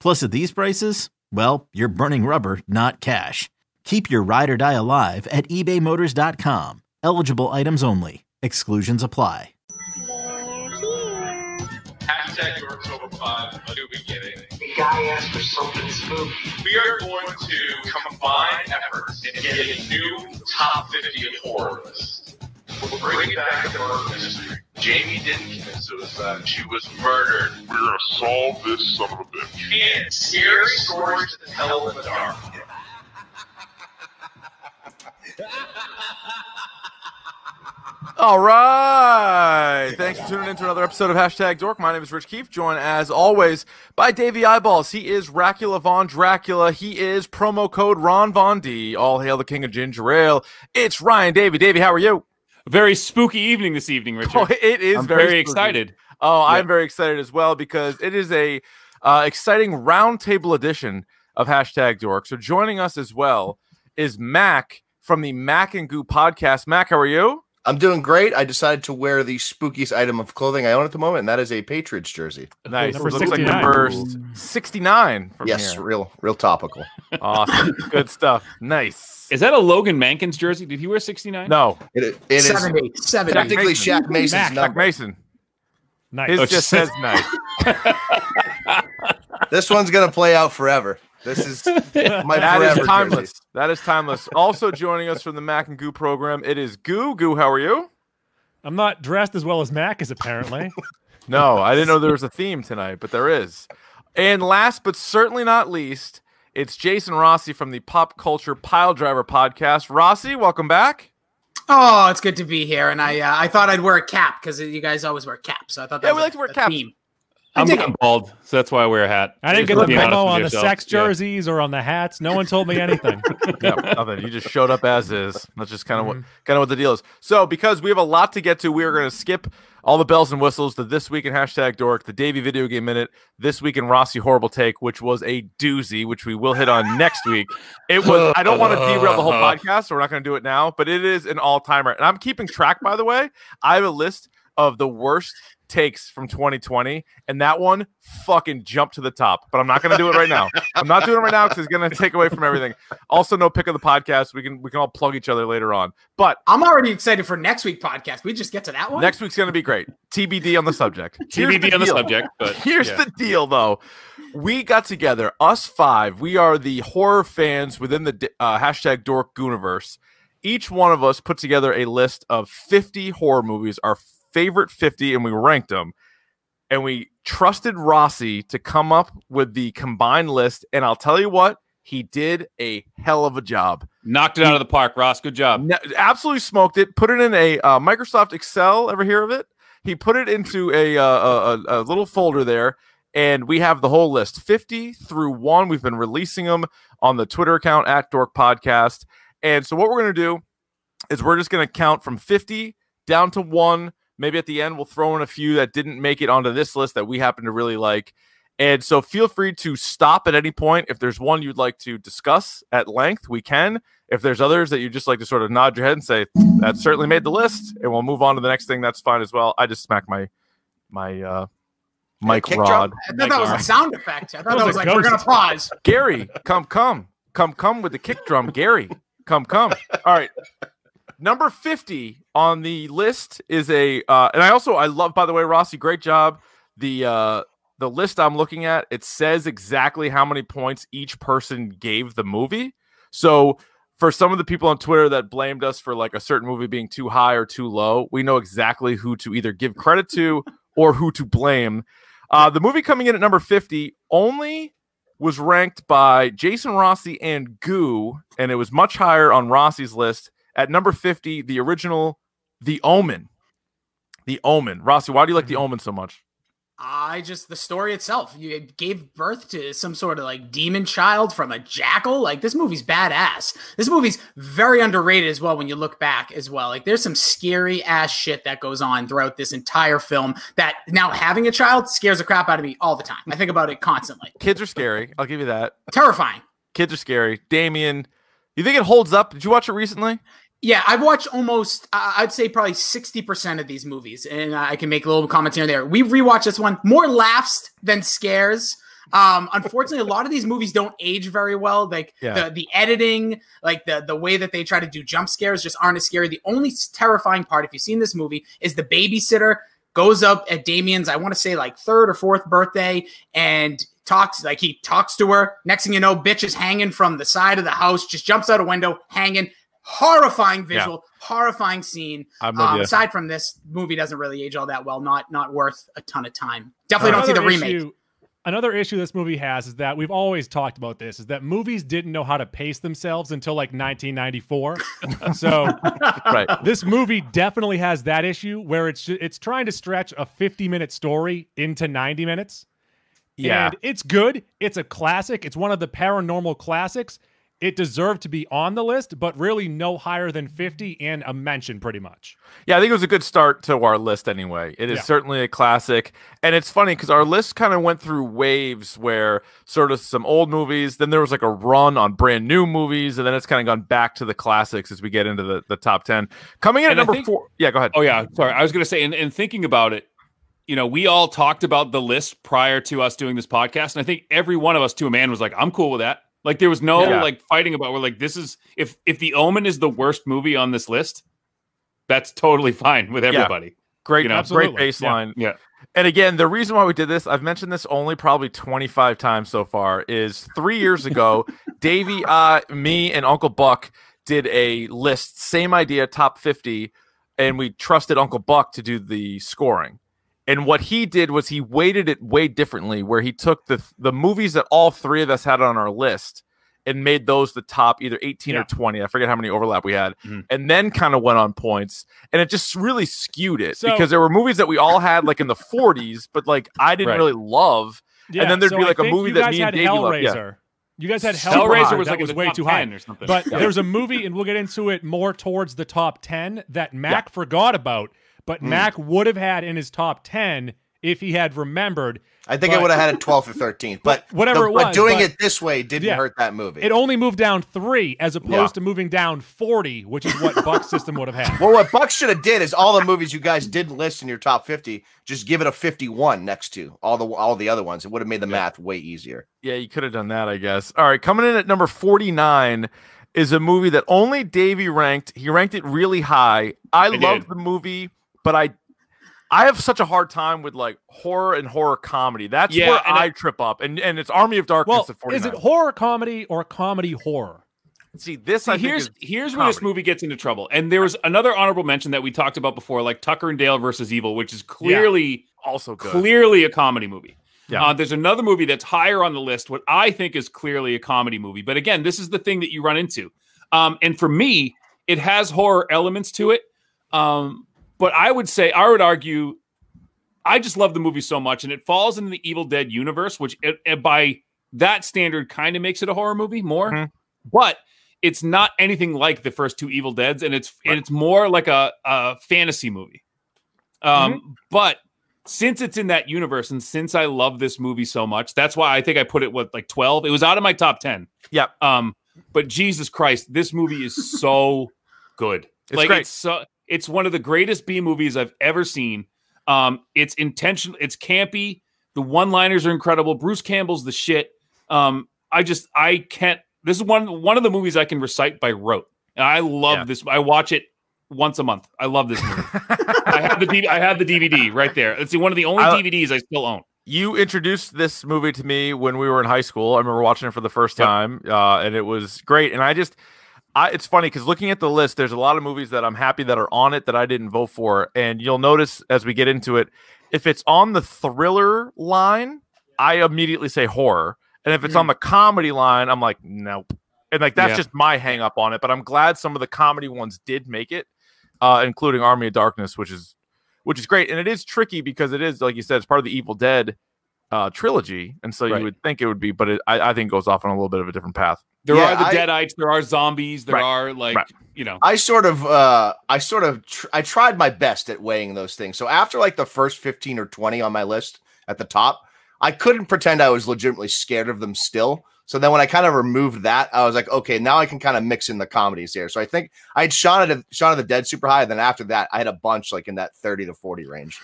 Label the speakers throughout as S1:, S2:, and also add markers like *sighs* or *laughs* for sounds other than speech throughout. S1: Plus, at these prices, well, you're burning rubber, not cash. Keep your ride or die alive at ebaymotors.com. Eligible items only. Exclusions apply.
S2: Hashtag Dorks Over 5, a new beginning.
S3: The guy asked for something spooky.
S2: We are going to combine efforts and get a new top 50 of horror list. We're bringing back the murder mystery. Jamie didn't commit suicide. She was murdered.
S4: We're gonna solve this son of a bitch.
S2: And scary stories to tell in the dark.
S5: All right. Thanks for tuning in to another episode of Hashtag Dork. My name is Rich Keefe, joined as always by Davey Eyeballs. He is Dracula Von Dracula. He is promo code Ron Von D. All hail the king of ginger ale. It's Ryan Davey. Davey, how are you?
S6: very spooky evening this evening,
S5: *laughs*
S6: Richard.
S5: Oh, it is
S6: I'm very,
S5: spooky.
S6: excited.
S5: Oh, I'm
S6: Yeah.
S5: very excited as well because it is a uh, exciting roundtable edition of Hashtag Dork. So joining us as well is Mac from the Mac and Goo podcast. Mac, how are you?
S7: I'm doing great. I decided to wear the spookiest item of clothing I own at the moment, and that is a Patriots jersey.
S5: Nice.
S6: number
S5: Looks like the
S6: 69.
S5: first 69 from
S7: yes,
S5: here.
S7: real, real topical. *laughs*
S5: Awesome. Good stuff. Nice.
S6: Is that a Logan Mankins jersey? Did he wear 69?
S5: No,
S7: It, it is
S3: 70, 70.
S7: technically Shaq Mason's
S5: Jack
S7: number.
S5: Mason.
S6: nice. Oh,
S5: His just says
S6: *laughs*
S5: nice.
S7: This one's gonna play out forever. This is
S8: *laughs*
S7: my
S5: That
S7: forever
S5: is timeless.
S7: jersey.
S5: That is timeless. Also joining us from the Mac and Goo program, it is Goo. Goo, how are you?
S8: I'm not dressed as well as Mac is apparently.
S5: No, I didn't know there was a theme tonight, but there is. And last but certainly not least, it's Jason Rossi from the Pop Culture Pile Driver podcast. Rossi, welcome back.
S9: Oh, it's good to be here. And I uh, I thought I'd wear a cap because you guys always wear caps. So I thought that
S5: Yeah,
S9: was
S5: we like to wear
S9: a
S5: caps.
S9: theme.
S6: I'm,
S9: I dig
S6: I'm bald, so that's why I wear a hat.
S8: I didn't
S6: Just
S8: get the
S6: being honest
S8: memo
S6: with
S8: on the
S6: yourself.
S8: sex
S6: Yeah.
S8: jerseys or on the hats. No one told me anything.
S5: yeah, nothing. You just showed up as is. That's just kind of what kind of what the deal is. So because we have a lot to get to, we are going to skip all the bells and whistles to this week in hashtag Dork, the Davy Video Game Minute, this week in Rossi Horrible Take, which was a doozy, which we will hit on next week. It was. I don't want to derail the whole podcast, so we're not going to do it now. But it is an all timer, and I'm keeping track. By the way, I have a list of the worst. Takes from 2020, and that one fucking jumped to the top. But I'm not gonna do it right now. I'm not doing it right now because it's gonna take away from everything. Also, no pick of the podcast. We can we can all plug each other later on. But
S9: I'm already excited for next week podcast. We just get to that one.
S5: next week's gonna be great. TBD on the subject. Here's
S6: TBD on the
S5: deal.
S6: subject,
S5: *laughs*
S6: but
S5: Here's
S6: yeah.
S5: the deal, though. We got together, us five. We are the horror fans within the d- uh, hashtag Dork Universe. Each one of us put together a list of 50 horror movies, our favorite 50, and we ranked them. And we trusted Rossi to come up with the combined list. And I'll tell you what, he did a hell of a job.
S6: knocked it out of the park. Ross, good job.
S5: No, absolutely smoked it. Put it in a uh, Microsoft Excel. Ever hear of it? He put it into a, uh, a a- a little folder there, and we have the whole list, fifty through one. We've been releasing them on the Twitter account at Dork Podcast. And so what we're gonna do is we're just gonna count from fifty down to one. Maybe at the end we'll throw in a few that didn't make it onto this list that we happen to really like. And so feel free to stop at any point. If there's one you'd like to discuss at length, we can. If there's others that you just like to sort of nod your head and say, that certainly made the list, and we'll move on to the next thing, that's fine as well. I just smacked my my uh mic
S7: kick
S5: rod.
S7: drop?
S9: I thought that was a sound effect. I thought that was like, we're going to pause.
S5: Gary, come, come, come, come with the kick drum. Gary, come, come. All right. Number 50 on the list is a, uh, and I also, I love, by the way, Rossi, great job. The, uh, the list I'm looking at, it says exactly how many points each person gave the movie. So for some of the people on Twitter that blamed us for like a certain movie being too high or too low, we know exactly who to either give credit to or who to blame. Uh, the movie coming in at number 50 only was ranked by Jason Rossi and Goo, and it was much higher on Rossi's list. At number 50, the original The Omen. The Omen. Rossi, why do you like The Omen so much?
S9: I just the story itself. You it gave birth to some sort of like demon child from a jackal. Like this movie's badass. This movie's very underrated as well when you look back as well. Like there's some scary ass shit that goes on throughout this entire film that now having a child scares the crap out of me all the time. I think about it constantly.
S5: Kids are scary. I'll give you that.
S9: Terrifying.
S5: Kids are scary. Damien, you think it holds up? Did you watch it recently?
S9: Yeah, I've watched almost, I- I'd say probably 60% of these movies, and I can make little comments here and there. We rewatched this one, more laughs than scares. Um, unfortunately, a lot of these movies don't age very well. Like
S5: Yeah.
S9: the, the editing, like the, the way that they try to do jump scares just aren't as scary. The only s- terrifying part, if you've seen this movie, is the babysitter goes up at Damien's, I want to say like third or fourth birthday, and talks like he talks to her. Next thing you know, bitch is hanging from the side of the house, just jumps out a window, hanging. Horrifying visual, horrifying scene.
S5: I'm
S6: Uh,
S9: Um, aside from this, movie doesn't really age all that well. Not not worth a ton of time. Definitely don't see the
S8: Another
S9: remake.
S8: issue- Another issue this movie has is that we've always talked about this is that movies didn't know how to pace themselves until like *laughs* 1994. so
S5: right.
S8: this movie definitely has that issue where it's ju- it's trying to stretch a 50 minute story into 90 minutes.
S5: Yeah.
S8: And it's good. It's a classic. It's one of the paranormal classics. It deserved to be on the list, but really no higher than 50 and a mention pretty much.
S5: Yeah, I think it was a good start to our list anyway. It is
S8: Yeah.
S5: certainly a classic. And it's funny because our list kind of went through waves where sort of some old movies, then there was like a run on brand new movies, and then it's kind of gone back to the classics as we get into the, the top 10. Coming in
S6: And I
S5: at number
S6: think-
S5: four. Yeah, go ahead.
S6: Oh yeah, sorry. I was gonna say, and, and thinking about it, you know, we all talked about the list prior to us doing this podcast, and I think every one of us to a man was like, "I'm cool with that." Like there was no
S5: Yeah.
S6: like fighting about. We're like, this is if if the Omen is the worst movie on this list, that's totally fine with everybody.
S5: Great,
S6: you know,
S5: great
S8: absolutely. Yeah.
S5: baseline.
S6: Yeah,
S5: And again, the reason why we did this, I've mentioned this only probably 25 times so far, is three years
S8: *laughs*
S5: ago, Davey, uh, me, and Uncle Buck did a list, same idea, top 50, and we trusted Uncle Buck to do the scoring. And what he did was he weighted it way differently, where he took the the movies that all three of us had on our list and made those the top either 18 or
S8: Yeah. Mm-hmm.
S5: 20. I forget how many overlap we had,
S6: Mhm.
S5: and then kind of went on points. And it just really skewed it
S8: So-
S5: because there were movies that we all had like in the 40s, but like I didn't
S6: Right.
S5: really love. And then there'd
S8: so
S5: be,
S8: I
S5: like, a
S8: think
S5: movie
S8: you
S5: that
S8: guys
S5: me and
S8: had
S5: Davey loved. Yeah.
S8: Hellraiser. You guys had
S5: Super
S8: Hellraiser,
S5: high.
S6: Hellraiser was
S8: that
S6: like in
S8: was
S6: the
S8: way
S6: top
S8: too high.
S6: 10 or something.
S8: *laughs* But
S5: Yeah.
S8: there's a movie, and we'll get into it more towards the top 10 that Mac forgot about, but
S5: Mm.
S8: Mac would have had in his top 10 if he had remembered.
S7: I think I
S8: But-
S7: would have had it 12 or 13, but
S8: Whatever
S7: the-
S8: it
S7: but
S8: was,
S7: doing
S8: but-
S7: it this way didn't
S8: Yeah.
S7: hurt that movie.
S8: It only moved down three as opposed
S5: Yeah.
S8: to moving down 40, which is what Buck's system would have had.
S7: well, what Buck should have did is all the movies you guys didn't list in your top 50, just give it a 51 next to all the all the other ones. It would have made the math way easier.
S5: Yeah, you could have done that, I guess. All right, coming in at number 49 is a movie that only Davey ranked. He ranked it really high. I,
S6: did.
S5: loved the movie, but I I have such a hard time with like horror and horror comedy. That's
S6: Yeah,
S5: where
S6: and
S5: I,
S6: I-
S5: trip up. And and it's Army of Darkness
S8: Well,
S5: at
S8: is
S5: 49.
S8: it horror comedy or comedy horror?
S5: See, this I
S6: See,
S5: think
S6: here's
S5: is
S6: here's where this
S5: comedy.
S6: movie gets into trouble. And there was another honorable mention that we talked about before, like Tucker and Dale versus Evil, which is clearly
S5: also good.
S6: clearly a comedy movie.
S5: Yeah.
S6: Uh, there's another movie that's higher on the list, what I think is clearly a comedy movie. But again, this is the thing that you run into. Um, and for me, it has horror elements to it. Um, but I would say, I would argue, I just love the movie so much, and it falls into the Evil Dead universe, which it, it- by that standard kind of makes it a horror movie more.
S5: Mhm.
S6: But it's not anything like the first two Evil
S5: Mm-hmm.
S6: Deads, and it's and it's more like a, a fantasy movie. Um, But since it's in that universe and since I love this movie so much, that's why I think I put it what like 12. It was out of my top 10.
S5: Yep.
S6: Um, but Jesus Christ, this
S5: *laughs*
S6: movie is so good.
S5: It's
S6: like
S5: great.
S6: it's so it's one of the greatest B movies I've ever seen. Um, it's intentional, it's campy. The one-liners are incredible. Bruce Campbell's the shit. Um, I just I can't this is one one of the movies I can recite by rote. And I love
S5: Yeah.
S6: this. I watch it once a month. I love this movie. I have the D- I have the DVD right there. It's one of the only
S5: I-
S6: DVDs I still own.
S5: you introduced this movie to me when we were in high school. I remember watching it for the first
S6: Yep.
S5: time, uh, and it was great. And I just, I, it's funny because looking at the list, there's a lot of movies that I'm happy that are on it that I didn't vote for. And you'll notice as we get into it, if it's on the thriller line, I immediately say horror, and if it's on the comedy line, I'm like nope. And like that's
S6: Mm. Yeah.
S5: just my hang up on it. But I'm glad some of the comedy ones did make it, uh, including Army of Darkness, which is which is great. And it is tricky because it is, like you said, it's part of the Evil Dead uh, trilogy. And so
S6: Right.
S5: you would think it would be, but it, I, I think it goes off on a little bit of a different path.
S6: There
S7: Yeah,
S6: are the
S7: I-
S6: deadites. There are zombies. There
S5: Right,
S6: are like
S5: right.
S6: you know.
S7: I sort of, uh, I sort of, tr- I tried my best at weighing those things. So after like the first fifteen or twenty on my list at the top, I couldn't pretend I was legitimately scared of them still. So then when I kind of removed that, I was like, okay, now I can kind of mix in the comedies here. So I think I had Shaun of, Shaun of the Dead super high. And then after that, I had a bunch like in that thirty to forty range.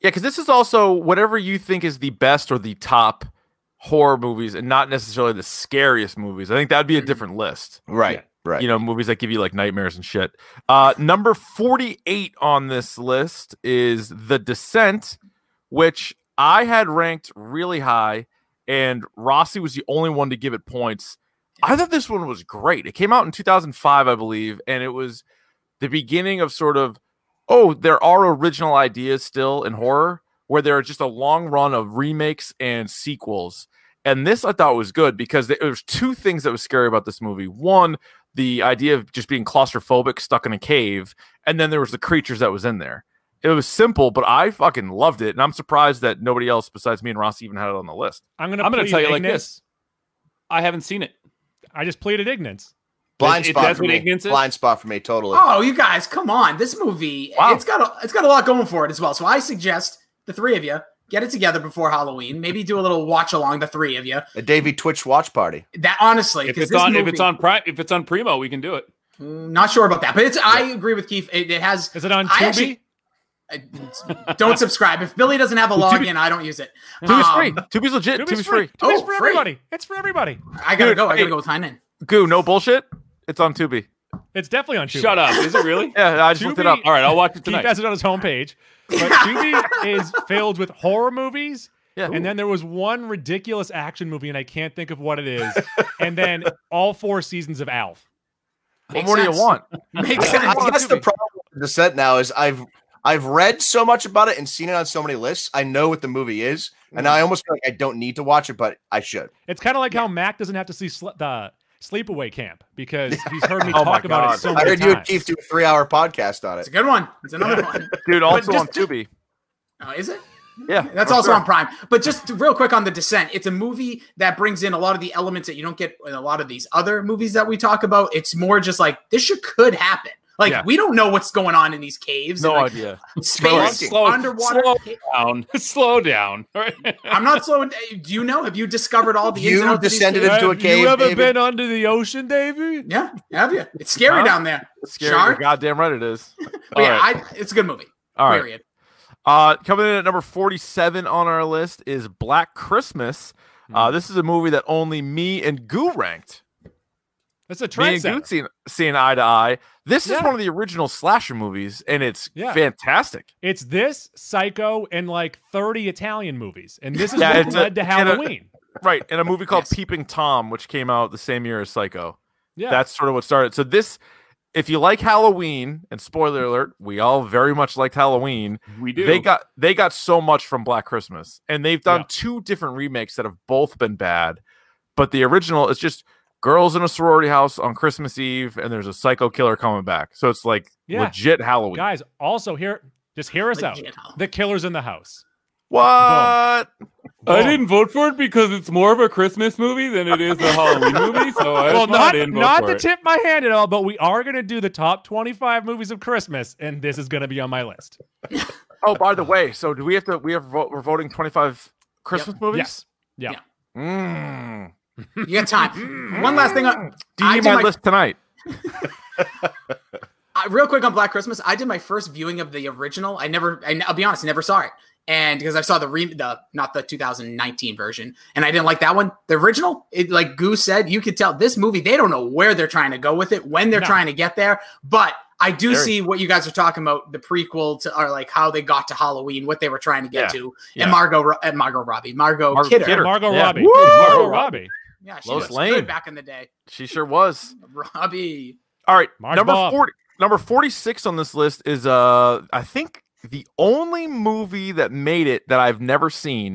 S5: Yeah, because this is also whatever you think is the best or the top horror movies and not necessarily the scariest movies. I think that'd be a different list.
S7: Right. Right.
S5: You know, movies that give you like nightmares and shit. Uh, number 48 on this list is The Descent, which I had ranked really high, and Rossi was the only one to give it points. I thought this one was great. It came out in 2005, I believe, and it was the beginning of sort of, oh, there are original ideas still in horror where there are just a long run of remakes and sequels. And this I thought was good because there was two things that was scary about this movie. One, the idea of just being claustrophobic, stuck in a cave, and then there was the creatures that was in there. It was simple, but I fucking loved it, and I'm surprised that nobody else besides me and Ross even had it on the list.
S8: I'm gonna.
S6: I'm gonna
S8: plead
S6: tell you like
S8: ignorance.
S6: this. I haven't seen it.
S8: I just pleaded ignorance.
S7: Blind
S6: It- it-
S7: spot.
S6: that's
S7: for
S6: what
S7: me.
S6: ignorance is?
S7: Blind spot for me. Totally.
S9: Oh, you guys, come on! This movie,
S5: Wow.
S9: it's got a, it's got a lot going for it as well. So I suggest the three of you get it together before Halloween. Maybe do a little watch along, the three of you.
S7: A Davy Twitch watch party.
S9: That honestly,
S6: If
S9: 'cause
S6: it's
S9: this
S6: on, if
S9: movie-
S6: it's on Prime, if it's on Primo, we can do it.
S9: Mm, not sure about that, but it's. I agree with Keith. It, it has.
S8: Is it on
S9: I
S8: Tubi?
S9: actually- I- don't subscribe if Billy doesn't have a login. I don't use it.
S5: Tubi's
S9: Um,
S5: free. Tubi's legit.
S8: Tubi's
S5: Tubi's free.
S8: Tubi's
S9: Oh,
S8: for
S9: free.
S8: everybody. It's for everybody.
S9: I gotta
S5: Dude,
S9: go. I
S5: hey.
S9: gotta go sign in.
S5: Goo, no bullshit. It's on Tubi.
S8: It's definitely on Tubi.
S6: Shut up. Is it really?
S5: Yeah, I *laughs* just looked it up.
S8: Tubi-
S6: All right, I'll watch it
S8: Keith
S6: tonight.
S8: has it on his homepage. But
S9: *laughs*
S8: Tubi is filled with horror movies.
S5: Yeah.
S8: And then there was one ridiculous action movie, and I can't think of what it is.
S6: *laughs*
S8: and then all four seasons of Alf.
S5: What
S9: Makes
S5: more do you
S9: sense.
S5: want?
S9: Makes
S7: I
S9: sense.
S7: guess the problem with Descent now is I've I've read so much about it and seen it on so many lists. I know what the movie is, and I almost feel like I don't need to watch it, but I should.
S8: It's kind of like how Mac doesn't have to see sl- the Sleepaway Camp because he's
S6: *laughs*
S8: heard me
S5: Oh my
S8: talk about
S5: God.
S8: it so
S7: I
S8: many
S7: heard
S8: times.
S7: you and Keith do a three-hour podcast on
S9: It's
S7: it.
S9: a good one. It's another one.
S5: Dude, also on
S9: just-
S5: Tubi.
S9: Oh, is it?
S5: Yeah.
S9: That's
S5: for
S9: also
S5: sure.
S9: on Prime. But just real quick on The Descent, it's a movie that brings in a lot of the elements that you don't get in a lot of these other movies that we talk about. It's more just like this shit could happen. Like
S5: Yeah.
S9: we don't know what's going on in these caves.
S5: No
S9: and, like,
S5: idea.
S9: Space,
S6: Slow-
S9: underwater.
S6: Oh, slow-
S9: ca-
S6: Down. *laughs* Slow down. All right.
S9: I'm not slowing. Do you know? Have you discovered all the? ins and
S7: You
S9: outs of these
S7: descended
S9: caves?
S7: into a
S8: Have
S7: cave,
S8: you ever
S7: David.
S8: been under the ocean, David?
S9: Yeah, have you? It's scary
S5: Huh?
S9: down there.
S5: Scary.
S9: Shark?
S5: You're goddamn right it is.
S9: But
S5: All
S9: yeah,
S5: right.
S9: I, it's a good movie.
S5: All right.
S9: period.
S5: Uh, coming in at number 47 on our list is Black Christmas.
S9: Hmm.
S5: Uh, this is a movie that only me and Goo ranked.
S8: That's a
S5: Me and Goo
S8: trendsetter.
S5: seeing, seeing eye to eye. This
S8: Yeah.
S5: is one of the original slasher movies, and it's
S8: Yeah.
S5: fantastic.
S8: It's this, Psycho, and like 30 Italian movies. And this is
S5: Yeah,
S8: what
S5: it's a- uh,
S8: led to
S5: and a-
S8: Halloween.
S5: Right. And a movie called
S9: Yes.
S5: Peeping Tom, which came out the same year as Psycho.
S8: yeah.
S5: That's sort of what started. So this, if you like Halloween, and spoiler
S8: Mm-hmm.
S5: alert, we all very much liked Halloween.
S6: We do.
S5: They got they got so much from Black Christmas, and they've done
S8: Yeah.
S5: two different remakes that have both been bad. But the original is just girls in a sorority house on Christmas Eve, and there's a psycho killer coming back. So it's like
S8: Yeah.
S5: legit Halloween.
S8: Guys, also here, just hear us out.
S9: Legit Halloween.
S8: The killer's in the house.
S5: What?
S6: I
S8: Boom.
S6: didn't vote for it because it's more of a Christmas movie than it is a Halloween movie. So I
S8: Well,
S6: well,
S8: not
S6: didn't vote
S8: not
S6: for
S8: to
S6: it.
S8: tip my hand at all, but we are going to do the top 25 movies of Christmas, and this is going to be on my list.
S5: Oh, by the way, so do we have to? We have vo- we're voting twenty five Christmas movies.
S8: Yeah.
S5: Mm.
S9: You got
S5: Hmm.
S9: time. One last thing. on-
S5: Do you
S9: I
S5: need
S9: did
S5: my
S9: my-
S5: list tonight?
S9: I, Uh, real quick on Black Christmas, I did my first viewing of the original. I never, I, will be honest, I never saw it, and because I saw the re, the not the 2019 version, and I didn't like that one. The original, it, like Goose said, you could tell this movie they don't know where they're trying to go with it, when they're
S8: No.
S9: trying to get there. But I do
S5: Very.
S9: see what you guys are talking about, the prequel to, or like how they got to Halloween, what they were trying to get
S5: Yeah.
S9: to,
S8: Yeah.
S9: and Margot, Ro- and Margot Robbie, Margot
S5: Margot
S9: Oh, Kidder.
S5: Kidder.
S8: Margot
S5: Yeah.
S8: Robbie.
S5: Woo!
S8: Margot Robbie.
S9: Yeah, she
S5: Lois
S9: was
S5: Lane.
S9: good back in the day.
S5: She sure was.
S9: Robbie.
S5: All right,
S8: Mark
S5: number
S8: Bob.
S5: forty. Number forty six on this list is uh, I think the only movie that made it that I've never seen,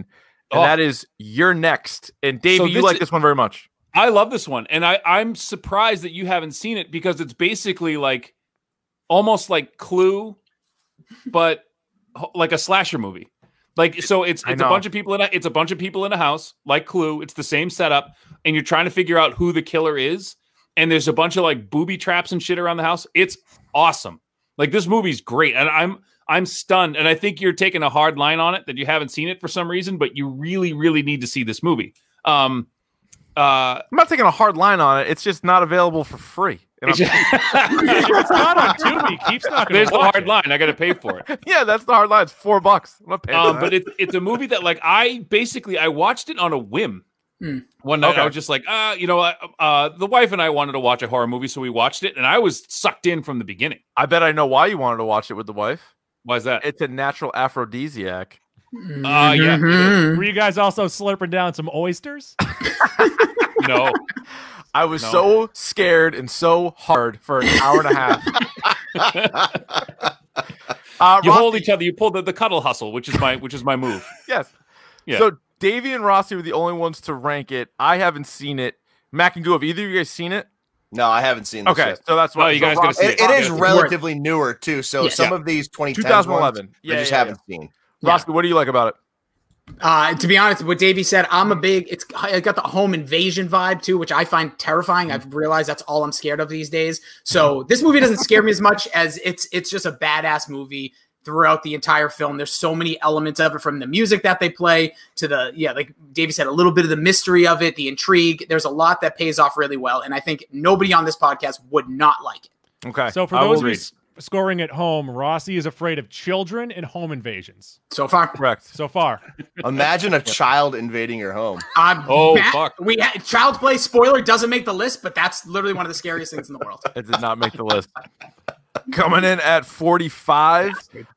S5: and
S6: Oh.
S5: that is You're Next. And Davey,
S6: So
S5: you
S6: this
S5: like
S6: is-
S5: this one very much.
S6: I love this one, and I I'm surprised that you haven't seen it because it's basically like almost like Clue, but *laughs* ho- like a slasher movie. Like so, it's
S5: I
S6: it's a
S5: know.
S6: bunch of people in a it's a bunch of people in a house like Clue. It's the same setup, and you're trying to figure out who the killer is. And there's a bunch of like booby traps and shit around the house. It's awesome. Like this movie's great, and I'm I'm stunned. And I think you're taking a hard line on it that you haven't seen it for some reason, but you really really need to see this movie. Um, uh,
S5: I'm not taking a hard line on it. It's just not available for free. And I'm-
S6: *laughs*
S8: it's not on Tubi. Keith's not going
S6: There's
S8: to
S6: the
S8: watch
S6: hard
S8: it.
S6: line. I got to pay
S8: *laughs*
S6: for it.
S5: *laughs* yeah, that's the hard line. It's four bucks. I'm not paying. for
S6: Um,
S5: that.
S6: but it's it's a movie that like I basically I watched it on a whim.
S9: Hmm.
S6: One night
S5: Okay.
S6: I was just like, uh, you know, what, uh, the wife and I wanted to watch a horror movie, so we watched it, and I was sucked in from the beginning.
S5: I bet I know why you wanted to watch it with the wife.
S6: Why is that?
S5: It's a natural aphrodisiac.
S6: Uh, yeah,
S5: Mm-hmm.
S9: Mhm.
S8: Were you guys also slurping down some oysters? *laughs*
S6: no,
S5: I was
S6: No.
S5: so scared and so hard for an hour and a
S6: *laughs*
S5: half. uh,
S6: you
S5: Ross,
S6: hold each other. You pull the, the cuddle hustle, which is my which is my move.
S5: yes.
S6: Yeah.
S5: So Davey and Rossi were the only ones to rank it. I haven't seen it. Mac and Goo, have either of you guys seen it?
S7: No, I haven't seen. This
S5: Okay,
S7: yet.
S5: so that's why
S6: No, you guys gotta see
S7: It, it is
S6: Yeah.
S7: relatively newer too. So
S9: Yeah.
S7: some of these 2010
S5: 2011.
S7: ones,
S5: Yeah,
S7: I just
S5: yeah,
S7: haven't seen.
S9: Yeah.
S5: Rossi, what do you like about it?
S9: Uh, to be honest, what Davey said, I'm a big. It's I got the home invasion vibe too, which I find terrifying. I've realized that's all I'm scared of these days.
S6: Mm-hmm.
S9: So this movie doesn't scare me as much as it's it's just a badass movie throughout the entire film. There's so many elements of it, from the music that they play to the yeah, like Davey said, a little bit of the mystery of it, the intrigue. There's a lot that pays off really well, and I think nobody on this podcast would not like it.
S5: Okay.
S8: So for
S5: I will
S8: those of you
S5: read.
S8: s- scoring at home, Rossi is afraid of children and home invasions.
S9: So far,
S5: correct.
S8: So far,
S7: Imagine a child invading your home.
S9: I'm
S6: Oh,
S9: Matt,
S6: fuck.
S9: We had, child play spoiler doesn't make the list, but that's literally one of the scariest things in
S6: *laughs*
S9: the world.
S5: It did not make the list. Coming in at 45.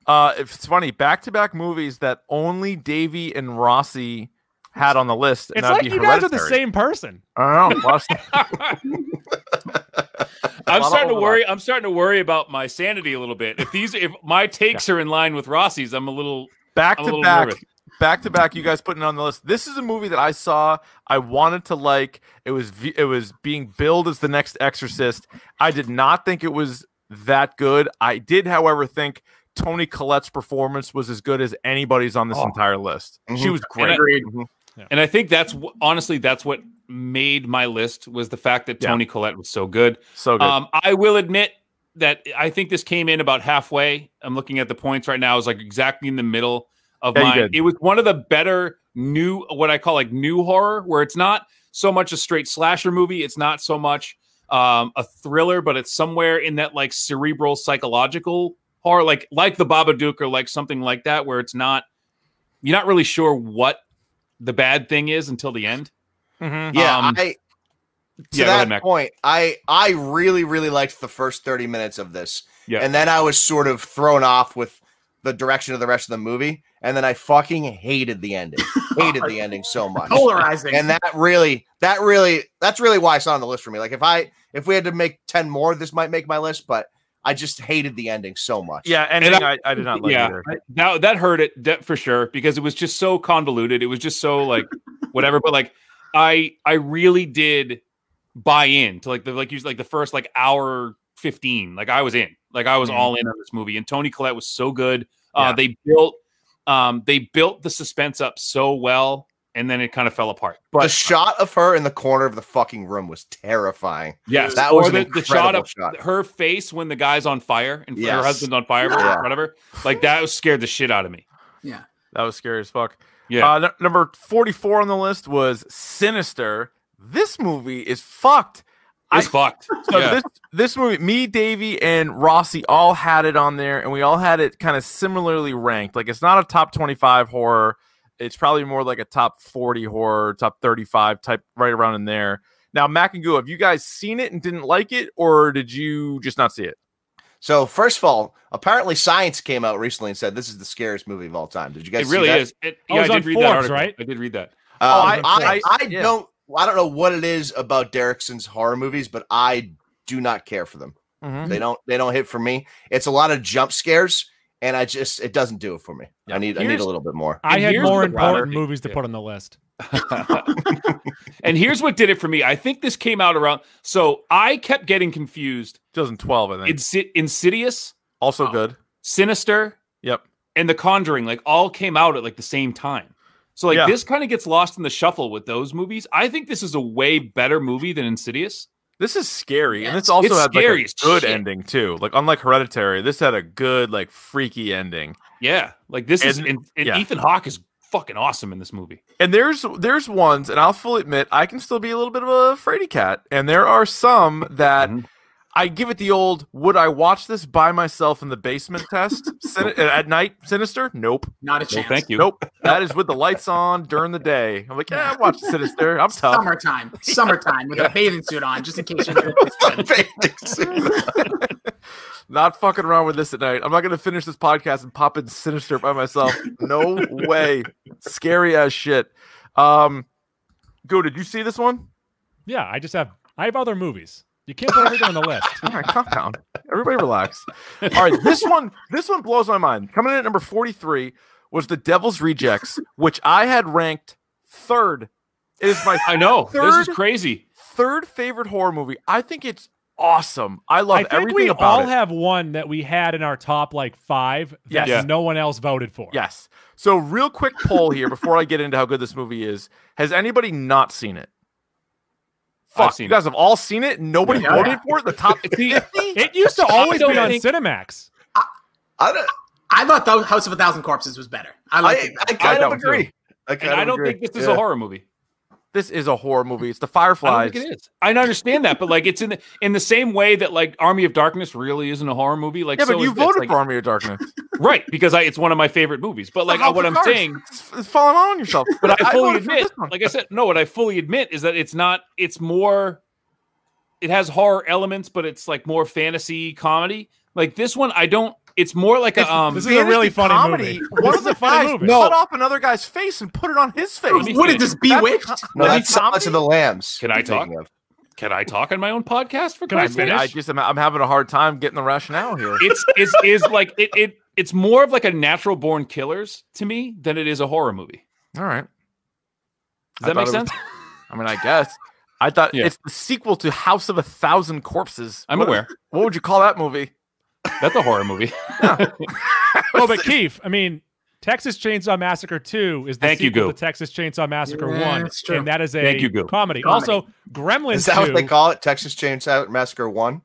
S5: Uh, it's funny, back to back movies that only Davey and Rossi had on the list. And
S8: it's
S5: that'd
S8: like
S5: be
S8: you guys are the
S5: Hereditary.
S8: same person.
S5: I don't know. Lots-
S8: *laughs*
S6: I'm
S5: of
S6: starting to
S5: overlap.
S6: worry. I'm starting to worry about my sanity a little bit. If these if my takes are in line with Rossi's, I'm a little
S5: back
S6: I'm a
S5: to
S6: little
S5: back,
S6: nervous.
S5: back to back. You guys putting it on the list. This is a movie that I saw. I wanted to like. It was v- it was being billed as the next Exorcist. I did not think it was that good. I did, however, think Tony Collette's performance was as good as anybody's on this entire list. She
S7: Mhm.
S5: was great.
S9: Agreed.
S6: And I think that's wh- honestly that's what made my list was the fact that
S5: Yeah.
S6: Tony Collette was so good.
S5: So good.
S6: Um, I will admit that I think this came in about halfway. I'm looking at the points right now. It was like exactly in the middle of
S5: Yeah, you
S6: mine.
S5: did.
S6: It was one of the better new, what I call like new horror, where it's not so much a straight slasher movie. It's not so much um, a thriller, but it's somewhere in that like cerebral psychological horror, like like the Babadook or like something like that, where it's not you're not really sure what the bad thing is until the end.
S5: Mhm.
S7: Mm-hmm. Yeah,
S6: Um,
S7: I to
S6: yeah, go ahead,
S7: that
S6: Mac.
S7: point, I I really really liked the first thirty minutes of this,
S6: Yeah.
S7: and then I was sort of thrown off with the direction of the rest of the movie, and then I fucking hated
S6: *laughs*
S7: the ending, hated the ending so much,
S9: Polarizing.
S7: and that really, that really, that's really why it's not on the list for me. Like if I if we had to make ten more, this might make my list, but I just hated the ending so much.
S5: Yeah, ending I, I, did not like
S6: yeah,
S5: either.
S6: I- that that hurt it that for sure because it was just so convoluted. It was just so
S7: *laughs*
S6: like whatever. But like I I really did buy in to like the like you like the first like hour fifteen. Like I was in. Like I was
S7: Mm-hmm.
S6: all in on this movie. And Tony Collette was so good. Uh,
S5: Yeah.
S6: They built um, they built the suspense up so well and then it kind of fell apart. But
S7: the shot of her in the corner of the fucking room was terrifying.
S6: Yes,
S7: that was
S6: or the,
S7: an
S6: the shot
S7: incredible
S6: of
S7: shot.
S6: her face when the guy's on fire and her
S7: Yes.
S6: husband's on fire
S7: Yeah.
S6: or whatever. Like that was scared the shit out of me.
S9: Yeah.
S5: That was scary as fuck.
S6: Yeah.
S5: Uh, n- number 44 on the list was Sinister. This movie is fucked. I-
S6: It's
S7: *laughs*
S6: fucked.
S5: So
S6: yeah.
S5: this this movie, me, Davey, and Rossi all had it on there, and we all had it kind of similarly ranked. Like it's not a top twenty five horror; it's probably more like a top forty horror, top thirty five type, right around in there. Now, Mac and Goo, have you guys seen it and didn't like it, or did you just not see it?
S7: So first of all, apparently science came out recently and said this is the scariest movie of all time. Did you guys?
S6: it
S7: see
S6: really
S7: that?
S6: is. It,
S8: Oh,
S6: yeah, I
S8: it's
S6: did
S8: on
S6: read that
S8: Forbes,
S6: article.
S8: right?
S6: I did read that.
S7: Um,
S5: I-
S7: I,
S5: I-
S7: I,
S5: yeah.
S7: don't. I don't know what it is about Derrickson's horror movies, but I do not care for them.
S6: Mm-hmm.
S5: Mm-hmm.
S7: They don't. They don't hit for me. It's a lot of jump scares, and I just it doesn't do it for me.
S5: Yeah.
S7: I need. I need
S5: Here's-
S7: a little
S6: *laughs*
S7: bit more. *laughs*
S8: I
S6: And
S8: had
S6: here's
S8: more
S6: the
S8: important
S6: priority.
S8: movies to
S6: Yeah.
S8: put on the list.
S6: *laughs* and here's what did it for me. I think this came out around. So I kept getting confused.
S5: 2012, I think.
S6: Insid- Insidious,
S5: also good.
S6: Sinister,
S5: Yep.
S6: and The Conjuring, like all came out at like the same time. So like
S5: Yeah.
S6: this kind of gets lost in the shuffle with those movies. I think this is a way better movie than Insidious.
S5: This is scary, and
S9: Yeah.
S5: this also
S6: It's
S5: had like
S6: scary
S5: a
S6: as
S5: good
S6: shit.
S5: ending too. Like unlike Hereditary, this had a good like freaky ending.
S6: Yeah, like this is
S5: And-
S6: and, and
S5: yeah.
S6: Ethan Hawke is fucking awesome in this movie.
S5: And there's there's ones, and I'll fully admit I can still be a little bit of a fraidy cat. And there are some that
S6: Mhm.
S5: I give it the old "Would I watch this by myself in the basement?" test Sin- uh, at night. Sinister? Nope.
S9: Not a
S6: So
S9: chance.
S6: thank you.
S5: Nope. That is with the lights on during the day. I'm like, yeah, I watch Sinister. I'm tough.
S9: *laughs* Summertime, summertime with a bathing suit on, just in case. You're
S5: Not fucking around with this at night. I'm not gonna finish this podcast and pop in Sinister by myself. No way. Scary as shit. Um, Go. Did you see this one?
S8: Yeah, I just have I have other movies. You can't put everything on the list.
S5: All right, Oh calm down. Everybody relax. All right, this one, this one blows my mind. Coming in at number 43 was the Devil's Rejects, which I had ranked third. It is my
S6: I know this
S5: Third-
S6: is crazy.
S5: third favorite horror movie. I think it's awesome. I love
S8: I think
S5: everything
S8: we
S5: about
S8: all
S5: it.
S8: have one that we had in our top like five that
S5: Yes.
S8: no one else voted for.
S5: yes. So, real quick poll here before I get into how good this movie is. Has anybody not seen it?
S6: I've
S5: Fuck,
S6: seen
S5: you
S6: it.
S5: guys have all seen it. Nobody
S9: Yeah.
S5: voted for it. The top 50.
S8: It used to
S6: I
S8: always
S6: don't
S8: be on
S6: think-
S8: Cinemax.
S7: I, don't-
S9: I thought the House of a Thousand Corpses was better. I like
S7: I,
S9: it.
S7: I
S5: I
S7: kind of
S5: don't too.
S7: agree. I
S6: And
S7: kind
S6: I
S7: of
S6: don't
S7: agree.
S6: think this is
S7: Yeah.
S6: a horror movie.
S5: This is a horror movie. It's the
S6: I
S5: Fireflies.
S6: don't think it is. I understand that, but like it's in the in the same way that like Army of Darkness really isn't a horror movie. Like
S5: Yeah,
S6: so
S5: but you
S6: is this,
S5: voted
S6: like-
S5: for Army of Darkness.
S6: right because I, it's one of my favorite movies. But *laughs* like
S5: How could
S6: what I'm
S5: ours?
S6: saying,
S5: It's, it's falling on yourself.
S6: but I fully
S5: voted for
S6: admit,
S5: this one.
S6: like I said, no, what I fully admit is that it's not. It's more. It has horror elements, but it's like more fantasy comedy. Like this one, I don't. It's more like a
S5: It's-
S6: um.
S8: This is a really
S5: Fantasy comedy.
S8: funny
S5: One
S8: movie. *laughs* This
S5: of
S8: is
S5: the
S8: a funny
S5: guys
S8: movie.
S5: cut off another guy's face and put it on his face.
S6: me
S9: What is this?
S5: That's
S9: Bewitched?
S5: co-
S7: No,
S5: that's
S7: that's Silence of the Lambs.
S6: Can I
S7: I'm thinking of.
S6: Can I talk on my own podcast for
S8: Can I
S6: Christ's sake?
S8: finish?
S5: I just am, I'm having a hard time getting the rationale here.
S6: It's is is like it, it. It's more of like a natural born killers to me than it is a horror movie.
S5: All right.
S6: Does that
S5: I
S6: make
S5: thought it was-
S6: sense?
S5: *laughs* I mean, I guess. I thought
S6: Yeah.
S5: it's the sequel to House of a Thousand Corpses.
S6: I'm
S5: What-
S6: aware.
S5: What would you call that
S6: *laughs*
S5: movie?
S6: That's a horror movie.
S8: Oh, but Keith, I mean, Texas Chainsaw Massacre 2 is the
S6: Thank you,
S8: sequel
S6: Goo.
S8: to Texas Chainsaw Massacre
S9: Yeah,
S8: 1.
S9: that's true.
S8: And that is a
S6: Thank you, Goo.
S8: comedy.
S9: Comedy.
S8: Also, Gremlins
S7: Is that
S8: 2,
S7: what they call it? Texas Chainsaw Massacre One.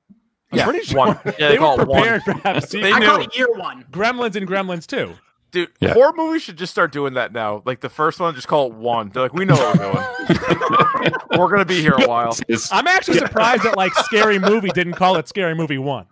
S8: I'm pretty sure
S5: One. Yeah,
S8: they were
S5: call it one.
S8: prepared for having
S5: They
S9: I
S5: knew.
S8: sequels.
S9: call it year one.
S8: Gremlins and Gremlins 2.
S5: Dude,
S6: Yeah.
S5: horror movies should just start doing that now. Like the first one, just call it one. They're like, we know what we're doing. we're gonna be here a
S6: *laughs*
S5: while,
S8: I'm actually surprised that like Scary Movie didn't call it Scary Movie 1.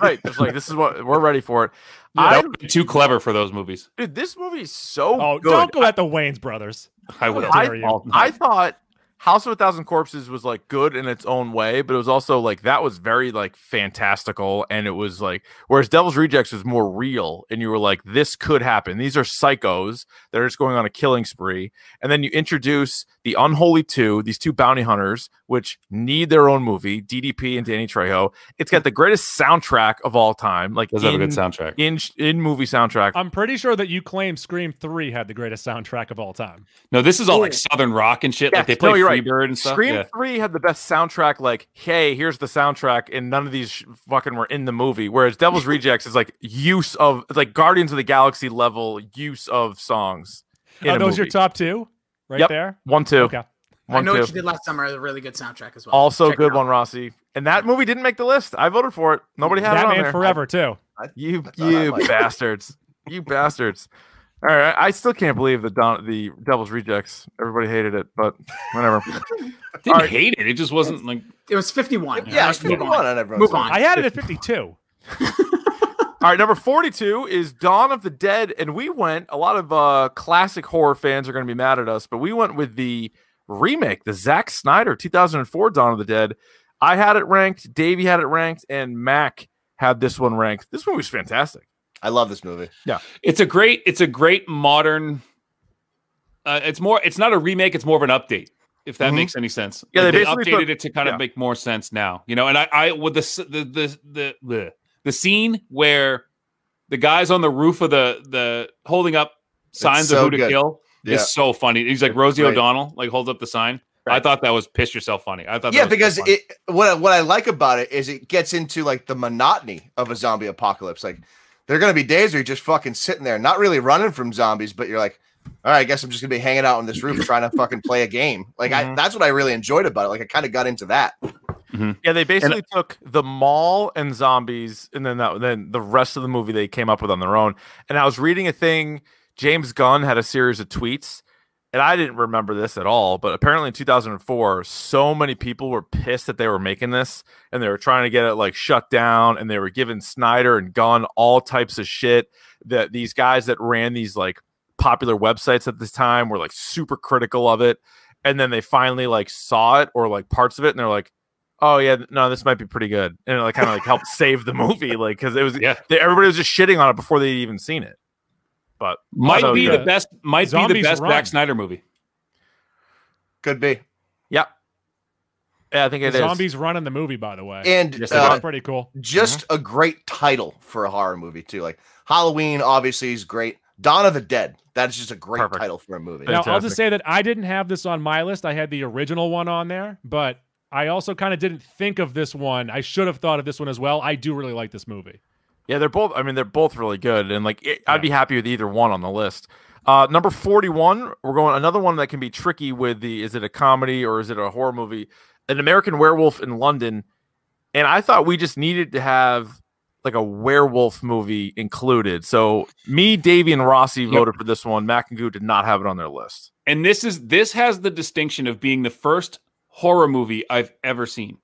S5: right? Just like this is what we're ready for it.
S6: I
S5: I,
S6: would be too clever for those movies.
S5: dude, this movie is so
S8: Oh,
S5: good.
S8: don't go at the Waynes brothers.
S6: I will.
S8: How
S5: I,
S8: dare you.
S5: I thought House of a Thousand Corpses was like good in its own way, but it was also like that was very like fantastical, and it was like whereas Devil's Rejects was more real, and you were like, this could happen. These are psychos that are just going on a killing spree, and then you introduce the Unholy Two, these two bounty hunters, which need their own movie. DDP and Danny Trejo. It's got the greatest soundtrack of all time. Like
S6: Does have a
S5: in-
S6: good soundtrack.
S5: In in movie soundtrack,
S8: I'm pretty sure that you claim Scream 3 had the greatest soundtrack of all time.
S6: No, this is all like Southern rock and shit.
S5: Yeah,
S6: Like they
S5: no,
S6: play
S5: you're right.
S6: Freebird and stuff.
S5: Scream
S6: yeah.
S5: Three had the best soundtrack. Like, hey, here's the soundtrack, and none of these sh- fucking were in the movie. Whereas Devil's Rejects is like use of it's like Guardians of the Galaxy level use of songs. In
S8: Are
S5: a
S8: Oh, those your
S5: movie.
S8: top two? right
S5: Yep.
S8: there?
S5: One, two.
S8: Okay.
S9: I
S5: One,
S9: know
S5: two.
S9: what you did last summer. is A really good soundtrack as well.
S5: Also
S9: Check it
S5: good
S9: out.
S5: one, Rossi. And that movie didn't make the list. I voted for it. Nobody had it on
S8: Batman
S5: there.
S8: Forever too.
S5: You
S7: thought I
S5: you
S7: liked it.
S5: bastards. You bastards. All right, I still can't believe the Don, the Devil's Rejects. Everybody hated it, but whatever.
S6: Didn't
S5: right.
S6: hate it. It just wasn't like
S9: It was 51.
S7: Yeah,
S9: Let's
S7: it's
S9: move
S7: been
S9: on.
S7: one on everyone's
S9: Move
S7: list.
S9: on.
S8: I had it at 52.
S5: All right, number 42 is Dawn of the Dead. And we went, a lot of uh, classic horror fans are going to be mad at us, but we went with the remake, the Zack Snyder 2004 Dawn of the Dead. I had it ranked, Davey had it ranked, and Mac had this one ranked. This movie was fantastic.
S7: I love this movie.
S6: it's a great it's a great modern. Uh, it's more it's not a remake. It's more of an update. If that
S7: Mm-hmm.
S5: Mhm.
S6: makes any sense.
S5: Yeah,
S6: Like,
S5: they
S6: they,
S5: basically
S6: updated
S5: put-
S6: it to kind
S5: yeah.
S6: of make more sense now. You know, and I I with the s- the the the the, the scene where the guys on the roof of the the holding up signs
S7: so
S6: of who to
S7: good.
S6: kill
S7: Yeah.
S6: is so funny. He's like Rosie
S7: great.
S6: O'Donnell, like holds up the sign. I
S7: Right.
S6: thought that was piss yourself funny. I thought that
S7: Yeah,
S6: was so
S7: because
S6: funny.
S7: it what I- what I like about it is it gets into like the monotony of a zombie apocalypse. Like there are gonna be days where you're just fucking sitting there, not really running from zombies, but you're like, all right, I guess I'm just gonna be hanging out on this roof trying to fucking play a game. Like I,
S6: Mm-hmm.
S5: Mhm.
S7: that's what I really enjoyed about it. Like I kind of got into that.
S5: Yeah, they basically took the mall and zombies, and then that, then the rest of the movie they came up with on their own. And I was reading a thing. James Gunn had a series of tweets, and I didn't remember this at all. But apparently, in 2004, so many people were pissed that they were making this, and they were trying to get it like shut down. And they were giving Snyder and Gunn all types of shit. That these guys that ran these like popular websites at this time were like super critical of it. And then they finally like saw it or like parts of it, and they're like oh yeah, th- no, this might be pretty good, and it, like kind of like
S8: *laughs*
S5: helped save the movie, like because it was
S6: Yeah.
S5: they, everybody was just shitting on it before they even seen it. But I thought it
S6: might
S5: was
S6: be
S5: good.
S6: the best might be the
S8: Zombies
S6: best
S8: Run.
S6: Zack Snyder movie.
S7: Could be.
S5: yeah, I think
S8: The
S5: it is.
S8: zombies running the movie, by the way.
S7: And
S6: Yes, Mm-hmm. they
S7: uh,
S8: That's pretty cool.
S7: just a great title for a horror movie too. Like Halloween obviously is great. Dawn of the Dead. That's just a great
S5: Perfect.
S7: title for a movie.
S5: Yeah.
S8: Now, I'll
S5: Fantastic.
S8: just say that I didn't have this on my list. I had the original one on there, but I also kind of didn't think of this one. I should have thought of this one as well. I do really like this movie.
S5: Yeah, they're both. I mean, they're both really good, and like it, I'd be happy with either one on the list. Uh, number forty-one, we're going another one that can be tricky with the is it a comedy or is it a horror movie? An American Werewolf in London, and I thought we just needed to have like a werewolf movie included. So me, Davey, and Rossi voted for this one. Mac and Goo did not have it on their list.
S6: And this is this has the distinction of being the first horror movie I've ever seen.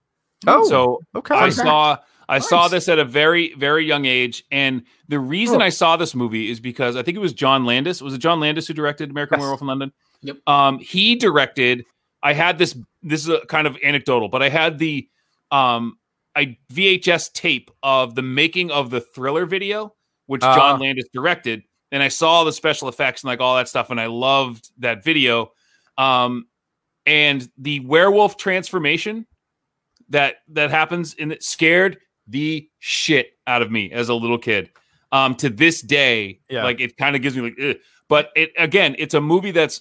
S5: Oh,
S6: so
S5: okay.
S6: I saw I saw
S9: Nice.
S6: this at a very very young age, and the reason
S5: Oh.
S6: I saw this movie is because I think it was John Landis. Was it John Landis who directed American
S5: Yes.
S6: Werewolf in London?
S9: Yep.
S6: Um, he directed. I had this. This is a kind of anecdotal, but I had the um, I VHS tape of the making of the Thriller video, which
S5: Ah.
S6: John Landis directed, and I saw all the special effects and like all that stuff, and I loved that video. Um, and the werewolf transformation that that happens and it scared the shit out of me as a little kid. Um, to this day,
S5: Yeah.
S6: like it kind of gives me like, Ugh. but it again, it's a movie that's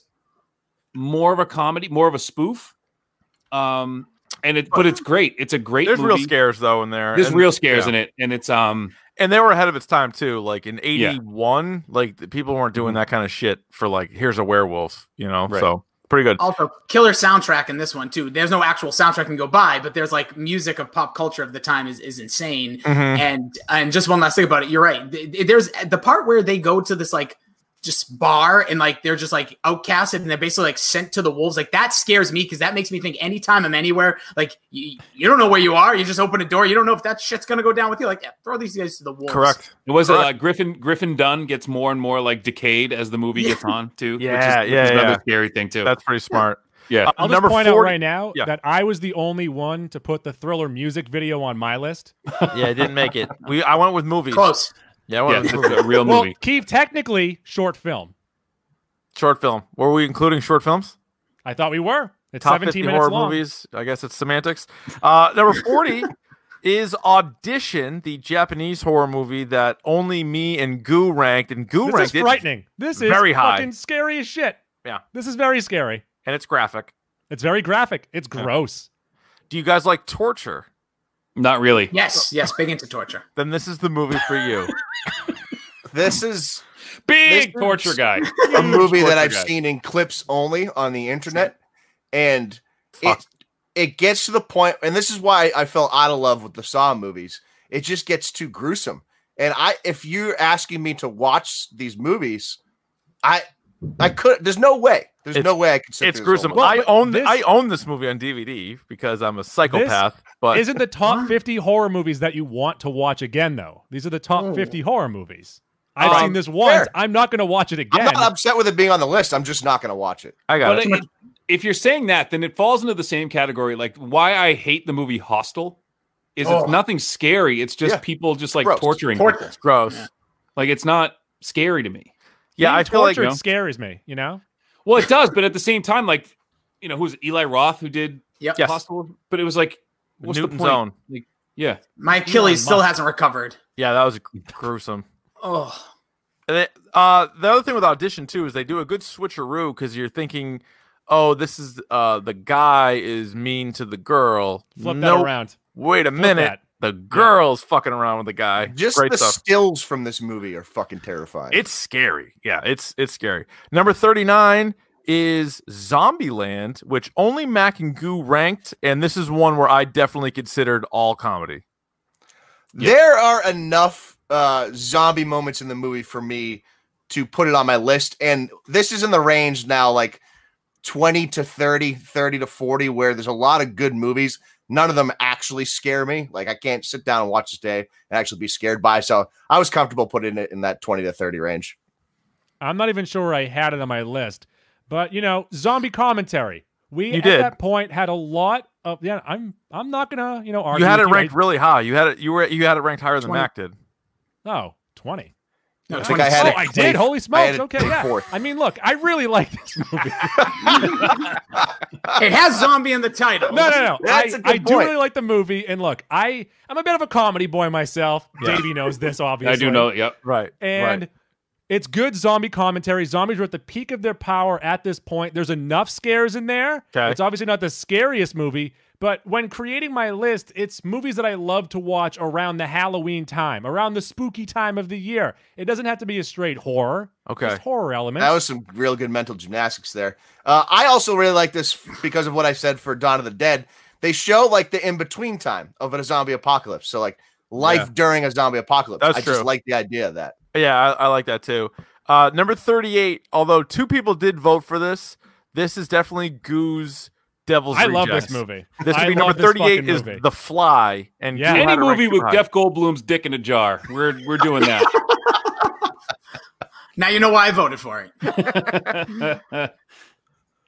S6: more of a comedy, more of a spoof. Um, and it, but it's great. It's a great.
S5: There's
S6: movie.
S5: real scares though in there.
S6: There's
S5: and-
S6: real scares
S5: yeah.
S6: in it, and it's um,
S5: and they were ahead of its time too. Like in '81, like the people weren't
S8: Mm-hmm.
S5: doing that kind of shit for like here's a werewolf, you know.
S6: Right.
S5: So pretty good.
S9: Also, killer soundtrack in this one too. There's no actual soundtrack can go by, but there's like music of pop culture of the time is, is insane.
S5: *laughs* Mhm.
S9: And and just one last thing about it, you're right. Th- th- There's the part where they go to this like just bar and like they're just like outcasted and they're basically like sent to the wolves. Like that scares me because that makes me think anytime I'm anywhere, like you, you don't know where you are. You just open a door, you don't know if that shit's gonna go down with you. Like yeah, throw these guys to the wolves.
S5: Correct.
S6: it was uh,
S5: Correct.
S6: Griffin Griffin Dunn gets more and more like decayed as the movie
S9: Yeah.
S6: gets on too.
S5: Yeah,
S6: which is,
S5: yeah,
S6: which is
S5: yeah.
S6: another scary thing too.
S5: That's pretty smart.
S6: yeah,
S5: Uh,
S8: I'll just
S5: number 40
S8: point out right now
S5: yeah.
S8: that I was the only one to put the thriller music video on my list.
S5: yeah, I didn't make it. We I went with movies.
S9: Close.
S5: Yeah, I went
S6: yeah,
S5: with
S6: it's
S5: movies.
S6: a real
S8: Well,
S6: movie.
S8: Keith, technically, short film.
S5: short film. Were we including short films?
S8: I thought we were. It's
S5: Top 50
S8: 17 minutes
S5: horror
S8: long.
S5: movies. I guess it's semantics. Uh, number 40 is Audition, the Japanese horror movie that only me and Goo ranked, and Goo
S8: This
S5: ranked it,
S8: is frightening. This is
S5: Very high.
S8: fucking scary as shit.
S5: Yeah.
S8: This is very scary.
S5: and it's graphic.
S8: It's very graphic. It's
S5: Yeah.
S8: gross.
S5: Do you guys like torture?
S6: Not really.
S9: Yes, yes, big into torture.
S8: *laughs*
S5: Then this is the movie for you.
S7: This is
S6: Big
S7: This is-
S6: torture guy.
S7: *laughs* a movie that I've
S6: guy.
S7: seen in clips only on the internet, and it it gets to the point, and this is why I fell out of love with the Saw movies. It just gets too gruesome, and I if you're asking me to watch these movies, I I could. There's no way. There's
S5: It's-
S7: no way I could. sit
S5: it's
S7: through this
S5: gruesome.
S7: whole-
S5: I
S8: but
S5: own
S8: this-
S5: I own this movie on DVD because I'm a psychopath. but
S8: Isn't the top 50 horror movies that you want to watch again, though? These are the top 50 horror movies. I've
S5: Um,
S8: seen this once.
S7: fair.
S8: I'm not going to watch it
S7: I'm
S8: again.
S7: not upset with it being on the list. I'm just not going to watch it.
S5: I got
S6: But
S5: it.
S6: it- if you're saying that, then it falls into the same category. Like why I hate the movie Hostel is
S7: Oh.
S6: it's nothing scary. It's just
S7: Yeah.
S6: people just like
S7: Gross.
S6: torturing.
S7: Tor-
S6: people.
S5: It's gross. Yeah,
S6: Yeah. Like it's not scary to me.
S5: I feel like
S8: tortured
S6: you know-
S8: scares me, you know?
S6: Well, it does, but at the same time, like you know, who's it, Eli Roth who did
S9: Yep.
S5: Yes.
S6: Hostel? But it was like what's the
S5: Newton's
S6: point?
S5: own.
S6: Like, yeah,
S9: My Achilles still hasn't recovered.
S5: Yeah, that was gruesome.
S9: Oh,
S5: And it- uh, the other thing with audition too is they do a good switcheroo because you're thinking, oh, this is uh, the guy is mean to the girl.
S8: Flip
S5: Nope.
S8: that around.
S5: Wait a minute,
S8: that.
S5: the girl's fucking around with the guy.
S7: Just
S5: Great
S7: the
S5: stuff.
S7: stills from this movie are fucking terrifying.
S5: It's scary. Yeah, it's it's scary. Number 39 is Zombieland, which only Mac and Goo ranked, and this is one where I definitely considered all comedy.
S7: There are enough uh, zombie moments in the movie for me to put it on my list. And this is in the range now, like 20 to 30, 30 to 40, where there's a lot of good movies. None of them actually scare me. Like I can't sit down and watch this day and actually be scared by. it. So I was comfortable putting it in that 20 to 30 range.
S8: I'm not even sure I had it on my list, but you know, zombie commentary. We
S5: You
S8: at
S5: did.
S8: that point had a lot of yeah. I'm I'm not gonna you know argue.
S5: You had it
S8: with
S5: ranked
S8: I-
S5: really high. You had it you were you had it ranked higher than
S9: 20.
S5: Mac did.
S8: No, Oh, twenty.
S9: no,
S7: I think I
S8: Oh,
S7: had it.
S8: I did. Holy
S7: I had
S8: smokes!
S7: it
S8: Okay, yeah.
S7: 24th.
S8: I mean, look, I really like this movie.
S9: *laughs* it has zombie in the *laughs* title.
S8: No, no, no.
S7: That's
S8: I,
S7: a good
S8: I do
S7: point.
S8: really like the movie, and look, I I'm a bit of a comedy boy myself.
S5: Yeah.
S8: Davey knows this, obviously.
S6: I do know. Yep.
S5: Right.
S8: and
S5: right.
S8: it's good zombie commentary. Zombies are at the peak of their power at this point. There's enough scares in there.
S5: 'Kay.
S8: It's obviously not the scariest movie, but when creating my list, it's movies that I love to watch around the Halloween time, around the spooky time of the year. It doesn't have to be a straight horror.
S5: Okay.
S8: Just horror elements.
S7: That was some real good mental gymnastics there. Uh, I also really like this f- because of what I said for Dawn of the Dead. They show like the in between time of a zombie apocalypse. So like life during a zombie apocalypse.
S5: That's
S7: I
S5: true.
S7: just like the idea of that.
S5: Yeah, I, I like that too. Uh, number 38, although two people did vote for this, this is definitely Goo's Devil's
S8: I love
S5: Rejects.
S8: this movie.
S5: This would
S8: I
S5: be number
S8: love this fucking
S5: 38 is
S8: movie.
S5: The Fly and
S8: Yeah.
S5: Goo
S8: Any
S5: had
S6: Any
S5: it ranked
S6: movie
S5: too
S6: with
S5: high.
S6: Jeff Goldblum's dick in a jar. We're we're doing that.
S9: Now you know why I voted for
S8: *laughs*
S9: it.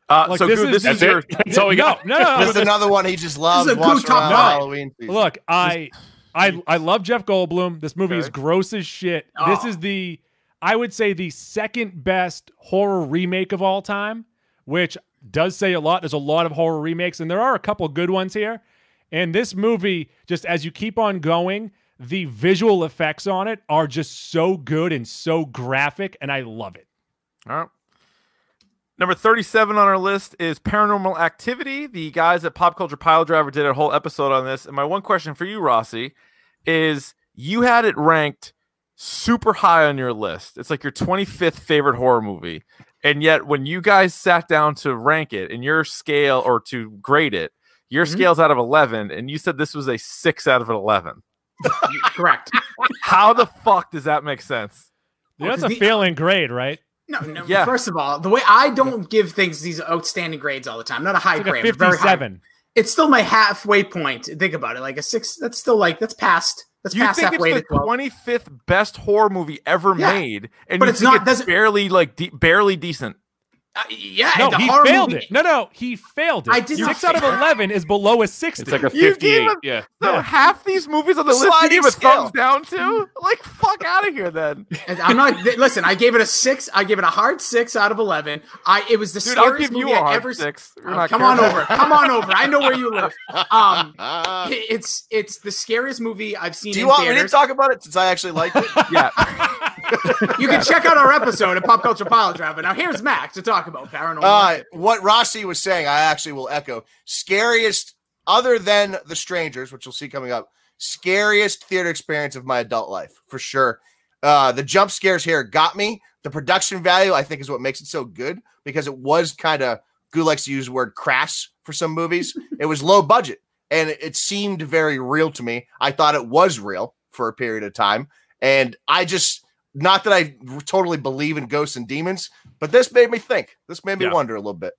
S5: Uh,
S8: Like,
S5: so
S8: this
S5: Goo,
S8: is-
S5: this
S8: that's
S5: is your
S6: it? *laughs* That's all we
S8: no,
S6: got.
S8: No, no,
S7: *laughs*
S8: no.
S7: This is another one he just loves
S9: a good
S7: watching
S9: top
S7: around
S9: five.
S7: Halloween season.
S8: Look, I, I, I love Jeff Goldblum. This movie is
S5: Okay.
S8: gross as shit. This
S9: Oh.
S8: is the, I would say the second best horror remake of all time, which does say a lot. There's a lot of horror remakes, and there are a couple good ones here. And this movie, just as you keep on going, the visual effects on it are just so good and so graphic, and I love it.
S5: All right. Number 37 on our list is Paranormal Activity. The guys at Pop Culture Pile Driver did a whole episode on this. And my one question for you, Rossi, is you had it ranked super high on your list. It's like your 25th favorite horror movie. And yet, when you guys sat down to rank it in your scale or to grade it, your scale's out of 11, and you said this was a six out of an 11.
S9: Correct.
S5: How the fuck does that make sense?
S9: Well,
S8: That's a
S9: Oh, 'cause the-
S8: failing grade, right?
S9: No, no.
S5: Yeah.
S9: First of all, the way I don't give things these outstanding grades all the time. Not a high
S8: Like a
S9: grade, but very high.
S8: 57.
S9: It's still my halfway point. Think about it. Like a six. That's still like that's past. That's
S5: you
S9: past
S5: think it's
S9: halfway
S5: the
S9: to twelve.
S5: twenty fifth best horror movie ever
S9: Yeah,
S5: made, and
S9: but
S5: you
S9: it's
S5: think
S9: not- doesn't-
S5: barely like de- barely decent.
S9: Uh, yeah,
S8: No,
S9: the
S8: he
S9: horror
S8: failed
S9: movie-
S8: it. No, no, he failed it.
S9: I did
S8: Six
S9: not
S8: out of
S9: fail it.
S8: eleven is below a sixty.
S6: It's like a
S5: You gave
S6: fifty-eight.
S5: him-
S6: Yeah.
S5: So
S8: Yeah.
S5: half these movies on the list you
S7: Sliding
S5: give a
S7: scale.
S5: thumbs down to, like fuck out of here
S9: *laughs*
S5: then.
S9: And
S8: *laughs*
S9: I'm not. th- listen, I gave it a six. I gave it a hard six out of eleven. I. It was the
S5: Dude, I'll
S9: scariest
S5: give you
S9: movie
S5: a
S9: I
S5: hard
S9: ever. seen.
S5: six. You're
S9: Oh,
S5: not
S9: come on
S5: careful.
S9: over. Come on over. I know where you
S5: *laughs*
S9: live. Um,
S7: Ah.
S9: it- it's it's the scariest movie I've seen.
S7: do you
S9: in
S7: want me to
S9: theaters.
S7: talk about it since I actually liked it?
S5: Yeah,
S9: You can check out our episode at Pop Culture Pile Driver. Now here's Mac to talk about paranormal.
S7: uh, what Rossi was saying, I actually will echo. Scariest, other than The Strangers, which you'll see coming up, scariest theater experience of my adult life for sure. Uh, the jump scares here got me. The production value, I think, is what makes it so good because it was kind of Goo likes to use the word crass for some movies. it was low budget and it- it seemed very real to me. I thought it was real for a period of time. And I just, not that I totally believe in ghosts and demons, but this made me think. This made me
S5: Yeah.
S7: wonder a little bit.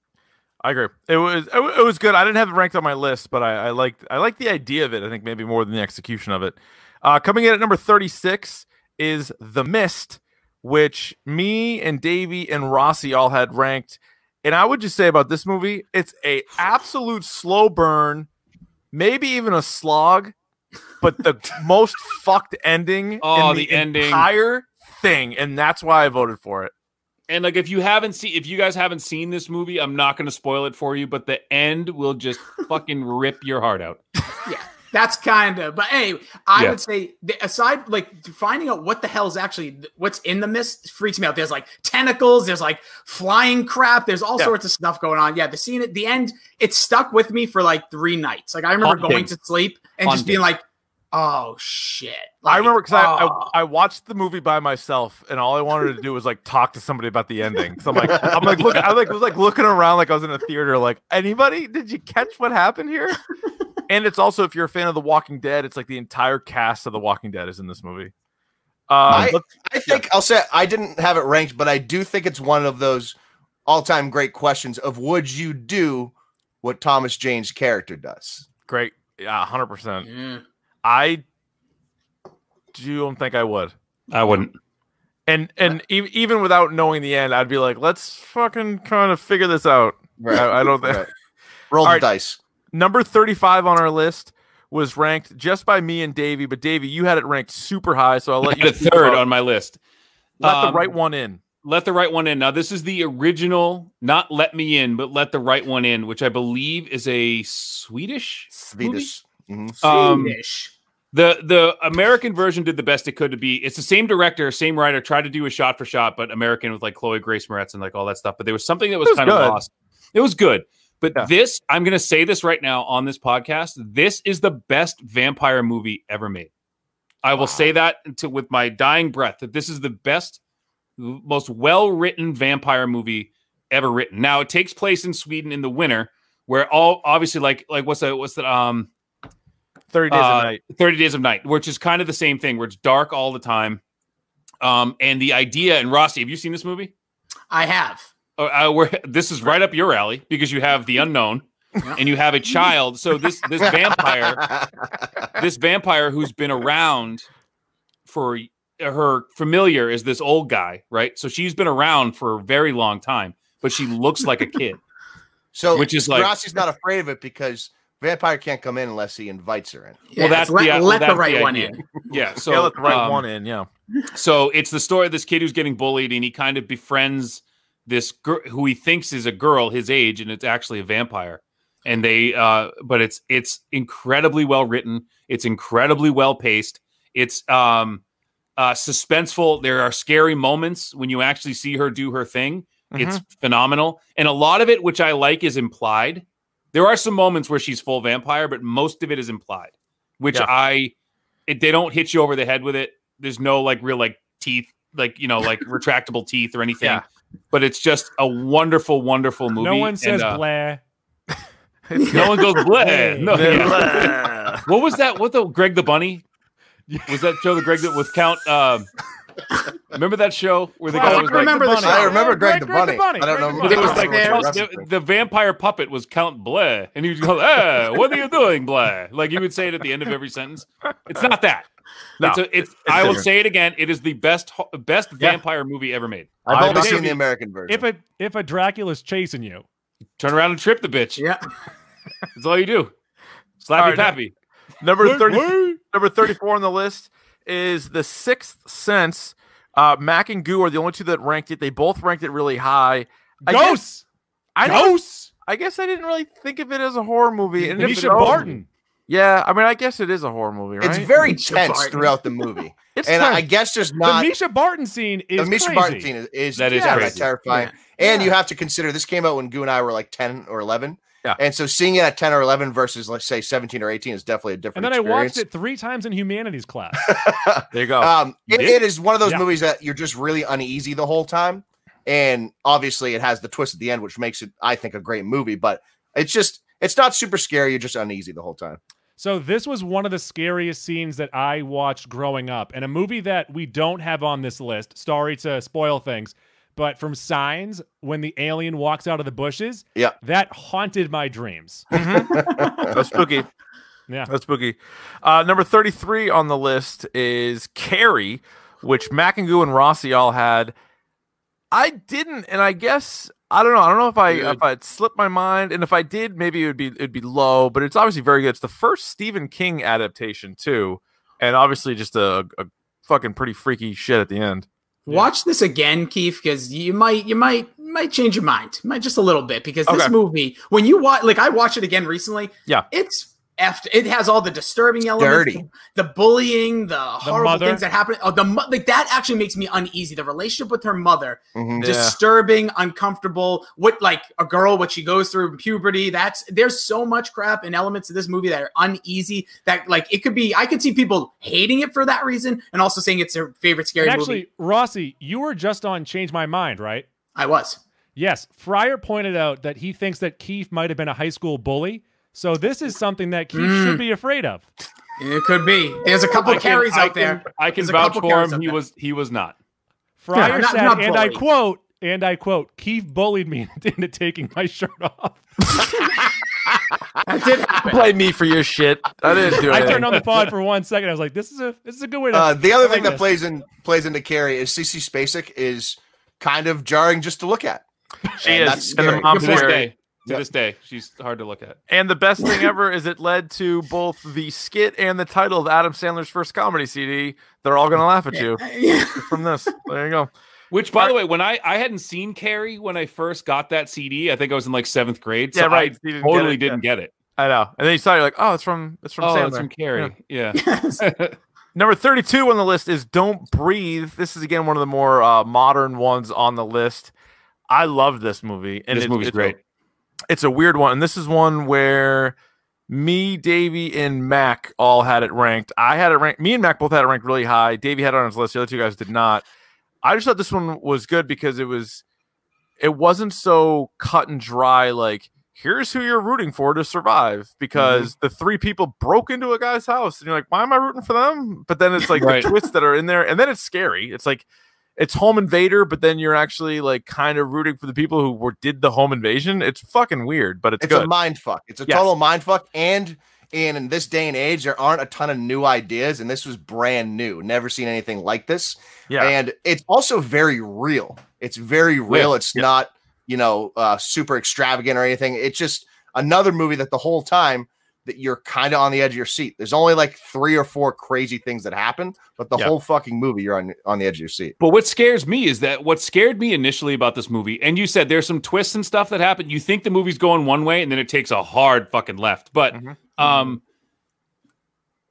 S5: I agree. It was it, wa- it was good. I didn't have it ranked on my list, but I, I liked I liked the idea of it. I think maybe more than the execution of it. Uh, coming in at number thirty six is The Mist, which me and Davey and Rossi all had ranked. And I would just say about this movie, it's a absolute slow burn, maybe even a slog, but the *laughs* most fucked ending.
S6: Oh, the ending.
S5: entire thing, and that's why I voted for it.
S6: And like, if you haven't seen, if you guys haven't seen this movie, I'm not going to spoil it for you, but the end will just fucking rip your heart out.
S9: That's kind of, but anyway, I
S6: Yeah.
S9: would say the, aside like finding out what the hell's actually what's in the mist freaks me out. There's like tentacles, there's like flying crap, there's all
S5: Yeah.
S9: sorts of stuff going on. Yeah, the scene at the end, it stuck with me for like three nights. Like I remember going
S6: Haunting.
S9: to sleep and just being like, "Oh shit!"
S5: I
S9: Like,
S5: remember because I,
S9: oh.
S5: I I watched the movie by myself, and all I wanted to do was like talk to somebody about the ending. So I'm like, I'm like, look, I like was like looking around like I was in a theater. Like, anybody? Did you catch what happened here? and it's also if you're a fan of The Walking Dead, it's like the entire cast of The Walking Dead is in this movie. Uh,
S7: I- I think I'll say I didn't have it ranked, but I do think it's one of those all-time great questions of would you do what Thomas Jane's character does?
S5: great, yeah, hundred percent.
S9: Mm.
S5: I don't think I would.
S6: I wouldn't.
S5: And and e- even without knowing the end, I'd be like, let's fucking kind of figure this out. I, I don't think.
S7: Right. Roll
S5: All
S7: the
S5: right.
S7: dice.
S5: Number 35 on our list was ranked just by me and Davey, but Davey, you had it ranked super high, so I'll let you
S6: The
S5: speak
S6: third
S5: about-
S6: on my list.
S5: let
S6: um,
S5: the right one in.
S6: Let the right one in. Now, this is the original, not let me in, but let the right one in, which I believe is a Swedish. movie?
S7: Swedish. Mhm.
S6: Um,
S9: Swedish.
S6: The the American version did the best it could to be. It's the same director, same writer. Tried to do a shot for shot, but American with like Chloe Grace Moretz and like all that stuff. But there was something that was,
S5: was
S6: kind
S5: good.
S6: of lost. It was good, but
S5: Yeah.
S6: this I'm going to say this right now on this podcast. This is the best vampire movie ever made. I will say that to, with my dying breath that this is the best, most well written vampire movie ever written. Now it takes place in Sweden in the winter, where all obviously like like what's that what's that um
S5: 30 days
S6: uh,
S5: a night.
S6: 30 Days of Night, which is kind of the same thing, where it's dark all the time. Um, and the idea, and Rossi, have you seen this movie?
S9: I have.
S6: Uh, uh, where this is right up your alley because you have the unknown
S9: Yeah.
S6: and you have a child. So this
S9: *laughs*
S6: this vampire, this vampire who's been around for her familiar is this old guy, right? So she's been around for a very long time, but she looks like a kid.
S7: *laughs* so
S6: which is like-
S7: Rossi's not afraid of it because vampire can't come in unless he invites her in.
S9: Yeah,
S6: that's
S9: let,
S6: the- uh, well,
S9: let
S6: that's
S9: the right
S6: the
S9: one
S6: idea.
S9: in. *laughs*
S6: Yeah. So
S5: yeah, let the right
S6: um,
S5: one in. Yeah.
S6: so it's the story of this kid who's getting bullied and he kind of befriends this girl who he thinks is a girl his age and it's actually a vampire and they uh but it's it's incredibly well written it's incredibly well paced it's um uh suspenseful there are scary moments when you actually see her do her thing it's
S8: Mm-hmm.
S6: phenomenal and a lot of it which i like is implied there are some moments where she's full vampire but most of it is implied which
S5: Yeah.
S6: i it, they don't hit you over the head with it there's no like real like teeth like you know
S8: *laughs*
S6: like retractable teeth or anything
S5: Yeah.
S6: but it's just a wonderful wonderful movie
S8: No one
S6: and,
S8: says
S6: uh,
S8: blah.
S6: *laughs* no one goes bleh. No, yeah.
S5: Yeah.
S6: *laughs* what was that what the greg the bunny
S8: Yeah.
S6: was that show the greg that with count um remember that show where the
S8: Oh,
S6: guy
S9: I
S6: was like,
S9: remember the
S8: Bunny.
S7: I
S9: show.
S7: remember Greg,
S8: Greg-
S7: the,
S8: Greg
S7: bunny.
S8: the Bunny.
S7: I don't
S8: Greg the
S7: know.
S6: But
S8: Bunny.
S6: it was like
S9: There
S6: Count-
S7: That's
S6: the,
S7: the thing.
S6: the vampire puppet was Count Bleh, and he would go, "Eh, what are you doing, Bleh?" Like he would say it at the end of every sentence. It's not that.
S5: No,
S6: it's a, it's, I will
S5: different.
S6: say it again. It is the best ho- best
S5: Yeah.
S6: vampire movie ever made.
S7: I've
S5: I
S7: only
S5: would
S7: seen
S5: say-
S7: the American version.
S8: If a if a Dracula's chasing you,
S6: Turn around and trip the bitch.
S9: Yeah.
S6: *laughs* That's all you do. Slappy
S5: All right,
S6: pappy.
S5: Number 30, number 34 on the list is The Sixth Sense. Uh, Mac and Goo are the only two that ranked it. They both ranked it really high. I guess-
S8: ghosts,
S5: I, know,
S8: ghosts,
S5: I guess I didn't really think of it as a horror movie. And if
S8: Misha
S5: it is-
S8: Barton.
S5: Yeah, I mean, I guess it is a horror movie, right?
S7: it's very
S9: Misha
S7: tense
S9: Barton.
S7: throughout the movie,
S5: It's
S7: and
S5: tense.
S7: I guess just
S8: The
S7: not
S8: Misha Barton scene is
S7: the Misha
S8: crazy.
S7: Barton scene is, is
S6: That is
S7: yeah,
S6: crazy.
S7: terrifying. And you have to consider this came out when Goo and I were like ten or eleven,
S5: Yeah.
S7: And so seeing it at 10 or 11 versus, let's say, 17 or 18 is definitely a
S8: And
S7: different
S8: then I
S7: experience.
S8: watched it three times in humanities class.
S5: There you go.
S7: Um,
S8: You
S7: it-
S8: did?
S7: it is one of those
S8: Yeah.
S7: movies that you're just really uneasy the whole time, and obviously it has the twist at the end, which makes it, I think, a great movie. But it's just, it's not super scary. You're just uneasy the whole time.
S8: So this was one of the scariest scenes that I watched growing up, and a movie that we don't have on this list. Sorry to spoil things, but from Signs, when the alien walks out of the bushes,
S7: Yeah.
S8: that haunted my dreams.
S9: Mm-hmm.
S5: That's spooky.
S8: Yeah.
S5: That's spooky. Uh, number 33 on the list is Carrie, which McIngoo and Rossi all had. I didn't, and I guess I don't know. I don't know if I if I slipped my mind, and if I did, maybe it would be it'd be low. But it's obviously very good. It's the first Stephen King adaptation too, and obviously just a, a fucking pretty freaky shit at the end.
S9: Watch this again, Keith, because you might you might might change your mind, might just a little bit, because
S5: Okay.
S9: this movie, when you watch, like I watched it again recently,
S5: Yeah.
S9: it's after it has all the disturbing elements,
S7: Dirty.
S9: the, the bullying, the horrible
S8: mother.
S9: things that happen. Oh, the mo- like that actually makes me uneasy. The relationship with her mother,
S7: Mhm.
S9: disturbing, uncomfortable. What like a girl, what she goes through in puberty. That's there's so much crap and elements of this movie that are uneasy. That like it could be. I could see people hating it for that reason, and also saying it's their favorite scary
S8: And
S9: movie.
S8: actually, Rossi, you were just on Change My Mind, right?
S9: I was.
S8: Yes, Fryer pointed out that he thinks that Keith might have been a high school bully. So this is something that Keith should be afraid of.
S9: It could be. There's a couple
S6: I
S9: of
S6: can-
S9: carries
S6: I
S9: out there.
S6: can- I can
S9: There's a
S6: vouch
S9: couple
S6: for
S9: carries
S6: him.
S9: out
S6: He
S9: there.
S6: was he was not.
S8: Fryer
S9: not-
S8: said,
S9: not
S8: and I
S9: bully.
S8: quote, and I quote, Keith bullied me *laughs* into taking my shirt off.
S9: That did happen.
S5: Play me for your shit. I didn't do it.
S8: I turned on the pod for one second. I was like, "This is a this is a good way to."
S7: Uh, the
S8: I
S7: other
S8: like
S7: thing that
S8: this.
S7: plays in plays into Carrie is CC Spacek is kind of jarring just to look at.
S5: She
S7: and that's
S5: is, and the
S7: scary.
S5: mom
S6: to this
S5: scary.
S6: day. To this day, she's hard to look at.
S5: And the best thing ever is it led to both the skit and the title of Adam Sandler's first comedy CD. They're all gonna laugh at you
S9: Yeah.
S5: from this. There you
S6: *laughs*
S5: go.
S6: Which, by the way, when I I hadn't seen Carrie when I first got that CD, I think I was in like seventh grade. So
S5: Yeah, right.
S6: I
S5: You didn't get
S6: totally
S5: it,
S6: didn't get it.
S5: I know. And then you saw it, you're like, oh, it's from it's from
S6: oh,
S5: Sandler.
S6: it's from Carrie. Yeah.
S5: Number 32 on the list is Don't Breathe. This is again one of the more uh, modern ones on the list. I love this movie. And
S6: This
S5: it-
S6: movie's
S5: it's a-
S6: great.
S5: it's a weird one. And this is one where me, Davey, and Mac all had it ranked. I had it ranked. Me and Mac both had it ranked really high. Davey had it on his list. The other two guys did not. I just thought this one was good because it was, it wasn't so cut and dry. Like here's who you're rooting for to survive because the three people broke into a guy's house and you're like, why am I rooting for them? But then it's like
S6: Right.
S5: the twists that are in there, and then it's scary. It's like it's home invader, but then you're actually like kind of rooting for the people who were did the home invasion. It's fucking weird, but it's,
S7: It's
S5: good.
S7: a mind fuck. It's a
S5: Yes.
S7: total mind fuck. And and in this day and age, there aren't a ton of new ideas, and this was brand new. Never seen anything like this.
S5: yeah,
S7: And it's also very real. It's very real.
S5: Yeah,
S7: It's
S5: yeah.
S7: not, you know, uh, super extravagant or anything. It's just another movie that the whole time that you're kind of on the edge of your seat. There's only like three or four crazy things that happen, but the
S5: Yeah.
S7: whole fucking movie you're on on the edge of your seat.
S6: But what scares me is that what scared me initially about this movie, and you said there's some twists and stuff that happen. You think the movie's going one way, and then it takes a hard fucking left. But
S5: Mhm.
S6: um,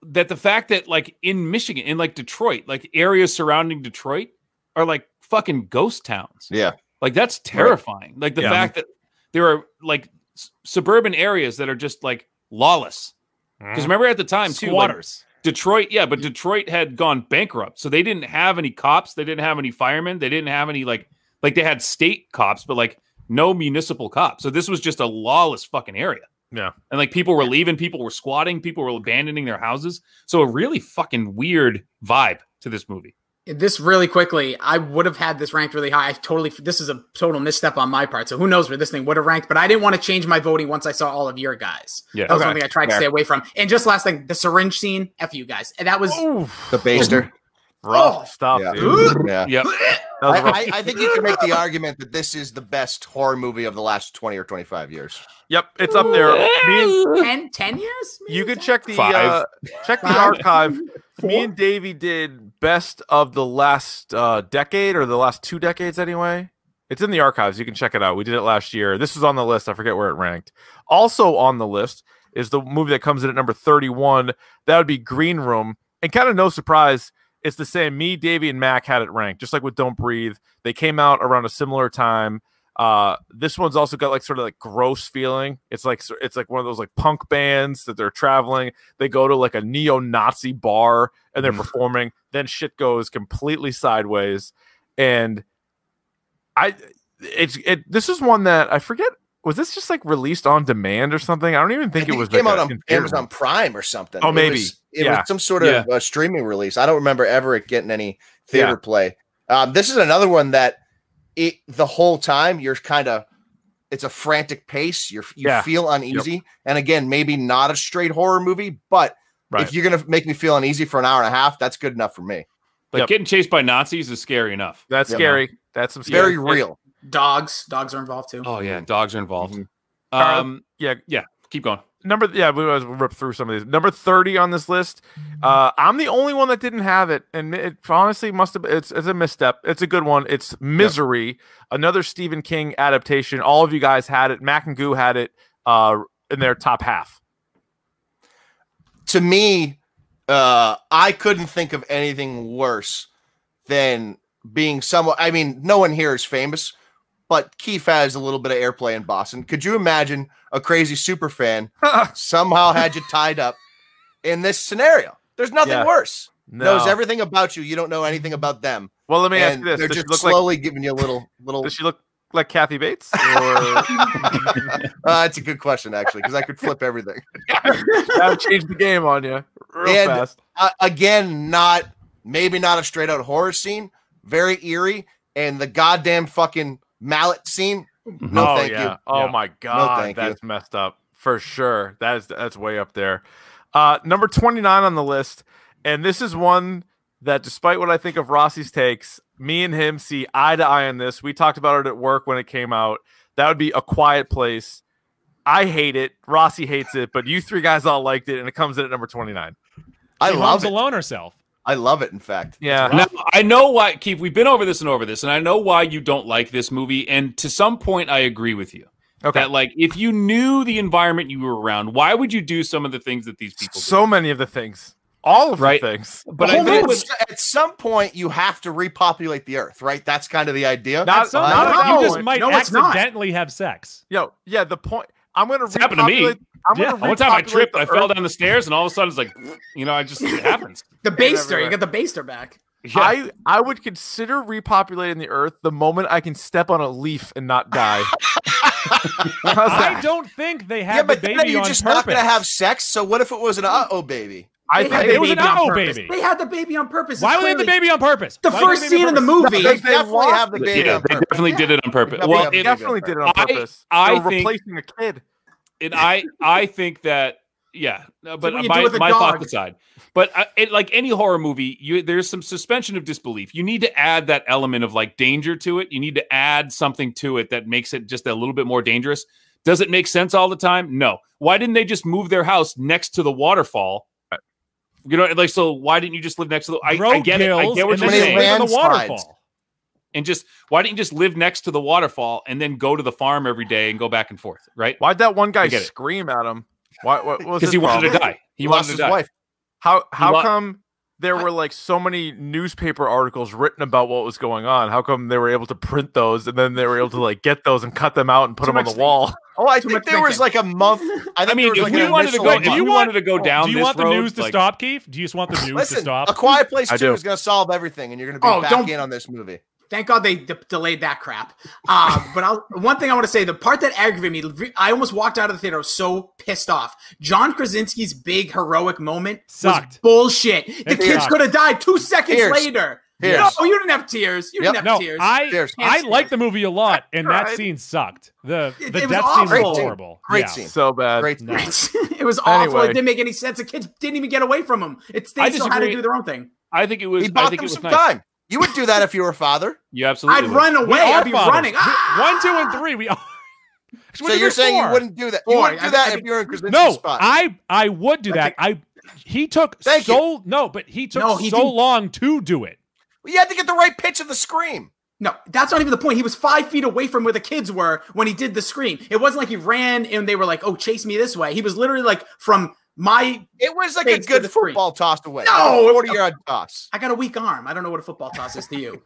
S6: that the fact that like in Michigan, in like Detroit, like areas surrounding Detroit are like fucking ghost towns.
S7: Yeah.
S6: like that's terrifying. Like the
S5: Yeah.
S6: fact that there are like s- suburban areas that are just like lawless. Because remember at the time too, like,
S8: Squatters.
S6: Detroit, yeah, but Detroit had gone bankrupt, so they didn't have any cops, they didn't have any firemen, they didn't have any like like they had state cops, but like no municipal cops. So this was just a lawless fucking area.
S5: Yeah.
S6: and like people were leaving, people were squatting, people were abandoning their houses. So a really fucking weird vibe to this movie.
S9: this really quickly, I would have had this ranked really high. I totally, this is a total misstep on my part. So who knows where this thing would have ranked, but I didn't want to change my voting once I saw all of your guys.
S6: Yeah.
S9: That was
S5: Okay.
S9: one thing I tried to stay away from. And just last thing, the syringe scene, F you guys. And that was,
S7: The
S5: *laughs*
S7: baster.
S5: rough
S9: Oh.
S5: stuff,
S7: Yeah.
S5: dude.
S7: yeah.
S5: *laughs*
S6: Yep.
S5: That was
S7: I,
S5: rough.
S7: I, I think you can make the argument that this is the best horror movie of the last 20 or 25 years.
S5: yep, it's up there. Me and-
S9: 10, 10 years? maybe?
S5: you can check the
S6: Five.
S5: uh, check the
S9: Five.
S5: archive. Me
S9: Four?
S5: and Davey did best of the last uh, decade or the last two decades anyway. It's in the archives. You can check it out. We did it last year. This was on the list. I forget where it ranked. Also on the list is the movie that comes in at number 31. That would be Green Room. And kind of no surprise, it's the same. Me, Davey, and Mac had it ranked, just like with Don't Breathe. They came out around a similar time. Uh, this one's also got like sort of like gross feeling. It's like it's like one of those like punk bands that they're traveling. They go to like a neo-Nazi bar and they're performing. Then shit goes completely sideways, and I it's it. This is one that I forget. Was this just like released on demand or something? I don't even think,
S7: I think
S5: it was.
S7: came
S5: like,
S7: out
S5: a
S7: on
S5: computer-
S7: Amazon Prime or something.
S5: Oh,
S7: It
S5: maybe.
S7: was- it
S5: Yeah.
S7: was some sort of uh, streaming release. I don't remember ever it getting any theater
S5: Yeah.
S7: play. Um, this is another one that it the whole time you're kind of it's a frantic pace. You're you
S5: Yeah.
S7: feel uneasy, and again, maybe not a straight horror movie, but
S5: Right.
S7: if you're gonna make me feel uneasy for an hour and a half, that's good enough for me.
S6: Like
S5: Yep.
S6: getting chased by Nazis is scary enough.
S5: That's
S7: Yeah.
S5: scary. That's some
S7: It's very
S5: scary.
S7: real.
S9: Dogs, dogs are involved too.
S6: Oh yeah, dogs are involved.
S5: Mm-hmm. Carl?
S6: Um,
S5: Yeah,
S6: keep going.
S5: number yeah we will rip through some of these number 30 on this list uh i'm the only one that didn't have it and it honestly must have it's, it's a misstep it's a good one it's misery another stephen king adaptation all of you guys had it mac and goo had it uh in their top half
S7: to me, uh, I couldn't think of anything worse than being someone. I mean, no one here is famous, but Keith has a little bit of airplay in Boston. Could you imagine a crazy super fan
S5: *laughs*
S7: somehow had you tied up in this scenario? There's nothing
S5: Yeah.
S7: worse.
S5: no
S7: Knows everything about you. You don't know anything about them.
S5: well let me ask
S7: And
S5: you this
S7: they're
S5: does she
S7: just
S5: look like
S7: slowly giving you
S5: *laughs*
S7: a little, little.
S5: does she look like kathy bates or
S7: *laughs* Uh, that's a good question, actually, because I could flip everything.
S5: that changed the game on you real
S7: And-
S5: fast
S7: uh, again, not maybe not a straight out horror scene, very eerie, and the goddamn fucking mallet scene. No,
S5: oh
S7: thank
S5: yeah.
S7: you.
S5: Oh
S8: Yeah.
S5: my god,
S7: thank you.
S5: that's messed up for sure. That is that's way up there. Uh, number twenty nine on the list, and this is one that, despite what I think of Rossi's takes, me and him see eye to eye on this. We talked about it at work when it came out. That would be a quiet place. I hate it. Rossi hates it, but you three guys all liked it, and it comes in at number twenty nine.
S7: I
S8: She
S7: love
S8: hums
S7: it.
S8: alone herself.
S7: I love it. In fact,
S5: Yeah,
S6: Now, I know why, Keith. We've been over this and over this, and I know why you don't like this movie. And to some point, I agree with you
S5: okay.
S6: that, like, if you knew the environment you were around, why would you do some of the things that these people
S5: So many of the things, all of
S6: Right.
S5: the things.
S6: do? But
S7: Well,
S6: I think
S7: no,
S6: with-
S7: it's- at some point you have to repopulate the earth, right? That's kind of the idea.
S5: Not-
S8: At some
S7: not
S8: point,
S5: at
S8: you just
S5: all.
S8: might
S9: No, it's not.
S8: accidentally have sex.
S5: Yo, yeah. The point. I'm gonna.
S6: It's happened to me.
S5: repopulate- I'm
S8: Yeah.
S5: gonna
S6: one time I
S5: repopulate
S6: tripped,
S5: the
S6: I fell
S5: earth.
S6: down the stairs, and all of a sudden it's like, you know, I just it happens.
S9: The baster,
S5: everywhere.
S9: you got the baster back.
S5: I I would consider repopulating the Earth the moment I can step on a leaf and not
S6: *laughs*
S5: die. How's
S8: I
S5: that?
S8: don't think they had
S7: yeah, but
S8: the
S7: then
S8: baby
S7: you're
S8: on
S7: just
S8: purpose.
S7: not going to have sex. So what if it was an uh oh baby?
S5: I
S9: They
S5: think
S9: had
S5: they
S9: the
S8: it was an
S9: baby on
S8: owl
S9: purpose.
S8: baby.
S9: They had the baby on purpose. It's
S8: Why would they have the
S9: clearly-
S8: baby on purpose?
S9: The
S8: Why would they
S9: first
S8: have the
S9: scene in
S8: baby
S9: the
S8: on purpose?
S9: movie.
S7: They,
S5: they
S7: definitely
S5: lost
S7: have the
S5: it.
S7: baby.
S6: yeah,
S7: on
S6: they
S7: purpose.
S6: definitely did it on purpose.
S7: Yeah,
S6: Well,
S7: yeah,
S6: it,
S7: yeah.
S5: definitely did it on
S6: I-
S5: purpose.
S6: I
S5: They're
S6: think-
S5: replacing a kid.
S6: and I I think that yeah, no, but
S9: what you do
S6: my,
S9: with a
S6: my thoughts
S9: dog.
S6: aside, but I, it, like any horror movie, you there's some suspension of disbelief. You need to add that element of like danger to it. You need to add something to it that makes it just a little bit more dangerous. Does it make sense all the time? No. Why didn't they just move their house next to the waterfall? You know, like so. Why didn't you just live next to the? I, I get it. I
S8: Roadkills
S6: get what
S8: and
S6: you're
S8: then they
S7: many
S6: saying.
S8: live in the
S7: landslides.
S8: waterfall.
S6: And just why didn't you just live next to the waterfall and then go to the farm every day and go back and forth, right?
S5: Why'd that one guy
S6: I get it.
S5: scream at him? Why? What, what was
S6: Because
S5: his
S6: he wanted
S5: problem?
S6: to die. He,
S7: He
S6: wanted
S7: lost
S6: to
S7: his
S6: die.
S7: wife.
S5: How how
S6: wa-
S5: come there were like so many newspaper articles written about what was going on? How come they were able to print those and then they were able to like get those and cut them out and put
S9: Too
S5: them on the
S9: much
S5: wall?
S7: Oh, I think
S9: much
S7: there was like a month. I, think
S6: I
S7: there
S6: mean,
S7: was
S6: if
S7: like
S6: we
S7: an
S6: wanted to
S7: initial
S6: go,
S7: month.
S6: if you
S8: want-
S6: wanted to go down,
S8: Do you
S6: this
S8: want the
S6: road,
S8: news to
S6: like-
S8: stop, Keith? Do you just want the news
S7: Listen,
S8: to stop?
S7: A Quiet Place
S5: I
S7: 2
S5: do.
S7: is going to solve everything, and you're going to be
S9: Oh,
S7: back
S9: don't-
S7: in on this movie.
S9: Thank God they de- delayed that crap. Uh, but I'll, one thing I want to say, the part that aggravated me, I almost walked out of the theater. I was so pissed off. John Krasinski's big heroic moment was
S8: Sucked.
S9: bullshit. The
S8: It
S9: kids
S8: sucked.
S9: could have died two seconds
S7: Tears.
S9: later.
S7: Tears.
S9: No, you didn't have tears. You
S7: Yep.
S9: didn't have
S8: No,
S9: tears.
S8: I
S7: Tears.
S8: I like the movie a lot, and that
S5: *laughs* Right.
S8: scene sucked. The
S9: It-
S8: the
S9: it was
S8: death
S9: awful.
S8: scene
S7: Great
S8: was
S7: scene.
S8: horrible.
S7: Great
S8: Yeah.
S7: scene.
S5: So bad.
S7: Great.
S8: *laughs* No.
S9: *laughs* it was awful.
S5: Anyway.
S9: It didn't make any sense. The kids didn't even get away from him. It's they
S6: I
S9: still had to
S6: disagree.
S9: do their own thing.
S6: I think it was.
S7: He
S6: I
S7: bought
S6: think it
S7: them
S6: was
S7: some
S6: nice.
S7: time. You would do that if you were a father.
S6: You absolutely.
S9: I'd
S6: would.
S9: run
S8: We
S9: away.
S8: are
S9: I'd be
S8: fathers.
S9: running.
S8: We-
S9: Ah!
S8: One, two, and three. We are. Actually,
S7: so you're
S8: what did we do
S7: saying you
S8: four?
S7: wouldn't do that. You
S9: Four.
S7: wouldn't
S9: I-
S7: do that
S9: I
S7: if
S9: think-
S7: you were in Krasinski's
S8: No,
S7: spot.
S8: I I would do that. I he took
S7: Thank you.
S8: so no, but he took
S9: No, he
S8: so
S9: didn't.
S8: long to do it.
S7: you had to get the right pitch of the scream.
S9: No, that's not even the point. He was five feet away from where the kids were when he did the scream. It wasn't like he ran and they were like, "Oh, chase me this way." He was literally like, "From my,
S7: It was like
S9: Thanks
S7: a
S9: to
S7: good
S9: the scream.
S7: football tossed away.
S9: No,
S7: forty yard toss.
S9: I got a weak arm. I don't know what a football toss is to you."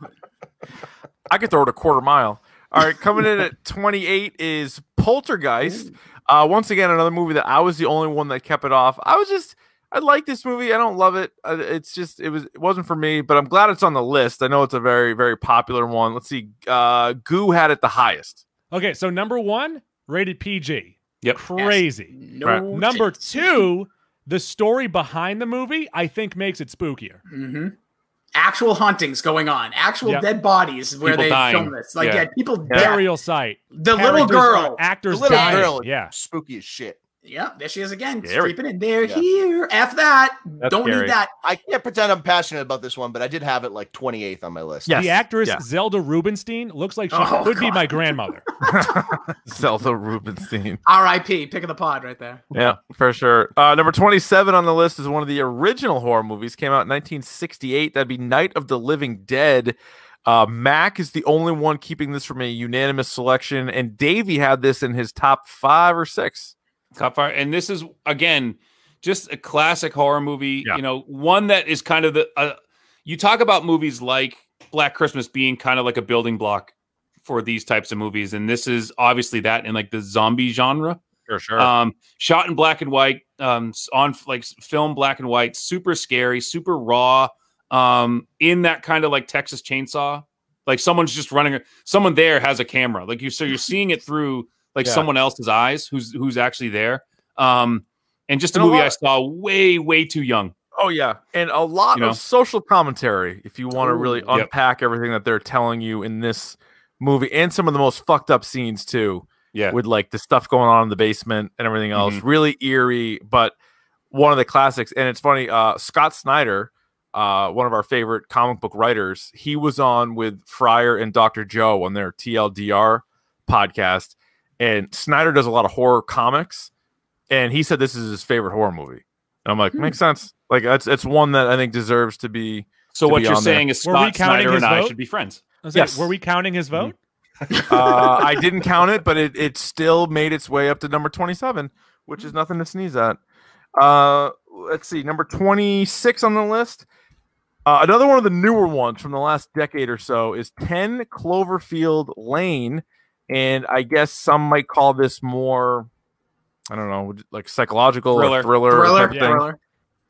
S5: I could throw it a quarter mile. All right, coming in at 28 is Poltergeist. Uh, once again, another movie that I was the only one that kept it off. I was just, I like this movie. I don't love it. Uh, It's just, it was, it wasn't for me. But I'm glad it's on the list. I know it's a very, very popular one. Let's see. Uh, Goo had it the highest.
S8: Okay, so number one, rated PG.
S6: Yep.
S8: Crazy.
S9: No
S5: Right.
S9: *laughs*
S8: Number two, the story behind the movie, I think makes it spookier.
S9: hmm Actual hauntings going on. Actual
S8: Yeah.
S9: dead bodies where
S6: People
S9: they
S6: dying.
S9: film this. Like,
S6: Yeah.
S9: yeah, people.
S5: Yeah.
S9: Yeah.
S8: Burial site.
S9: The little
S8: characters are-
S9: girl.
S8: Actors
S7: The little
S8: dying.
S7: girl.
S8: Yeah.
S7: Spooky as shit.
S9: Yeah, there she is again.
S5: There we-
S9: Creeping in. They're
S7: Yeah.
S9: here. F that. Don't
S5: scary.
S9: need that.
S7: I can't pretend I'm passionate about this one, but I did have it like 28th on my list.
S5: Yes.
S8: The actress
S5: Yeah.
S8: Zelda Rubinstein looks like she
S9: Oh,
S8: could be
S9: God.
S6: *laughs*
S8: my grandmother.
S5: Zelda Rubinstein.
S9: R.I.P. Pick of the pod right there.
S5: Yeah, for sure. Uh, number 27 on the list is one of the original horror movies. Came out in 1968. That'd be Night of the Living Dead. Uh, Mac is the only one keeping this from a unanimous selection, and Davey had this in his top five or six.
S6: Top five. And this is again just a classic horror movie.
S5: Yeah.
S6: You know, one that is kind of the uh, you talk about movies like Black Christmas being kind of like a building block for these types of movies, and this is obviously that in like the zombie genre.
S5: For sure.
S6: Um, shot in black and white, um, s- on f- like s- film black and white, super scary, super raw. Um, in that kind of like Texas chainsaw, like someone's just running. a- Someone there has a camera, like you.
S5: *laughs*
S6: So you're seeing it through like
S5: Yeah.
S6: someone else's eyes, who's who's actually there. Um, and just a
S5: And a
S6: movie I
S5: lot-
S6: saw way way too young.
S5: oh, yeah. And a lot
S6: You know?
S5: of social commentary if you want to really
S6: Ooh. Yep.
S5: unpack everything that they're telling you in this movie and some of the most fucked up scenes, too.
S6: Yeah, Mm-hmm.
S5: with like the stuff going on in the basement and everything else. Really eerie, but one of the classics. And it's funny, uh, Scott Snyder, uh, one of our favorite comic book writers, he was on with Fryer and Dr. Joe on their TLDR podcast. And Snyder does a lot of horror comics, and he said this is his favorite horror movie. And I'm like, makes sense. Like that's it's one that I think deserves to be.
S6: so
S5: to
S6: what
S5: be
S6: you're
S5: on there.
S6: saying is
S8: Were we
S6: Scott
S8: counting
S6: Snyder
S8: his
S6: and I
S8: vote?
S6: should be friends.
S8: I was like,
S5: Yes.
S8: Were we counting his vote?
S5: Uh, I didn't count it, but it it still made its way up to number 27, which is nothing to sneeze at. Uh, let's see, number 26 on the list. Uh, another one of the newer ones from the last decade or so is 10 Cloverfield Lane, and I guess some might call this more, I don't know, like psychological
S6: Thriller.
S5: or thriller,
S9: Thriller.
S5: type
S8: Yeah.
S5: thing.
S9: Thriller.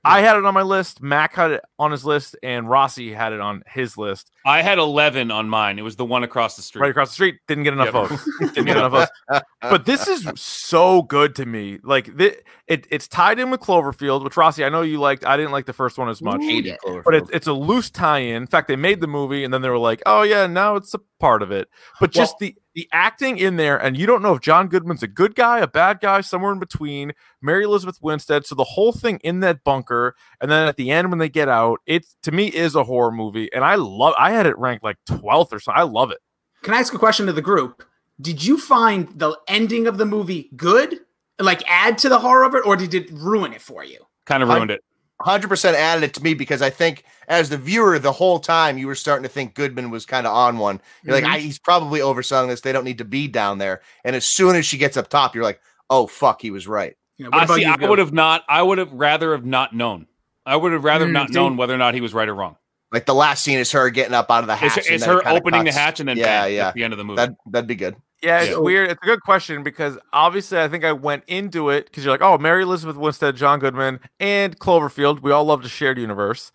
S5: I had it on my list. Mac had it on his list, and Rossi had it on his list.
S6: I had 11 on mine. It was the one across the street.
S5: Right across the street, didn't get enough
S6: Yep.
S5: votes.
S6: *laughs*
S5: Didn't get enough votes. but this is so good to me. Like thi- it, it's tied in with Cloverfield, which Rossi, I know you liked. I didn't like the first one as much,
S9: Ooh.
S7: Hated Cloverfield.
S5: but it's it's a loose tie-in. In fact, they made the movie and then they were like, "Oh yeah, now it's a part of it." But just the the acting in there, and you don't know if John Goodman's a good guy, a bad guy, somewhere in between. Mary Elizabeth Winstead. So the whole thing in that bunker, and then at the end when they get out, it to me is a horror movie, and I love. I had it ranked like twelfth or something. I love it.
S9: Can I ask a question to the group? Did you find the ending of the movie good? Like add to the horror of it, or did it ruin it for you?
S6: Kind of
S7: I-
S6: ruined it.
S7: 100% added it to me because I think as the viewer the whole time you were starting to think Goodman was kind of on one. You're
S9: Mhm.
S6: Mm-hmm.
S7: like, I, he's probably overselling this. They don't need to be down there. And as soon as she gets up top, you're like, oh fuck, he was right.
S9: You know, what
S6: I
S9: about
S6: Uh, see.
S9: you,
S6: I
S9: Gil?
S6: would have not. I would have rather have not known. I would have rather
S9: Mm,
S6: not
S9: see?
S6: known whether or not he was right or *laughs* wrong.
S7: Like the last scene is her getting up out of the hatch.
S6: It's,
S7: and
S6: it's
S7: then it
S6: her
S7: kinda
S6: opening the
S7: cuts.
S6: hatch and then
S7: yeah,
S6: bang,
S7: yeah,
S6: at the end of the movie.
S7: that that'd be good.
S5: Yeah, it's
S9: Yeah.
S5: weird. It's a good question because obviously I think I went into it because you're like, oh, Mary Elizabeth Winstead, John Goodman, and Cloverfield. We all loved a shared universe.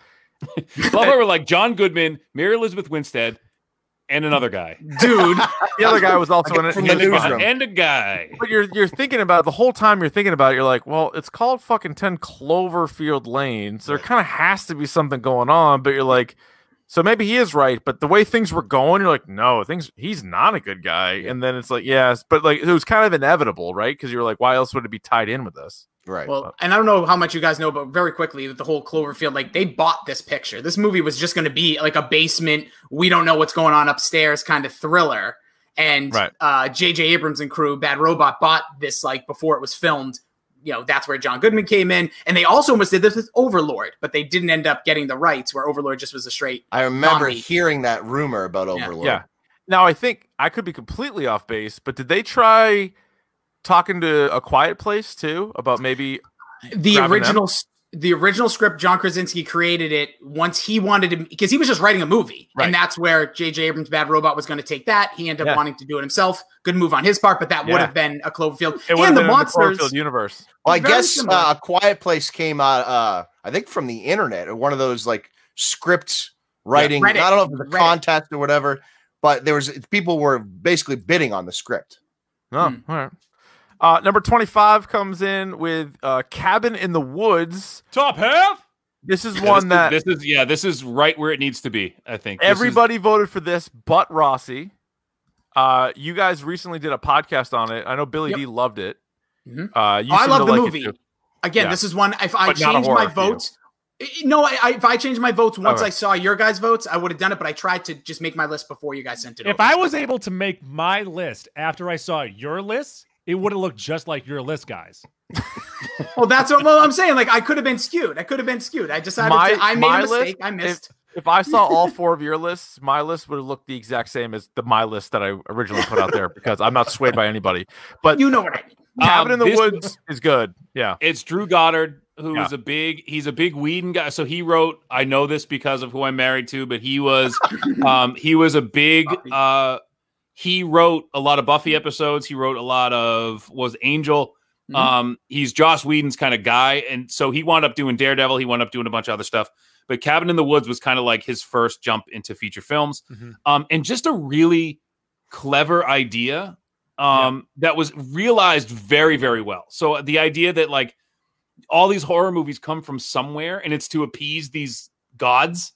S6: Love how we're like John Goodman, Mary Elizabeth Winstead, and another guy,
S7: *laughs*
S9: dude.
S5: The other guy was also
S7: Like
S5: in it.
S7: from
S5: and
S7: the
S5: he was
S7: newsroom.
S5: fine.
S6: and a guy.
S5: But you're you're thinking about it, the whole time. You're thinking about it. You're like, well, it's called fucking Ten Cloverfield Lane, so there kind of has to be something going on. But you're like, so maybe he is right. But the way things were going, you're like, no, things he's not a good guy. And then it's like, yes, but like it was kind of inevitable, right? Because you're like, why else would it be tied in with this?
S7: Right.
S9: Well, and I don't know how much you guys know, but very quickly, with the whole Cloverfield, like they bought this picture. This movie was just going to be like a basement, we don't know what's going on upstairs kind of thriller. And
S5: Right.
S9: uh, J.J. Abrams and crew, Bad Robot, bought this like before it was filmed. You know, that's where John Goodman came in. And they also almost did this with Overlord, but they didn't end up getting the rights where Overlord just was a straight.
S7: I remember
S9: zombie.
S7: hearing that rumor about Overlord.
S5: Yeah. Now I think I could be completely off base, but did they try talking to a quiet place too about maybe Grabbing
S9: The
S5: them?
S9: original s- the original script, John Krasinski created it once he wanted to, because he was just writing a movie.
S5: Right.
S9: And that's where J.J. Abrams' Bad Robot was going to take that. He ended up
S5: Yeah.
S9: wanting to do it himself. Good move on his part, but that
S5: Yeah.
S9: would have been a Cloverfield.
S5: It would have
S9: and
S5: been
S9: the
S5: in
S9: monsters.
S5: the Cloverfield universe.
S7: Well, I
S9: Very
S7: guess
S9: similar.
S7: uh, A Quiet Place came out, uh, I think, from the internet or one of those like script writing.
S9: Reddit.
S7: I don't know if it was a
S9: Reddit.
S7: contest or whatever, but there was people were basically bidding on the script.
S5: No, Oh,
S9: Hmm.
S5: all right. Uh, number 25 comes in with uh, Cabin in the Woods.
S8: Top half.
S5: This is
S6: This
S5: one
S6: is-
S5: that
S6: this is yeah, this is right where it needs to be. I think This is-
S5: everybody voted for this but Rossi. Uh, you guys recently did a podcast on it. I know Billy
S9: Yep.
S5: D loved it.
S9: Mhm.
S5: Uh, you
S9: Oh, I
S5: seem
S9: love
S5: to
S9: the
S5: like it
S9: movie.
S5: too.
S9: Again,
S5: Yeah.
S9: this is one. If I
S5: But not a
S9: changed
S5: horror
S9: my
S5: for you.
S9: votes, I- no, I, I, if I changed my votes once
S5: Okay.
S9: I saw your guys' votes, I would have done it. But I tried to just make my list before you guys sent it.
S8: If
S9: over.
S8: I was able to make my list after I saw your list, it would have looked just like your list, guys.
S9: well, that's what well, I'm saying. Like I could have been skewed. I could have been skewed. I decided
S5: My-
S9: to, I made
S5: my
S9: a mistake.
S5: list-
S9: I missed.
S5: If I saw all four of your lists, my list would have looked the exact same as the my list that I originally put out there because I'm not swayed by anybody. But
S9: you know what I mean.
S5: Cabin in the
S6: this-
S5: Woods is good. Yeah.
S6: It's Drew Goddard, who is
S5: Yeah.
S6: a big he's a big Whedon guy. So he wrote, I know this because of who I'm married to, but he was um he was a big
S9: Buffy.
S6: uh he wrote a lot of Buffy episodes. He wrote a lot of what was it, Angel.
S5: Mm-hmm.
S9: Mhm.
S6: Um he's Joss Whedon's kind of guy. And so he wound up doing Daredevil, he wound up doing a bunch of other stuff. But Cabin in the Woods was kind of like his first jump into feature films.
S5: Mm-hmm.
S8: Mhm.
S6: Um and just a really clever idea um, that was realized very, very well. So uh, the idea that like all these horror movies come from somewhere, and it's to appease these gods,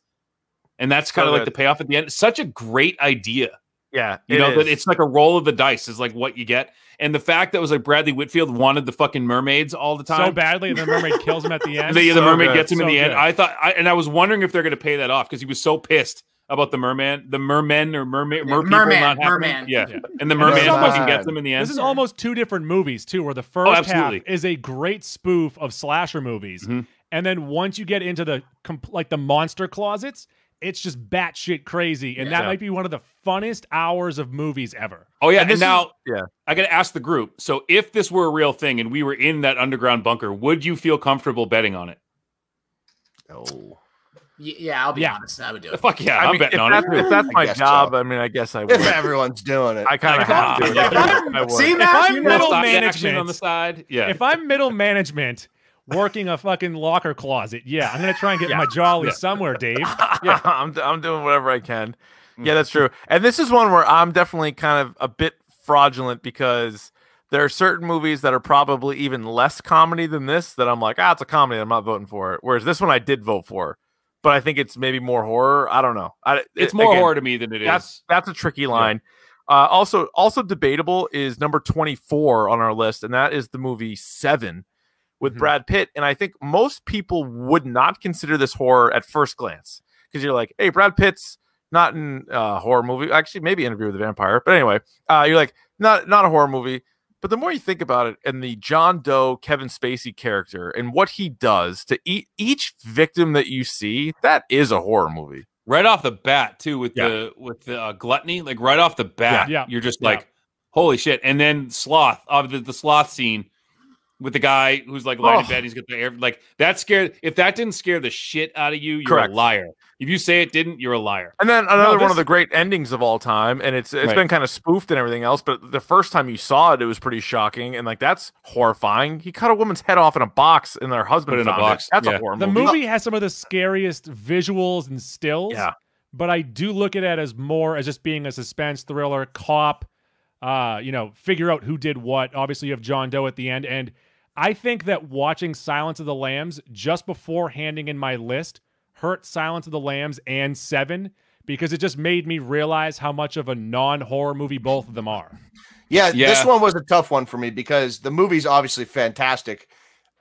S6: and that's
S5: So
S6: kind of like the
S5: good.
S6: payoff at the end. Such a great idea,
S5: Yeah.
S6: you
S5: it
S6: know that
S5: is.
S6: it's like a roll of the dice is like what you get, and the fact that was like Bradley Whitfield wanted the fucking mermaids all the time.
S8: So badly, and the mermaid kills him at
S6: *laughs*
S8: the end.
S6: The, the
S5: So
S6: mermaid
S5: good.
S6: gets him in
S8: So
S6: the end.
S8: good.
S6: I thought, I, and I was wondering if they're going to pay that off because he was so pissed about the merman, the mermen or mermaid,
S9: Yeah,
S6: mer people
S9: merman,
S6: not happening.
S9: merman.
S6: Yeah.
S8: Yeah.
S6: and the
S8: this
S6: merman
S8: is almost-
S6: fucking gets him in the end.
S8: This is almost two different movies too, where the first half
S6: Oh, absolutely.
S8: is a great spoof of slasher movies,
S6: Mhm.
S8: and then once you get into the comp- like the monster closets, it's just batshit crazy, and that
S5: Yeah.
S8: might be one of the funnest hours of movies ever.
S6: Oh yeah,
S5: And
S6: and,
S5: this is-
S6: now
S5: yeah.
S6: I got to ask the group. So if this were a real thing and we were in that underground bunker, would you feel comfortable betting on it?
S7: Oh.
S9: Y- yeah, I'll be
S8: Yeah.
S9: honest. I would do it.
S6: Fuck yeah,
S5: I
S6: I'm
S5: mean,
S6: betting
S5: if
S6: on
S5: that's,
S6: it.
S5: If that's
S7: I
S5: my
S7: guess
S5: job,
S7: so.
S5: I mean, I guess I would.
S7: If everyone's doing it,
S5: I kind of
S6: Like,
S5: have to.
S6: if
S5: I would.
S9: See,
S5: If
S9: Matt,
S8: I'm
S9: you know-
S8: middle
S6: Stop the action
S8: management
S6: on the side. Yeah,
S8: If I'm middle management working a fucking locker closet, yeah, I'm gonna try and get my jolly
S6: Yeah.
S8: somewhere, Dave.
S5: yeah, *laughs* I'm, I'm doing whatever I can. Yeah,
S6: Mm-hmm.
S5: that's true. And this is one where I'm definitely kind of a bit fraudulent because there are certain movies that are probably even less comedy than this that I'm like, ah, it's a comedy. I'm not voting for it. Whereas this one I did vote for, but I think it's maybe more horror. I don't know. I,
S6: it's
S5: it-
S6: more
S5: again,
S6: horror to me than it
S5: That's
S6: is.
S5: that's a tricky line. Uh, also, also debatable is number 24 on our list, and that is the movie Seven with
S8: Mhm.
S5: Brad Pitt. And I think most people would not consider this horror at first glance because you're like, hey, Brad Pitt's not in a horror movie. Actually, maybe Interview with the Vampire, but anyway, uh, you're like, not not a horror movie. But the more you think about it, and the John Doe Kevin Spacey character and what he does to eat each victim that you see, that is a horror movie.
S6: Right off the bat, too, with
S5: Yeah.
S6: the with the uh, gluttony, like right off the bat,
S8: Yeah.
S6: you're just
S8: Yeah.
S6: like, holy shit! And then sloth, of the, the sloth scene with the guy who's like lying in
S5: Oh.
S6: bed, he's got the air, like that scared. If that didn't scare the shit out of you, you're
S5: Correct.
S6: a liar. If you say it didn't, you're a liar.
S5: And then another one
S8: this-
S5: of the great endings of all time, and it's it's
S6: Right.
S5: been kind of spoofed and everything else, but the first time you saw it, it was pretty shocking, and like that's horrifying. He cut a woman's head off in a box, and their husband
S6: Put it in a
S5: found
S6: box,
S5: It. That's
S6: yeah.
S5: a horror
S8: The
S5: movie.
S8: movie has some of the scariest visuals and stills.
S5: Yeah.
S8: But I do look at it as more as just being a suspense thriller, cop, uh, you know, figure out who did what. Obviously, you have John Doe at the end. And I think that watching Silence of the Lambs just before handing in my list hurt Silence of the Lambs and Seven because it just made me realize how much of a non *laughs* horror movie both of them are.
S7: Yeah, this
S6: Yeah.
S7: one was a tough one for me because the movie's obviously fantastic.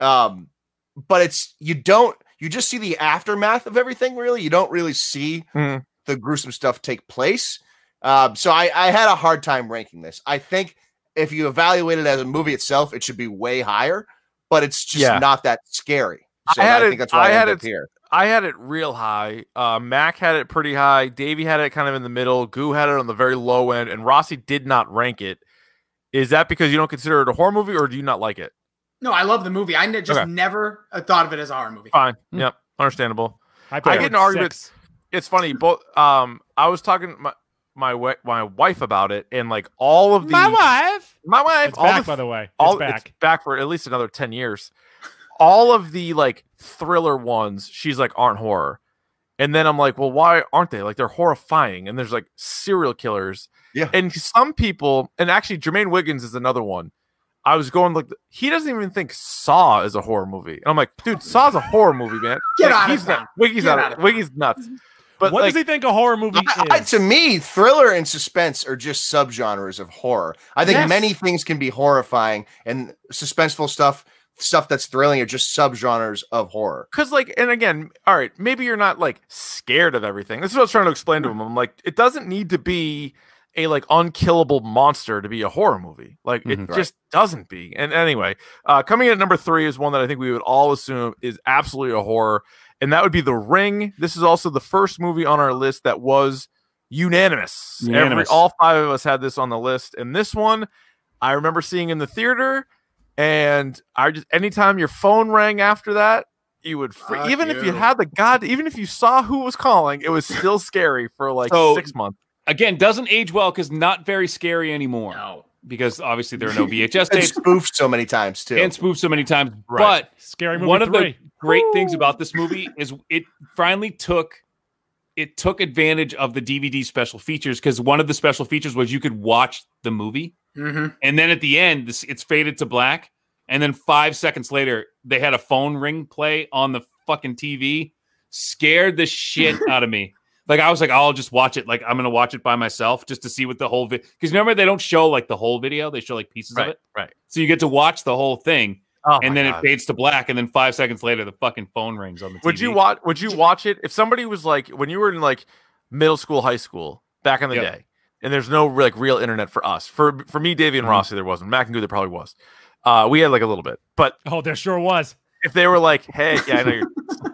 S7: Um, but it's you don't you just see the aftermath of everything, really. You don't really see
S5: Mhm.
S7: the gruesome stuff take place. Um, so I, I had a hard time ranking this. I think if you evaluate it as a movie itself, it should be way higher, but it's just
S5: Yeah.
S7: not that scary.
S5: I
S7: So I,
S5: had it-
S7: think that's why
S5: I
S7: I,
S5: had
S7: had
S5: it
S7: it here.
S5: I had it real high. Uh, Mac had it pretty high. Davey had it kind of in the middle. Goo had it on the very low end, and Rossi did not rank it. Is that because you don't consider it a horror movie, or do you not like it?
S9: No, I love the movie. I ne- just
S5: Okay.
S9: never uh, thought of it as a horror movie.
S5: Fine. Hmm. Yep. Understandable.
S8: put
S5: I
S8: it
S5: get
S8: at
S5: an argument-
S8: six.
S5: It's funny. Both. Um. I was talking to my my wi- my wife about it, and like all of the
S8: My wife.
S5: my wife.
S8: It's
S5: all
S8: back,
S5: the
S8: by the way. It's
S5: all
S8: back.
S5: for at least another 10 years all of the like thriller ones she's like aren't horror and then i'm like well why aren't they like they're horrifying and there's like serial killers
S7: Yeah.
S5: and some people and actually jermaine wiggins is another one i was going like he doesn't even think saw is a horror movie and i'm like dude saw's a horror movie man
S9: Get
S5: Like,
S9: out of
S5: he's
S9: town.
S5: not wiggy's
S9: Get
S5: out,
S9: out
S5: of
S9: of
S5: wiggy's nuts but
S8: what
S5: like,
S8: does he think a horror movie
S7: I, I-
S8: is?
S7: to me, thriller and suspense are just subgenres of horror. I think
S9: Yes.
S7: many things can be horrifying, and suspenseful stuff, stuff that's thrilling, are just subgenres of horror.
S5: because like and again all right maybe you're not like scared of everything this is what i was trying to explain to him i'm like it doesn't need to be a like unkillable monster to be a horror movie like it
S6: Mm-hmm.
S10: Mhm.
S7: Right.
S5: just doesn't be and anyway uh coming in at number three is one that i think we would all assume is absolutely a horror and that would be the ring this is also the first movie on our list that was unanimous, Every,
S6: Unanimous.
S5: all five of us had this on the list and this one i remember seeing in the theater and i just anytime your phone rang after that you would free,
S9: Fuck
S5: even if you
S9: you.
S5: had the god even if you saw who was calling it was still scary for like
S6: So-
S5: six months
S6: Again, doesn't age well because not very scary anymore.
S9: No.
S6: Because obviously there are no
S7: *laughs*
S6: VHS
S7: It's
S6: tapes
S7: spoofed so many times too.
S6: and spoofed so many times.
S5: Right.
S6: But
S8: Scary movie
S6: one of
S8: three.
S6: the great things about this
S8: *laughs*
S6: movie is it finally took it took advantage of the DVD special features because one of the special features was you could watch the movie
S9: hmm
S6: and then at the end this, it's faded to black and then five seconds later they had a phone ring play on the fucking TV scared
S5: *laughs*
S6: the shit out of me like I was like I'll just watch it like I'm gonna watch it by myself just to see what the whole because remember they don't show like the whole video they show like pieces of it
S5: right
S6: so you get to watch the whole thing
S5: oh
S6: and then it fades to black, and then five seconds later, the fucking phone rings on the TV.
S5: would you watch would you watch it if somebody was like when you were in like middle school high school back in the
S6: Yep.
S5: day and there's no like real internet for us for for me davey and
S6: Mhm.
S5: rossi there wasn't mac and Goo there probably was uh we had like a little bit but
S8: Oh, there sure was.
S5: if they were like, "Hey, yeah, I know you're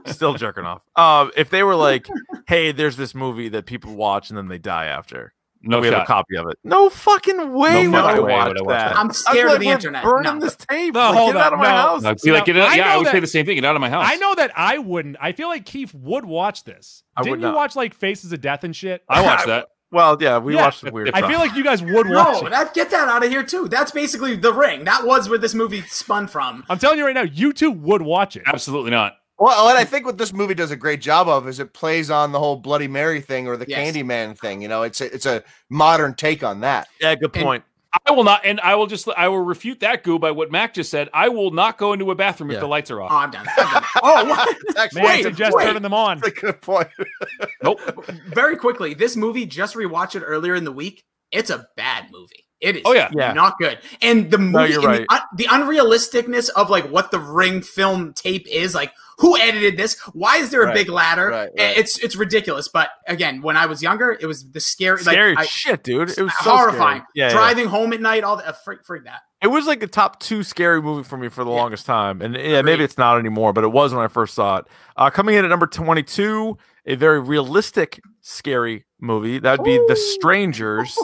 S5: s- still jerking off." Um, if they were like, "Hey, there's this movie that people watch and then they die after,"
S6: No
S5: we have a
S6: shot.
S5: copy of it. No fucking way
S6: No
S5: would I
S6: fucking way
S5: watch
S6: would I watch
S5: that.
S6: that.
S5: I
S9: I'm
S5: was
S9: scared
S5: like,
S9: of the
S5: "We're
S9: internet.
S5: Burning
S9: No.
S5: this tape.
S8: No,
S5: like,
S8: hold
S5: get it out
S8: on,
S5: of my
S8: no.
S5: house.
S6: I'd be
S8: No,
S6: like, get it,
S8: I
S6: yeah, I
S8: know
S6: would
S8: that-
S6: say the same thing. Get out of my house.
S8: I know that I wouldn't. I feel like Keith would watch this.
S5: I
S8: Didn't
S5: would
S8: you
S5: not.
S8: watch like Faces of Death and shit?
S6: I watched that.
S5: Well, yeah, we
S8: Yeah.
S5: watched some weird.
S8: I
S5: stuff.
S8: feel like you guys would watch
S9: No,
S8: it.
S9: that, get that out of here too. That's basically the ring. That was where this movie spun from.
S8: I'm telling you right now, you two would watch it.
S6: Absolutely not.
S7: Well, and I think what this movie does a great job of is it plays on the whole Bloody Mary thing or the
S9: Yes.
S7: Candyman thing. You know, it's a, it's a modern take on
S8: *laughs*
S7: that.
S5: yeah, good
S9: and-
S5: point.
S6: I will not, and I will just, I will refute that goo by what Mac just said. I will not go into a bathroom
S5: Yeah.
S6: if the lights are off.
S9: Oh, I'm done. I'm done. Oh, what?
S7: It's actually
S8: Man, I
S9: Wait,
S8: suggest
S9: wait.
S8: turning them on.
S7: a good point.
S6: nope.
S9: Very quickly, this movie just rewatched it earlier in the week. It's a bad movie. It is.
S6: Oh, yeah.
S5: Yeah.
S9: Not good. And the movie,
S5: you're
S9: and
S5: right.
S9: the, un- the unrealisticness of like what the ring film tape is, like who edited this? Why is there a
S7: Right,
S9: big ladder?
S7: right,
S9: Eh,
S7: right.
S9: It's it's ridiculous. But again, when I was younger, it was the scary,
S5: Scary
S9: like I-
S5: shit, dude. It was so
S9: horrifying.
S5: Scary. Yeah, yeah,
S9: driving home at night, all that. Freak, freak that.
S5: it was like the top two scary movie for me for the
S9: Yeah.
S5: longest time, and yeah, maybe it's not anymore, but it was when I first saw it. Uh, coming in at number twenty-two, a very realistic scary movie that'd be The Strangers.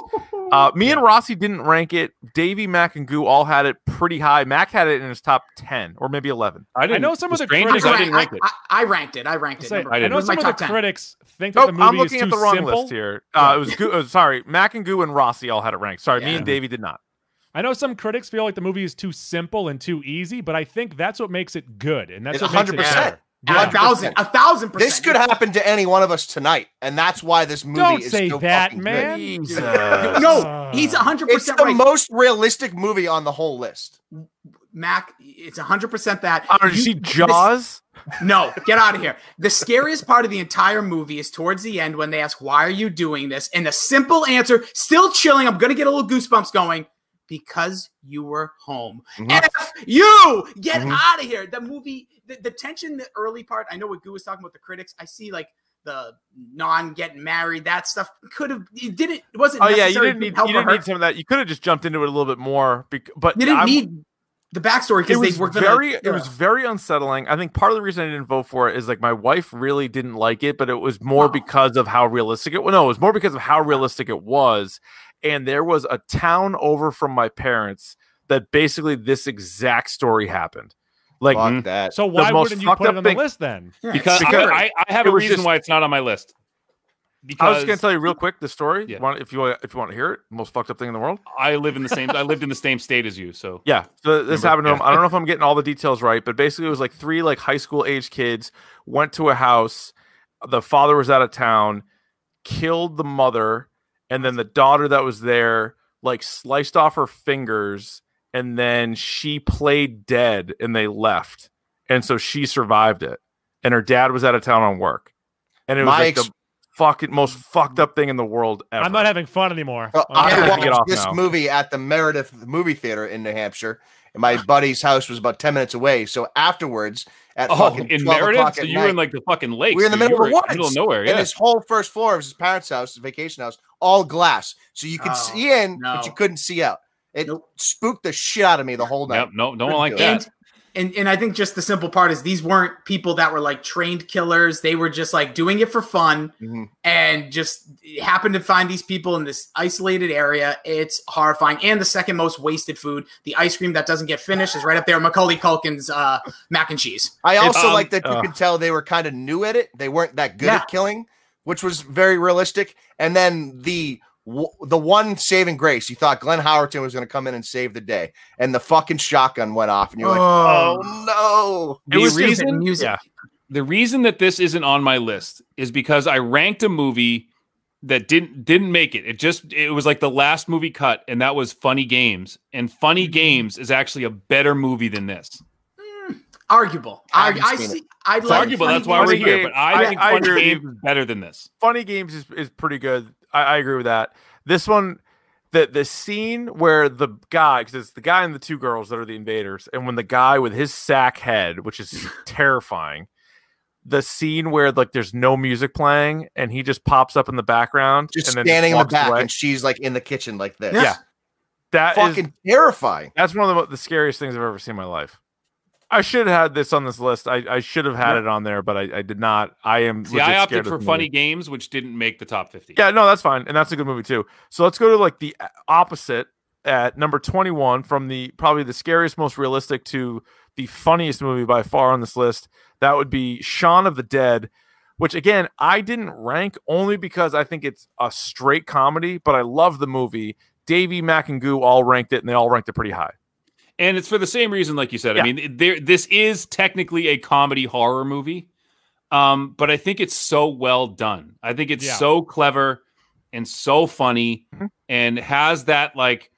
S5: Uh, me and Rossi didn't rank it. Davey, Mac, and Goo all had it pretty high. Mac had it in his top ten or maybe eleven.
S6: I,
S8: know some of the
S6: strangers.
S8: critics-
S6: I didn't rank
S9: I,
S6: it.
S9: I, I ranked it. I ranked it.
S8: Say,
S9: number
S8: I,
S9: one. It
S8: know
S9: was
S8: some
S9: my
S8: of the
S9: top 10.
S8: critics think that
S5: Oh,
S8: the movie
S5: I'm
S8: is
S5: looking
S8: too
S5: at the wrong
S8: simple.
S5: list here. Uh, it was Goo, uh, sorry, Mac and Goo and Rossi all had it ranked. Sorry, me
S9: Yeah.
S5: and Davey did not.
S8: I know some critics feel like the movie is too simple and too easy, but I think that's what makes it good, and that's
S7: It's
S8: what makes it
S7: 100%.
S8: better.
S9: A thousand, a thousand percent.
S7: This could happen to any one of us tonight, and that's why this movie
S8: Don't
S7: is
S8: say
S7: so
S8: that,
S7: fucking good.
S8: man.
S5: Jesus.
S9: No, he's hundred
S7: Uh, It's the
S9: percent right.
S7: most realistic movie on the whole list.
S9: Mac, it's hundred percent that.
S5: Oh, did you
S9: You-
S5: see
S9: this-
S5: Jaws?
S9: no, get out of here. The scariest part of the entire movie is towards the end when they ask, "Why are you doing this?" And the simple answer, still chilling. I'm gonna get a little goosebumps going. Because you were home.
S6: Mm-hmm.
S7: Mhm.
S9: F you get
S5: Mm-hmm.
S7: Mhm.
S9: out of here. The movie, the, the tension, the early part. I know what Goo was talking about. The critics. I see like the non getting married, that stuff could have. It didn't. It wasn't.
S5: Oh yeah, you
S9: necessary
S5: didn't
S9: to
S5: need
S9: help
S5: you
S9: or
S5: didn't need
S9: hurt.
S5: some of that. You could have just jumped into it a little bit more, bec- but
S9: They didn't
S5: I'm-
S9: need the backstory
S5: it
S9: because
S5: was
S9: they were gonna,
S5: very
S9: yeah.
S5: it was very unsettling. I think part of the reason I didn't vote for it is like my wife really didn't like it, but it was more
S9: Oh.
S5: because of how realistic it. Well, no, it was more because of how realistic it was, and there was a town over from my parents that basically this exact story happened. Like
S6: mm-hmm.
S7: Fuck that.
S8: So why
S5: most
S8: wouldn't you
S5: fucked
S8: put
S5: up
S8: it on the
S5: thing-
S8: list then?
S9: Yeah,
S6: because,
S5: Because-
S6: I, I, I have
S5: it
S6: a
S5: was
S6: reason
S5: just-
S6: why it's not on my list.
S5: I was
S6: Because
S5: just gonna tell you real quick the story.
S6: Yeah.
S5: Want- if you want, if you want to hear it, most fucked up thing in the world.
S6: I live in the same. I lived in the same state as you, so
S5: Yeah, so this
S6: Remember-
S5: happened to him.
S6: yeah.
S5: I don't know if I'm getting all the details right, but basically it was like three like high school age kids went to a house. The father was out of town, killed the mother, and then the daughter that was there like sliced off her fingers, and then she played dead, and they left, and so she survived it, and her dad was out of town on work, and it was
S7: My
S5: like
S7: ex-
S5: the fucking most fucked up thing in the world ever.
S8: I'm not having fun anymore.
S7: Uh,
S8: I'm
S5: have
S7: I
S5: to
S8: not-
S5: get off
S7: watched this
S5: now.
S7: movie at the Meredith movie theater in New Hampshire. And
S6: *sighs*
S7: my buddy's house was about 10 minutes away. So afterwards, at
S6: Oh,
S7: fucking
S6: in
S7: 12
S6: Meredith,
S7: o'clock
S6: so
S7: at
S6: you were
S7: night,
S6: in like the fucking lake.
S7: we were in the
S6: dude.
S7: middle of
S6: You
S7: the woods.
S6: middle of nowhere.
S7: And
S6: Yeah,
S7: his whole first floor of his parents' house, his vacation house, all glass. So you could
S9: Oh,
S7: see in,
S9: no.
S7: but you couldn't see out. It spooked the shit out of me the whole night.
S6: Yep, no, no one like
S7: Couldn't do it.
S6: that.
S9: And, and and I think just the simple part is these weren't people that were like trained killers. They were just like doing it for fun
S7: Mhm.
S9: and just happened to find these people in this isolated area. It's horrifying. And the second most wasted food, the ice cream that doesn't get finished, is right up there. Macaulay Culkin's uh, mac and cheese.
S7: I also
S6: um,
S7: like that you
S5: uh.
S7: could tell they were kind of new at it. They weren't that good
S9: Yeah.
S7: at killing, which was very realistic. And then the w- the one saving grace, you thought Glenn Howerton was going to come in and save the day, and the fucking shotgun went off, and you're like,
S9: Oh.
S7: oh
S5: It was
S9: Music,
S5: reason-
S9: music.
S5: yeah.
S6: the reason that this isn't on my list is because I ranked a movie that didn't didn't make it. It just it was like the last movie cut, and that was Funny Games. And Funny Games is actually a better movie than this.
S9: Arguable. I,
S7: haven't
S9: I
S7: seen
S9: see. I
S6: It's
S9: like
S6: arguable.
S9: Funny
S6: That's why
S9: Games.
S6: we're
S5: Funny
S6: here.
S5: Games.
S6: But I,
S5: I-
S6: think
S5: I
S6: Funny
S5: agree.
S6: Games is better than this.
S5: funny games is, is pretty good. I, I agree with that. This one, the the scene where the guy, because it's the guy and the two girls that are the invaders, and when the guy with his sack head, which
S7: *laughs*
S5: is terrifying, the scene where like there's no music playing and he just pops up in the background,
S7: just
S5: and then
S7: standing in the
S5: walks
S7: back,
S5: away.
S7: and she's like in the kitchen like this.
S9: Yeah.
S5: Yeah. That is-
S7: fucking terrifying. *laughs*
S5: that's one of the, mo- the scariest things I've ever seen in my life. I should have had this on this list. I, I should have had it on there, but I, I did not. I am.
S6: See,
S5: legit
S6: I
S5: scared
S6: opted
S5: of
S6: for
S5: this movie.
S6: Funny Games, which didn't make the top fifty.
S5: Yeah, no, that's fine, and that's a good movie too. So let's go to like the a- opposite at number twenty-one from the probably the scariest, most realistic to the funniest movie by far on this list. That would be Shaun of the Dead, which again I didn't rank only because I think it's a straight comedy, but I love the movie. Davey, Mac, and Goo all ranked it, and they all ranked it pretty high.
S6: and it's for the same reason, like you said.
S5: Yeah.
S6: I mean, it- there this is technically a comedy horror movie, um, but I think it's so well done. I think it's
S8: Yeah.
S6: so clever and so funny,
S5: Mhm.
S6: and has that like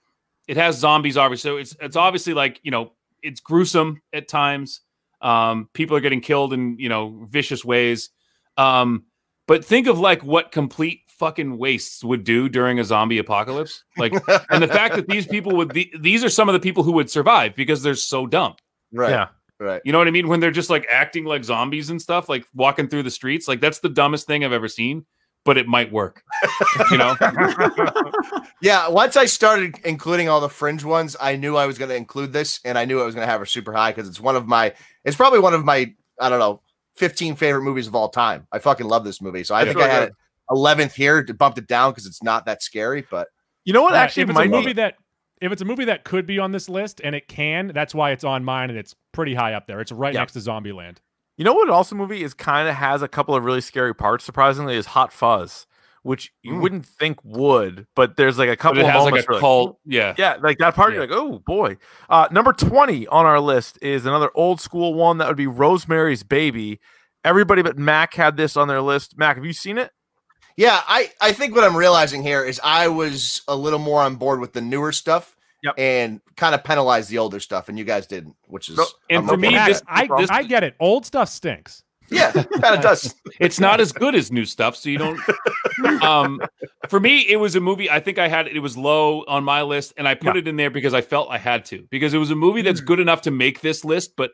S6: it has zombies obviously. So it's it's obviously like you know it's gruesome at times. Um, people are getting killed in you know vicious ways. Um, but think of like what complete fucking wastes would do during a zombie apocalypse. Like and the fact that these people would the, these are some of the people who would survive because they're so dumb
S7: right,
S5: Yeah.
S7: right.
S6: you know what i mean when they're just like acting like zombies and stuff like walking through the streets like that's the dumbest thing i've ever seen but it might work you know
S7: Yeah, once I started including all the fringe ones, I knew I was going to include this, and I knew I was going to have her super high because it's one of my, it's probably one of my, I don't know, fifteen favorite movies of all time. I fucking love this movie, so I
S5: It's
S7: think
S5: really
S7: I had
S5: good.
S7: it eleventh here to bump it down because it's not that scary. But
S5: You know what?
S8: Uh,
S5: actually,
S8: if it's a
S5: might
S8: movie
S5: be
S8: that if it's a movie that could be on this list and it can, that's why it's on mine and it's pretty high up there. It's right
S5: Yeah.
S8: next to Zombieland.
S5: You know what also movie is kind of has a couple of really scary parts surprisingly is Hot Fuzz, which you
S7: Mm.
S5: wouldn't think would, but there's like a
S6: but
S5: couple
S6: it
S5: of
S6: has like a
S5: moments where, like,
S6: cult yeah
S5: yeah, like that part you're like, "Oh boy." Uh number 20 on our list is another old school one that would be Rosemary's Baby. Everybody but Mac had this on their list. Mac, have you seen it?
S7: yeah, I I think what I'm realizing here is I was a little more on board with the newer stuff.
S5: Yep.
S7: And kind of penalized the older stuff, and you guys didn't, which is
S5: No,
S6: and
S7: I'm
S6: for
S7: okay
S6: me
S7: with
S8: Matt,
S6: this,
S7: that.
S8: I,
S6: this
S8: I get it. Old stuff stinks.
S7: yeah, kind of does.
S6: it's not as good as new stuff so
S5: *laughs*
S6: you don't um for me it was a movie i think i had it was low on my list and i put it in there because i felt i had to because it was a movie that's good enough to make this list but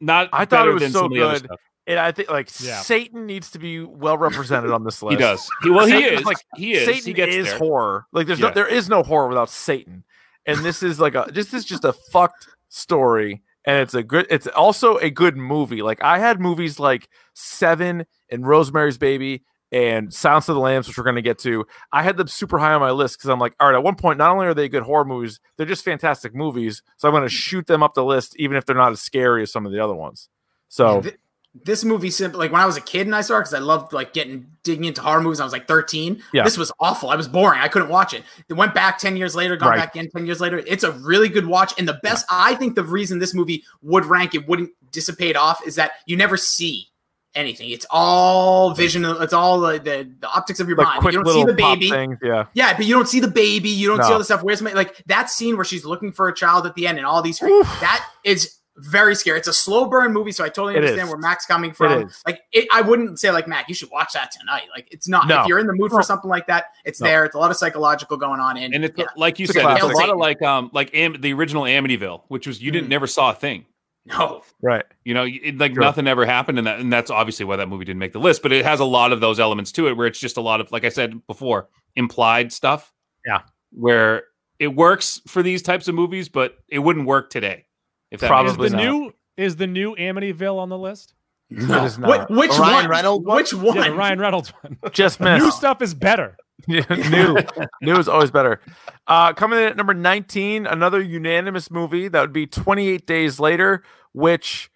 S6: not
S5: I thought it
S6: better
S5: was
S6: than
S5: so
S6: some of the other
S5: good.
S6: stuff.
S5: And I think like
S8: Yeah.
S5: Satan needs to be well represented on this list.
S6: he does he, well he
S5: Satan's
S6: is
S5: like-
S6: he is
S5: Satan
S6: he gets
S5: is
S6: there.
S5: horror. Like there's
S6: Yeah.
S5: no there is no horror without Satan. And this is like a this is just a fucked story. And it's a good it's also a good movie. Like I had movies like Seven and Rosemary's Baby and Silence of the Lambs, which we're going to get to. I had them super high on my list because I'm like, all right, at one point, not only are they good horror movies, they're just fantastic movies. So I'm going to shoot them up the list, even if they're not as scary as some of the other ones. So
S9: Th- this movie simply like when I was a kid and I saw it because I loved like getting digging into horror movies. I was like 13.
S5: Yeah.
S9: This was awful. I was boring. I couldn't watch it. It went back 10 years later, gone
S5: Right.
S9: back in 10 years later. It's a really good watch. And the best I think the reason this movie would rank it wouldn't dissipate off is that you never see anything. It's all vision, it's all the the, the optics of your
S5: like
S9: mind.
S5: quick
S9: you don't see
S5: little
S9: the
S5: pop
S9: baby.
S5: things, yeah.
S9: Yeah, but you don't see the baby. You don't see
S5: No.
S9: all the stuff. Where's my like that scene where she's looking for a child at the end and all these? That is very scary. It's a slow burn movie, so I totally
S5: It
S9: understand
S5: is.
S9: where Mac's coming from.
S5: is.
S9: like, it, I wouldn't say like Mac, you should watch that tonight. Like, it's not.
S5: No.
S9: If you're in the mood for something like that, it's
S5: No.
S9: there. It's a lot of psychological going on in.
S6: And it's
S9: yeah.
S6: like you
S5: It's a
S6: said, it's a
S9: classic.
S6: lot of like um like Am- the original Amityville, which was you didn't
S9: Mm.
S6: never saw a thing.
S9: no,
S5: Right.
S6: You know, it, like
S5: Sure.
S6: nothing ever happened, and that and that's obviously why that movie didn't make the list. But it has a lot of those elements to it, where it's just a lot of, like I said before, implied stuff.
S5: Yeah.
S6: where it works for these types of movies, but it wouldn't work today. If that
S5: Probably
S8: is the
S6: makes sense.
S5: not.
S8: new is the new Amityville on the list?
S5: It is
S9: Wh-
S5: not.
S9: which
S7: Ryan
S9: one?
S7: Reynolds one?
S9: Which one?
S8: Yeah, the Ryan Reynolds one.
S5: Just
S8: The
S5: missed.
S8: new stuff is better.
S5: Yeah, new new is always better uh coming in at number 19 another unanimous movie that would be 28 days later which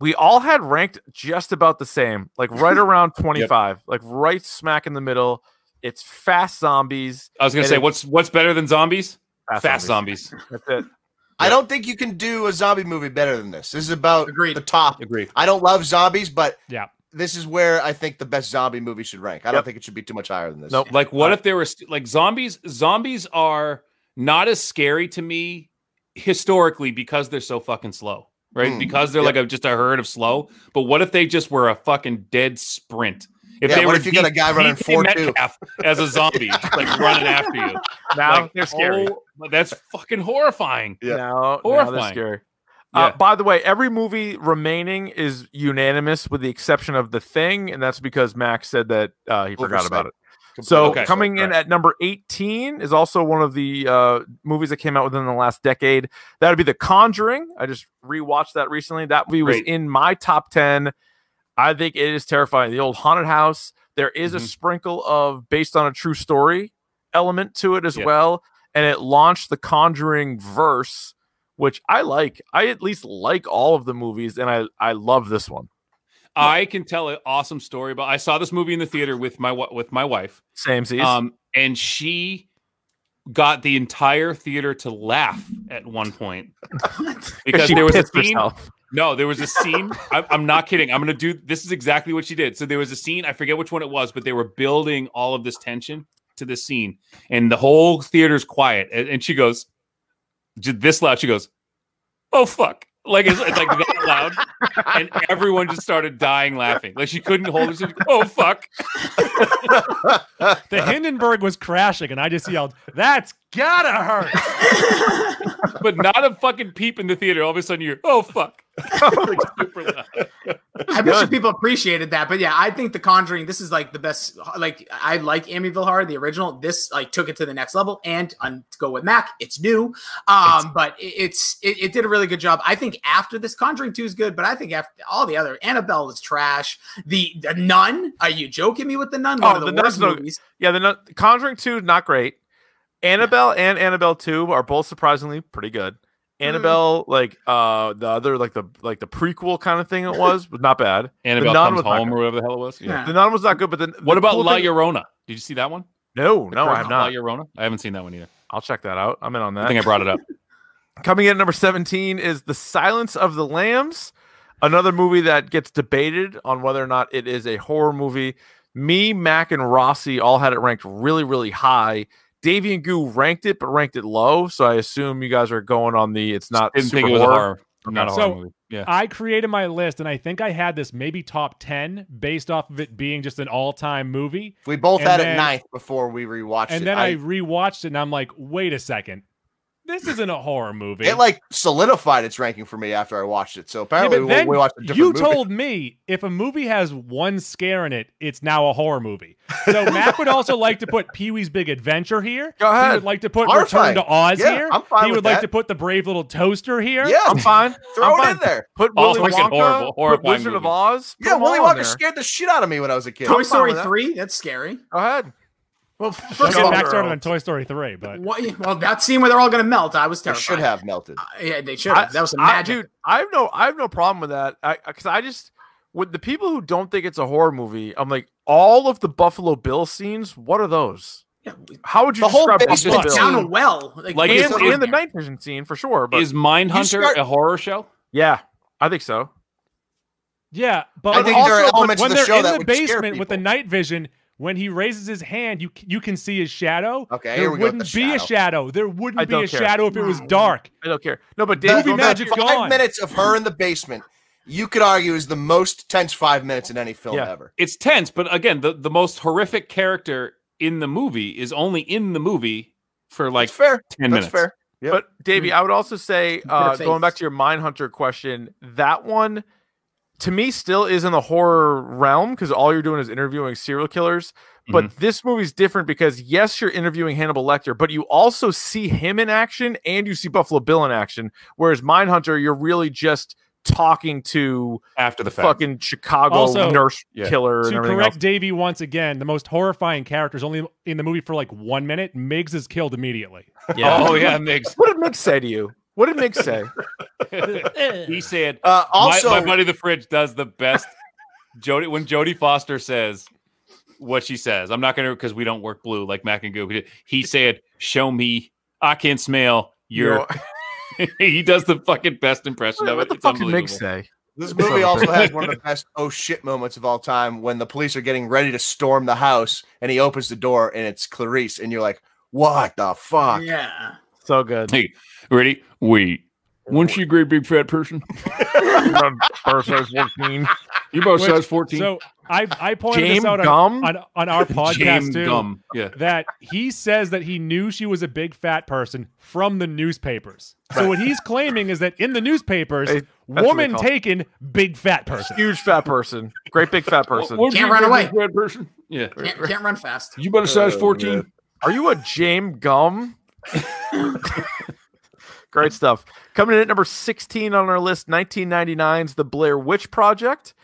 S5: we all had ranked just about the same like right around 25 like right smack in the middle it's fast zombies
S6: I was gonna
S5: And
S6: say,
S5: it-
S6: what's what's better than zombies? Fast,
S5: zombies.
S6: zombies.
S5: that's it
S7: I don't think you can do a zombie movie better than this. This is about
S9: Agreed.
S7: the top.
S6: Agree.
S7: I don't love zombies, but
S8: Yeah.
S7: this is where I think the best zombie movie should rank. I don't
S5: Yep.
S7: think it should be too much higher than this.
S5: Nope.
S6: Like, what if there was like zombies? Zombies are not as scary to me historically because they're so fucking slow, right?
S7: Mm,
S6: because they're like a, just a herd of slow. But what if they just were a fucking dead sprint? If
S7: Yeah,
S6: they
S7: what
S6: were
S7: if you got a guy
S6: DK
S7: running 4-2?
S6: Metcalf as a zombie, just,
S7: *laughs*
S6: like running after you?
S5: now
S6: Like,
S5: they're scary
S6: oh, but that's fucking horrifying.
S7: Yeah.
S5: now, now they're
S6: Horrifying.
S5: scary
S6: Yeah.
S5: uh, by the way, every movie remaining is unanimous with the exception of The Thing, and that's because Max said that uh, he forgot
S7: Oversight.
S5: about it.
S7: Completely
S5: So
S6: Okay.
S5: coming in
S7: Right.
S5: at number 18 is also one of the uh, movies that came out within the last decade. That would be The Conjuring. I just rewatched that recently. That movie was
S6: Great.
S5: in my top 10. I think it is terrifying. The old haunted house. There is
S6: Mhm.
S5: a sprinkle of based on a true story element to it as
S6: Yeah.
S5: well, and it launched The Conjuring verse, which I like. I at least like all of the movies, and I I love this one.
S6: I can tell an awesome story about. I saw this movie in the theater with my wi- with my wife.
S5: Same *laughs*
S6: Um, and she got the entire theater to laugh at one point because there was a scene. No, there was a scene. I, I'm not kidding. I'm going to do this is exactly what she did. So there was a scene. I forget which one it was, but they were building all of this tension to this scene, and the whole theater's quiet. And, and she goes, j- "This loud." She goes, "Oh fuck!" Like it's, it's like that loud, and everyone just started dying laughing. Like she couldn't hold it. She was like, "Oh fuck!"
S5: *laughs*
S8: The Hindenburg was crashing, and I just yelled, "That's gotta hurt!"
S6: But not a fucking peep in the theater. All of a sudden, you're, "Oh fuck!" *laughs* Like, super loud.
S9: *laughs* I bet you
S5: good.
S9: people appreciated that, but yeah, I think The Conjuring. This is like the best. Like I like Amityville Horror, the original. This like took it to the next level, and on to go with Mac, it's new. Um, but it, it's it, it did a really good job. I think after this, Conjuring Two is good, but I think after all the other, Annabelle is trash. The, the Nun, are you joking me with the Nun? One
S5: Oh,
S9: of
S5: The
S9: the,
S5: Nun's
S9: worst
S5: no-
S9: movies.
S5: Yeah, the no- Conjuring 2 not great. Annabelle and Annabelle 2 are both surprisingly pretty good. Annabelle like uh the other like the like the prequel kind of thing it was was not bad.
S6: Annabelle
S5: nun
S6: comes
S5: was not
S6: home
S5: good.
S6: or whatever the hell it was.
S9: Yeah.
S5: The Nun was not good but then
S6: What
S5: the
S6: about
S5: cool
S6: La
S5: thing-
S6: Llorona? Did you see that one?
S5: No, no, I have
S6: La
S5: not.
S6: Llorona. I haven't seen that one either.
S5: I'll check that out. I'm in on
S6: I think
S5: that.
S6: I brought it up.
S5: Coming in at number 17 is The Silence of the Lambs, another movie that gets debated on whether or not it is a horror movie. Me, Mac, and Rossi all had it ranked really, really high. Davey and Goo ranked it, but ranked it low. So I assume you guys are going on the it's not
S6: Didn't
S5: super
S6: think it was a
S5: horror. uh,
S6: horror. Not a horror
S8: So-
S6: movie. Yeah.
S8: I created my list, and I think I had this maybe top ten based off of it being just an all-time movie.
S7: We both
S8: And
S7: had
S8: then-
S7: it ninth before we rewatched it.
S8: And then I rewatched it, and I'm like, "Wait a second, This isn't a horror movie.
S7: It like solidified its ranking for me after I watched it. So
S8: Yeah,
S7: apparently
S8: but
S7: we-
S8: then
S7: we watched a *laughs* different
S8: you
S7: movie.
S8: told me if a movie has one scare in it, it's now a horror movie.
S7: *laughs*
S8: So Mac would also like to put Pee Wee's Big Adventure here.
S5: Go
S8: He
S5: ahead.
S8: would like to put
S7: Uh, Horrifying.
S8: Return to Oz
S7: Yeah,
S8: here.
S7: I'm fine
S8: he would
S7: with
S8: like
S7: that.
S8: to put the Brave Little Toaster here.
S7: Yeah,
S5: I'm fine.
S7: throw
S5: I'm
S7: it in there.
S6: *laughs*
S5: Put
S6: All
S5: Willy Wonka,
S6: fucking horrible,
S5: put
S6: horrifying
S5: Wizard of
S6: movies.
S5: Oz. put
S7: Yeah,
S5: them
S7: Willy
S5: all in
S7: Wonker
S5: there.
S7: scared the shit out of me when I was a kid.
S9: Toy
S5: with
S9: Story
S5: that.
S9: three. That's scary.
S5: Go ahead.
S9: Well, f-
S8: Don't
S9: first of
S8: get
S9: all,
S8: back started on Toy Story 3, but
S9: what, well, that scene where they're all going to melt, I was
S7: They
S9: terrified.
S7: should have melted.
S9: Yeah, they should have. That was some magic.
S5: I, dude, I have no, I have no problem with that. I because I just with the people who don't think it's a horror movie, I'm like, all of the Buffalo Bill scenes. What are those?
S9: Yeah,
S5: How would you
S7: The whole
S5: describe
S7: basement
S5: Buffalo
S7: Bill.
S9: It's
S5: Bill?
S9: down a well. Like,
S6: Like,
S9: there's
S6: it's-
S5: and,
S9: something
S5: and the
S9: there.
S5: night vision scene for sure. But
S6: Is Mindhunter
S7: start-
S6: a horror show?
S5: yeah, I think so.
S8: yeah, but
S7: I think there are
S8: also,
S7: elements
S8: when
S7: of the
S8: they're
S7: show
S8: in
S7: that
S8: the
S7: would scare
S8: basement with the
S7: people.
S8: night vision, when he raises his hand, you c- you can see his shadow.
S7: Okay,
S8: there
S7: here we go with
S8: wouldn't
S7: the
S8: be a
S7: shadow.
S8: shadow. There wouldn't
S5: I
S8: be
S5: don't
S8: a
S5: care.
S8: shadow if it was dark.
S5: I don't care. No, but
S7: The-
S5: Dave,
S8: Movie
S7: the
S5: going back to
S8: magic
S5: your-
S7: five
S8: gone.
S7: minutes of her in the basement, you could argue is the most tense five minutes in any film
S5: Yeah.
S7: ever.
S6: It's tense, but again, the, the most horrific character in the movie is only in the movie for like
S7: That's fair.
S6: 10
S7: That's
S6: minutes.
S7: fair. Yep.
S5: But Davey, I would also say, uh,
S9: face.
S5: going back to your Mindhunter question, that one to me still is in the horror realm because all you're doing is interviewing serial killers. But this movie's different because yes, you're interviewing Hannibal Lecter, but you also see him in action and you see Buffalo Bill in action. Whereas Mindhunter, you're really just talking to
S10: after the fact.
S5: fucking Chicago
S8: Also,
S5: nurse
S10: yeah.
S5: killer and
S8: to
S5: everything
S8: correct
S5: else.
S8: Davey once again, the most horrifying character is only in the movie for like one minute. Miggs is killed immediately.
S5: *laughs* Yeah.
S6: Oh, yeah, Migs.
S5: What did Mick say to you? What did Mick say? *laughs*
S6: he said,
S7: Uh,
S6: My-
S7: also,
S6: my, buddy the fridge does the best. Jody, when Jody Foster says what she says, I'm not going to because we don't work blue like Mac and Goop. He said, "Show me, I can smell your." *laughs* he does the fucking best impression of it.
S5: what the
S6: It's
S5: fuck did Mick
S6: unbelievable.
S5: say?
S7: this movie also has one of
S6: *laughs*
S7: the best oh shit moments of all time when the police are getting ready to storm the house and he opens the door and it's Clarice and you're like, what the fuck?
S9: Yeah.
S5: So good. *laughs*
S6: Hey, ready? Wait, once you a great big fat person? You about
S8: Which-
S6: size 14?
S8: *laughs* So I I pointed
S5: James
S8: this out
S5: Gum?
S8: on, on on our podcast
S6: James
S8: too
S6: Gum. Yeah.
S8: that he says that he knew she was a big fat person from the newspapers. So what he's claiming is that in the newspapers,
S5: Hey, what they
S8: woman
S5: call-
S8: taken, big fat person.
S5: huge fat person, great big fat person.
S6: Won't
S9: Can't
S6: you a
S9: run
S6: great
S9: away.
S6: big fat person? Yeah.
S9: Can't, can't run fast.
S6: You about a size 14?
S5: Are you a James Gum? *laughs* great stuff. Coming in at number 16 on our list, 1999's The Blair Witch Project.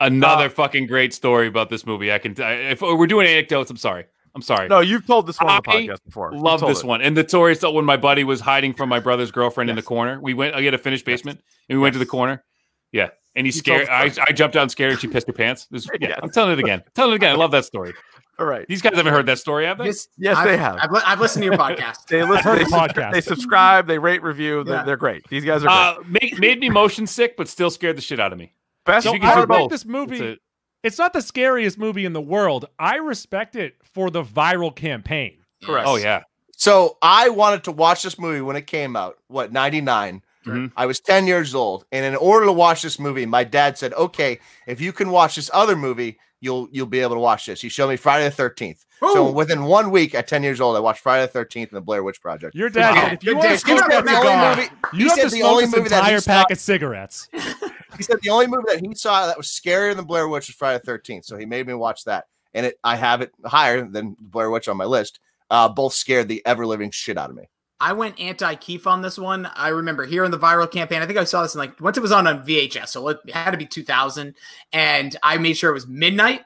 S6: Another
S5: Uh,
S6: fucking great story about this movie. I can. I, if we're doing anecdotes, I'm sorry. I'm sorry.
S5: No, you've told this one on the
S6: I
S5: podcast before. You've
S6: Love
S5: told
S6: this
S5: it.
S6: one. And the story is that when my buddy was hiding from my brother's girlfriend in the corner, we went. I had a finished basement, and we went to the corner. Yeah, and he scared.
S5: told the
S6: I, I jumped out and scared, and she pissed her pants. This-
S5: *laughs*
S6: yeah,
S5: Yes.
S6: I'm telling it again. telling it again. I love that story.
S5: All right.
S6: These guys haven't heard that story, have they?
S9: This-
S5: Yes,
S9: I've-
S5: they have.
S9: I've, li- I've listened to your podcast.
S5: They listen.
S8: heard
S5: They,
S8: the
S5: subscri-
S8: podcast.
S5: they subscribe. They rate, review. They're,
S9: Yeah.
S5: they're great. These guys are great.
S6: Uh, made, made me motion sick, but still scared the shit out
S5: *laughs*
S6: of me.
S5: Best.
S8: So
S6: you can
S8: I
S6: do
S8: respect
S6: both.
S8: this movie.
S6: It's
S8: it's not the scariest movie in the world. I respect it for the viral campaign.
S6: a- oh yeah,
S7: So I wanted to watch this movie when it came out. What, 99?
S6: Mhm.
S7: I was 10 years old. And in order to watch this movie, my dad said, "Okay, if you can watch this other movie, you'll you'll be able to watch this." He showed me Friday the 13th. So
S9: Ooh.
S7: within 1 week at 10 years old, I watched Friday the 13th and the Blair Witch Project.
S8: Your dad
S9: Wow.
S8: said if you
S9: Good
S8: want to
S9: days.
S8: smoke
S9: Give it
S8: a
S9: up, Mac.
S8: cigar,
S7: movie,
S8: you
S7: he
S8: have
S7: said
S8: to
S7: the
S8: smoke
S7: only
S8: this
S7: movie that he
S8: entire
S7: stopped-
S8: pack of cigarettes.
S7: He said the only movie that he saw that was scarier than Blair Witch was Friday the 13th. So he made me watch that. And it, I have it higher than Blair Witch on my list. Uh, both scared the ever living shit out of me.
S9: I went anti Keef on this one. I remember here in the viral campaign. I think I saw this in like once it was on a VHS, so it had to be 2000. And I made sure it was midnight,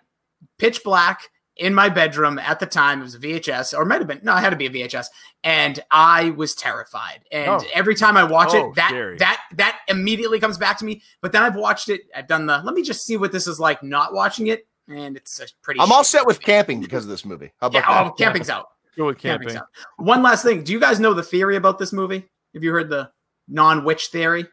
S9: pitch black in my bedroom at the time. It was a VHS, or it might have been no, it had to be a VHS. And I was terrified. And
S5: Oh.
S9: every time I watch
S5: Oh,
S9: it, that
S5: scary.
S9: that that immediately comes back to me. But then I've watched it. I've done the let me just see what this is like not watching it, and it's a pretty.
S7: I'm all
S9: shitty
S7: set with camping because of this movie. How about
S9: Yeah, oh,
S7: that?
S9: camping's out.
S5: good with
S9: Camping's
S5: camping.
S9: out. One last thing. Do you guys know the theory about this movie? Have you heard the non witch theory?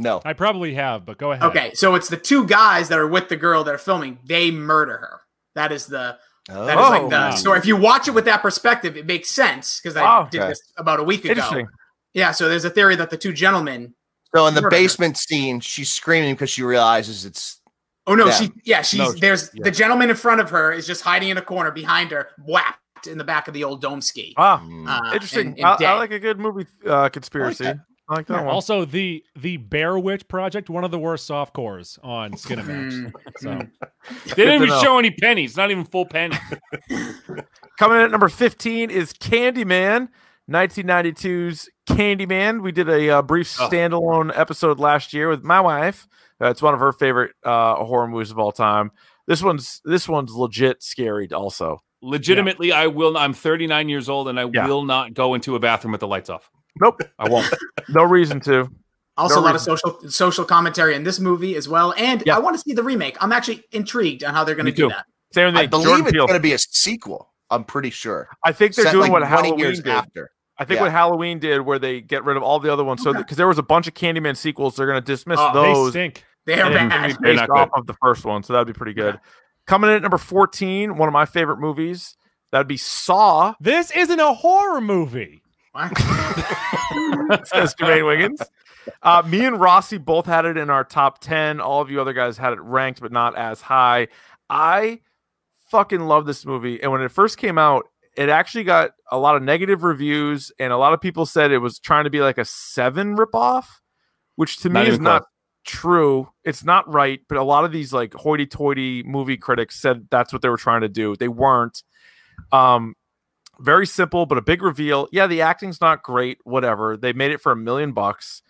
S7: No.
S8: I probably have, but go ahead.
S9: Okay, so it's the two guys that are with the girl that are filming. They murder her. That is the that is
S5: Oh.
S9: like the story. If you watch it with that perspective, it makes sense because I
S5: Oh,
S9: did
S7: okay.
S9: this about a week ago.
S5: Interesting.
S9: Yeah, so there's a theory that the two gentlemen.
S7: So in the
S9: Murder.
S7: basement scene, she's screaming because she realizes it's
S9: Oh no,
S7: Yeah.
S9: she yeah she's
S5: No,
S9: there's
S5: yeah.
S9: the gentleman in front of her is just hiding in a corner behind her, whacked. trapped in the back of the old dome ski.
S5: Ah,
S7: mm,
S9: Uh,
S5: interesting.
S9: and- and
S5: I, I
S9: dead.
S5: like a good movie uh, conspiracy. I like that,
S7: Uh-huh.
S5: one.
S8: Also, the the Bear Witch Project, one of the worst soft cores on
S7: Mm.
S9: Mm.
S8: Skinamax. so
S6: They didn't
S5: to
S6: even
S5: know.
S6: show any pennies, not even full pennies.
S5: Coming in at number 15 is Candyman, 1992's Candyman. We did a uh, brief
S6: Oh.
S5: standalone episode last year with my wife. Uh, it's one of her favorite uh, horror movies of all time. This one's this one's legit scary. Also,
S6: Legitimately, I will. I'm 39 years old, and I
S5: Yeah.
S6: will not go into a bathroom with the lights off.
S5: nope,
S6: I
S7: *laughs*
S6: won't.
S5: no reason to.
S9: Also,
S5: No
S9: a lot of social social commentary in this movie as well. And
S5: Yeah.
S9: I want to see the remake. I'm actually intrigued on how they're going to
S6: Me
S9: do
S6: too.
S9: that.
S5: Same
S7: I
S5: thing.
S7: believe
S5: Jordan
S7: it's
S5: Peele.
S7: going to be a sequel. I'm pretty sure.
S5: I think they're
S7: Set,
S5: doing
S7: like,
S5: what
S7: 20
S5: Halloween
S7: years
S5: did.
S7: after.
S5: I think
S7: Yeah.
S5: what Halloween did, where they get rid of all the other ones, so because there was a bunch of Candyman sequels, they're going to dismiss
S9: Oh,
S8: they
S5: those.
S8: stink.
S9: They're
S5: and it's gonna
S9: bad.
S5: be
S6: They're
S5: based
S6: not
S5: off of the first one, so that'd be pretty good. Coming in at number fourteen, one of my favorite movies, that'd be Saw.
S8: This isn't a horror movie.
S5: says Jermaine Wiggins. Uh, me and Rossi both had it in our top ten. All of you other guys had it ranked, but not as high. I fucking love this movie, and when it first came out, it actually got a lot of negative reviews, and a lot of people said it was trying to be like a seven ripoff, which to
S6: Not
S5: me is
S6: even
S5: not true. It's not right, but a lot of these like hoity-toity movie critics said that's what they were trying to do. They weren't. Um, very simple, but a big reveal. Yeah, the acting's not great. Whatever. They made it for a million bucks,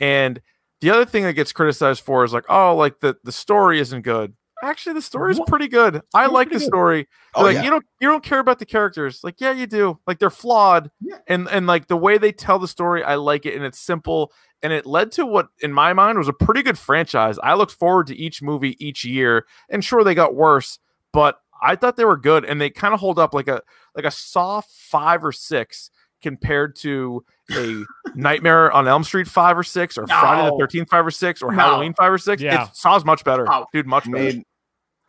S5: and the other thing that gets criticized for is like, oh, like the the story isn't good. Actually, the story's pretty good. I like the story.
S9: Oh,
S5: They're like
S7: Oh, yeah.
S5: you don't you don't care about the characters. Like yeah, you do. Like they're flawed,
S9: Yeah.
S5: and and like the way they tell the story, I like it, and it's simple. And it led to what, in my mind, was a pretty good franchise. I looked forward to each movie each year, and sure they got worse, but I thought they were good, and they kind of hold up like a like a Saw five or six compared to
S9: *laughs*
S5: a Nightmare on Elm Street five or six, or Friday the
S9: No.
S5: Thirteenth five or six, or
S9: No.
S5: Halloween five or six.
S8: Yeah.
S5: It's, Saw's much better,
S9: Oh.
S5: dude. Much better.
S7: Made-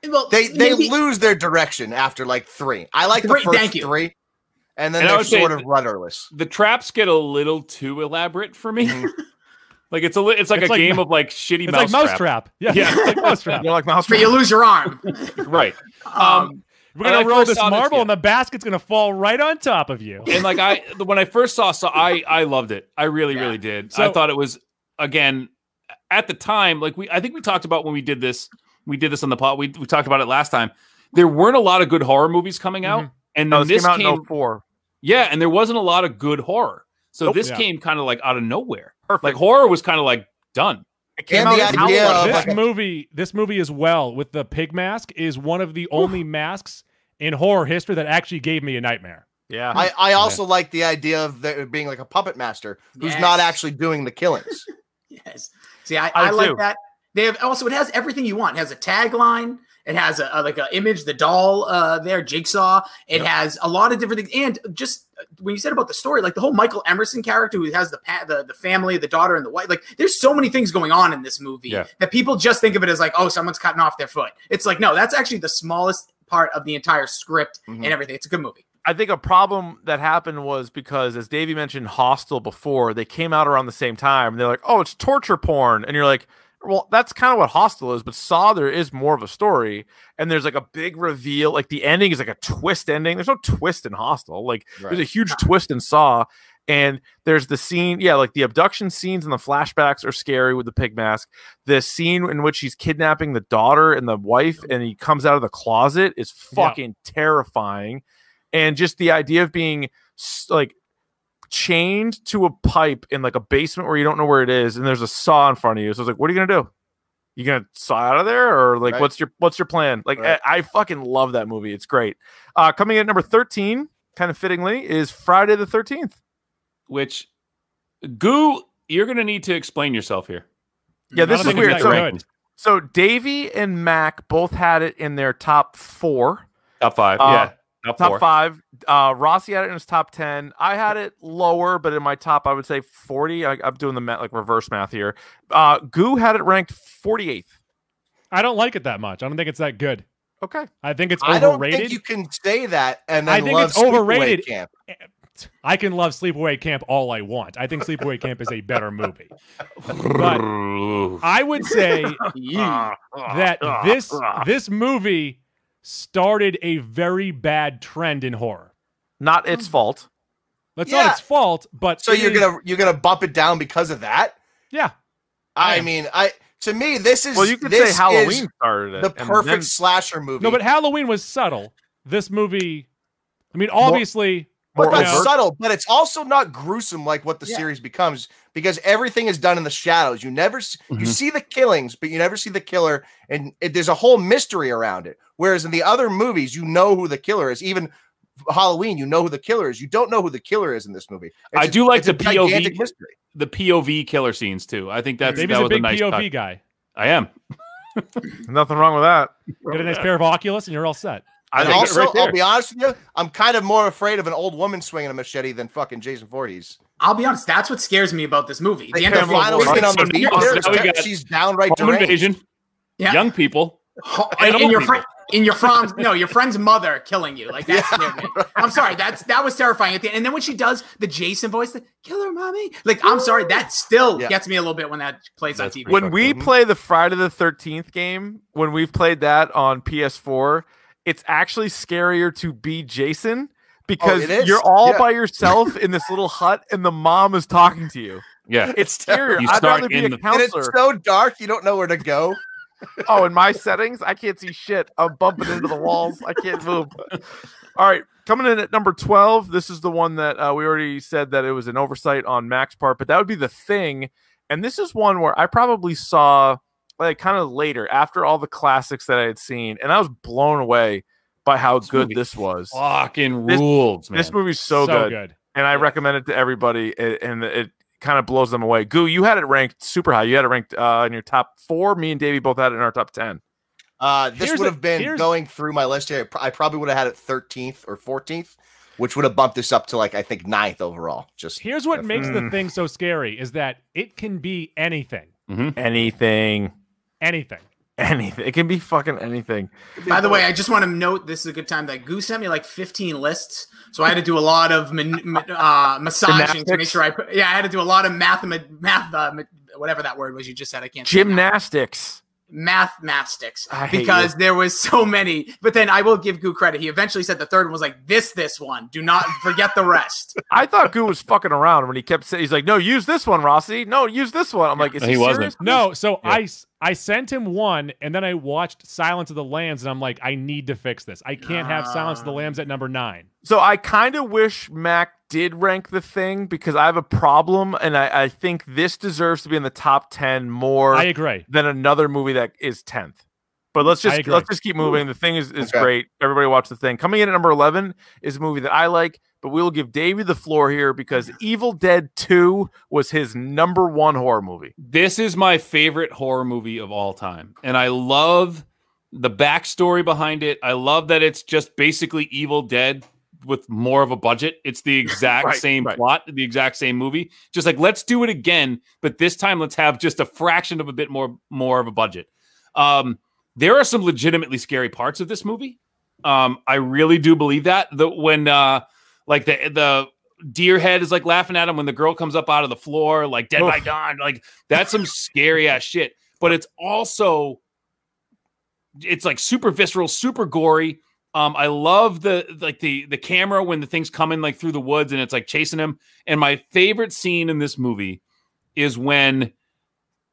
S9: Well,
S7: they they
S9: maybe-
S7: lose their direction after like three. I like the
S9: Three,
S7: first
S9: thank you.
S7: three, and then
S6: And I
S7: they're
S6: would say
S7: sort of
S6: th-
S7: rudderless.
S6: The traps get a little too elaborate for me. *laughs* like it's a li- it's like
S8: It's
S6: a
S8: like
S6: game
S8: mo-
S6: of like shitty
S8: It's
S6: mouse
S8: like Mousetrap.
S6: trap.
S8: Yeah,
S6: Yeah. *laughs*
S8: it's like Mousetrap.
S5: You're like mouse.
S9: but you lose your arm.
S6: right.
S9: Um,
S8: We're gonna
S6: And I
S8: roll
S6: first
S8: this
S6: saw this,
S8: marble,
S6: yeah.
S8: and the basket's gonna fall right on top of you.
S6: and like I the- when I first saw Saw, I I loved it. I really
S9: Yeah.
S6: really did. I
S8: So-
S6: thought it was again at the time like we I think we talked about when we did this we did this on the pot we we talked about it last time. There weren't a lot of good horror movies coming out, and
S5: No,
S6: then
S5: this
S6: this
S5: came out
S6: came,
S5: in 04.
S6: yeah, and there wasn't a lot of good horror. So
S5: Nope.
S6: this
S8: Yeah.
S6: came kind of like out of nowhere.
S5: Perfect.
S6: Like horror was kind of like done.
S5: it
S7: And the
S5: in
S7: idea
S5: 04.
S7: of,
S8: this
S7: like a-
S8: movie, this movie as well with the pig mask is one of the only masks in horror history that actually gave me a nightmare.
S5: yeah. *laughs*
S7: I, I also like the idea of there being like a puppet master who's not
S9: Yes.
S7: actually doing the
S8: *laughs*
S7: killings.
S9: Yes. See, I,
S5: I
S9: I,
S5: do.
S9: like that. They have also it has everything you want. It has a tagline. It has a, a- like a image, the doll uh, there, jigsaw. It has a lot of different things, and just uh, when you said about the story, like the whole Michael Emerson character who has the pa- the, the family, the daughter, and the wife. Like, there's so many things going on in this movie
S6: Yeah.
S9: that people just think of it as like, oh, someone's cutting off their foot. It's like, no, that's actually the smallest part of the entire script
S7: Mhm.
S9: and everything. It's a good movie.
S5: I think a problem that happened was because, as Davey mentioned, Hostel before they came out around the same time. And they're like, "Oh, it's torture porn," and you're like, "Well, that's kind of what Hostel is." But Saw there is more of a story, and there's like a big reveal. Like the ending is like a twist ending. There's no twist in Hostel. Like there's a huge twist in Saw, and there's the scene. Yeah, like the abduction scenes and the flashbacks are scary with the pig mask. The scene in which he's kidnapping the daughter and the wife, and he comes out of the closet is
S8: Yeah.
S5: fucking terrifying and just the idea of being s- like chained to a pipe in like a basement where you don't know where it is and there's a saw in front of you so it's like what are you gonna do you gonna saw out of there or like
S7: Right.
S5: what's your what's your plan like
S7: Right.
S5: I, I fucking love that movie it's great uh coming in at number 13 kind of fittingly is friday the 13th
S6: Which, goo, you're gonna need to explain yourself here.
S5: yeah
S8: I
S5: this
S8: don't
S5: is
S8: think it's
S5: weird
S8: that
S5: so,
S8: good.
S5: so davey and mac both had it in their top four
S6: Top five,
S5: Uh,
S6: yeah, top,
S5: top
S6: four.
S5: five. Uh, Rossi had it in his top ten. I had it lower, but in my top, I would say forty. I, I'm doing the math, like reverse math here. Uh, Goo had it ranked 48th.
S8: I don't like it that much. I don't think it's that good.
S5: Okay,
S8: I think it's
S7: I don't think
S8: overrated.
S7: you can say that and then
S8: I think
S7: love
S8: it's
S7: Sleepaway
S8: overrated.
S7: Camp.
S8: I can love Sleepaway Camp all I want. I think Sleepaway Camp is a better movie.
S7: *laughs*
S8: But I would say
S5: Ah,
S8: that
S7: *laughs*
S8: this this movie started a very bad trend in horror.
S5: Not its fault.
S8: That's
S7: Yeah.
S8: not its fault, but
S7: So
S8: it
S7: you're
S8: is-
S7: gonna you're gonna bump it down because of that?
S8: yeah.
S7: I
S8: Yeah.
S7: mean, I to me this is
S5: Well, you could
S7: this
S5: say
S7: is
S5: Halloween started it.
S7: the
S5: and
S7: perfect
S5: then-
S7: slasher movie.
S8: No, but Halloween was subtle. This movie, I mean, obviously,
S7: But
S5: more
S7: that's
S5: overt.
S7: subtle, but it's also not gruesome like what the
S9: Yeah.
S7: series becomes because everything is done in the shadows. You never s
S6: Mm-hmm.
S7: you see the killings, but you never see the killer, and it, there's a whole mystery around it. Whereas in the other movies, you know who the killer is. Even Halloween, you know who the killer is. You don't know who the killer is in this movie.
S6: I
S7: a-
S6: do like
S7: it's a
S6: the POV.
S7: gigantic mystery.
S6: the POV killer scenes too. I think that's that
S8: maybe he's a
S6: was
S8: big
S6: nice
S8: POV
S6: touch.
S8: guy.
S6: I am.
S5: Nothing wrong with that.
S8: Get a nice pair of Oculus, and you're all set.
S5: I
S7: And
S5: think
S7: also,
S5: right
S7: I'll
S5: there.
S7: be honest with you, I'm kind of more afraid of an old woman swinging a machete than fucking Jason Voorhees.
S9: I'll be honest. That's what scares me about this movie. The
S7: They
S9: end
S7: put
S9: of
S7: him lying
S9: Final
S7: awake on
S9: *laughs*
S7: the
S6: so
S7: beach.
S6: now-
S7: There's
S6: now we
S7: de-
S6: got
S7: she's downright
S6: Home
S7: deranged.
S6: invasion,
S9: Yeah.
S6: young people.
S9: Ho-
S6: And
S9: and,
S6: old
S9: and your
S6: people.
S9: friend and your friend's no your friend's mother killing you like that scared me i'm sorry that's that was terrifying at the end and then when she does the jason voice the killer mommy like i'm sorry that still
S7: Yeah.
S9: gets me a little bit when that plays
S6: That's
S9: on tv
S5: When we
S7: Mhm.
S5: play the Friday the 13th game, when we've played that on PS4, it's actually scarier to be Jason because
S7: Oh, it is.
S5: you're all
S7: Yeah.
S5: by yourself in this little hut and the mom is talking to
S7: *laughs*
S5: you.
S6: Yeah,
S5: It's scarier.
S6: You
S5: I'd
S6: start
S5: rather be
S6: in
S5: a
S6: the-
S7: And it's
S5: counselor.
S7: so dark, you don't know where to go.
S5: oh, in my settings, I can't see shit. I'm bumping into the walls. I can't move. All right, coming in at number 12. This is the one that uh, we already said that it was an oversight on Mac's part, but that would be the thing. And this is one where I probably saw like kind of later after all the classics that I had seen, and I was blown away by how
S6: This
S5: good
S6: movie
S5: this was.
S6: fucking
S5: This-
S6: rules, man.
S5: This movie's so, good, and I recommend it to everybody, a- and it kind of blows them away. Goo, you had it ranked super high. You had it ranked uh, in your top four. Me and Davey both had it in our top ten.
S7: Uh, this
S8: Here's
S7: would
S8: a-
S7: have been
S8: here's-
S7: going through my list here. I probably would have had it 13th or 14th, which would have bumped this up to like I think ninth overall. Just
S8: Here's what makes the
S5: Mm.
S8: thing so scary is that it can be anything,
S5: Anything.
S8: anything.
S5: anything. It can be fucking anything.
S9: by the way i just want to note this is a good time that goose sent me like 15 lists so i had to do a lot of man, ma- uh, massaging to make
S5: Gymnastics?
S9: sure i put, yeah i had to do a lot of math math uh, ma- whatever that word was you just said i can't say it now.
S5: Gymnastics.
S9: mathematics
S5: I hate
S9: because there was so many. But then I will give Goo credit. He eventually said the third one was like this, this one. Do not forget
S5: *laughs*
S9: the rest.
S5: I thought Goo was fucking around when he kept saying he's like, "No, use this one, Rossi. No, use this one." I'm like, "Is
S6: No,
S5: he,
S6: he wasn't.
S5: serious?"
S8: No, so I s- I sent him one, and then I watched Silence of the Lambs, and I'm like, I need to fix this. I can't have Silence of the
S9: Ah.
S8: Lambs at number nine.
S5: So I kind of wish Mac did rank the thing because I have a problem, and I, I think this deserves to be in the top ten more
S8: I agree.
S5: than another movie that is tenth. But let's
S8: I
S5: just
S8: agree.
S5: let's just keep moving. The thing is is
S7: Okay.
S5: great. Everybody watch the thing. Coming in at number eleven is a movie that I like, but we will give Davey the floor here because Evil Dead Two was his number one horror movie.
S6: This is my favorite horror movie of all time. And I love the backstory behind it. I love that it's just basically Evil Dead with more of a budget.
S5: *laughs*
S6: It's the exact
S5: Right,
S6: same
S5: right.
S6: plot, the exact same movie. Just like let's do it again, but this time let's have just a fraction of a bit more more of a budget. Um there are some legitimately scary parts of this movie. Um I really do believe that. The when uh like the the deer head is like laughing at him when the girl comes up out of the floor, like dead by
S5: Oof.
S6: dawn. Like that's some scary ass shit. But it's also it's like super visceral, super gory. Um, I love the like the the camera when the thing's coming like through the woods and it's like chasing him. And my favorite scene in this movie is when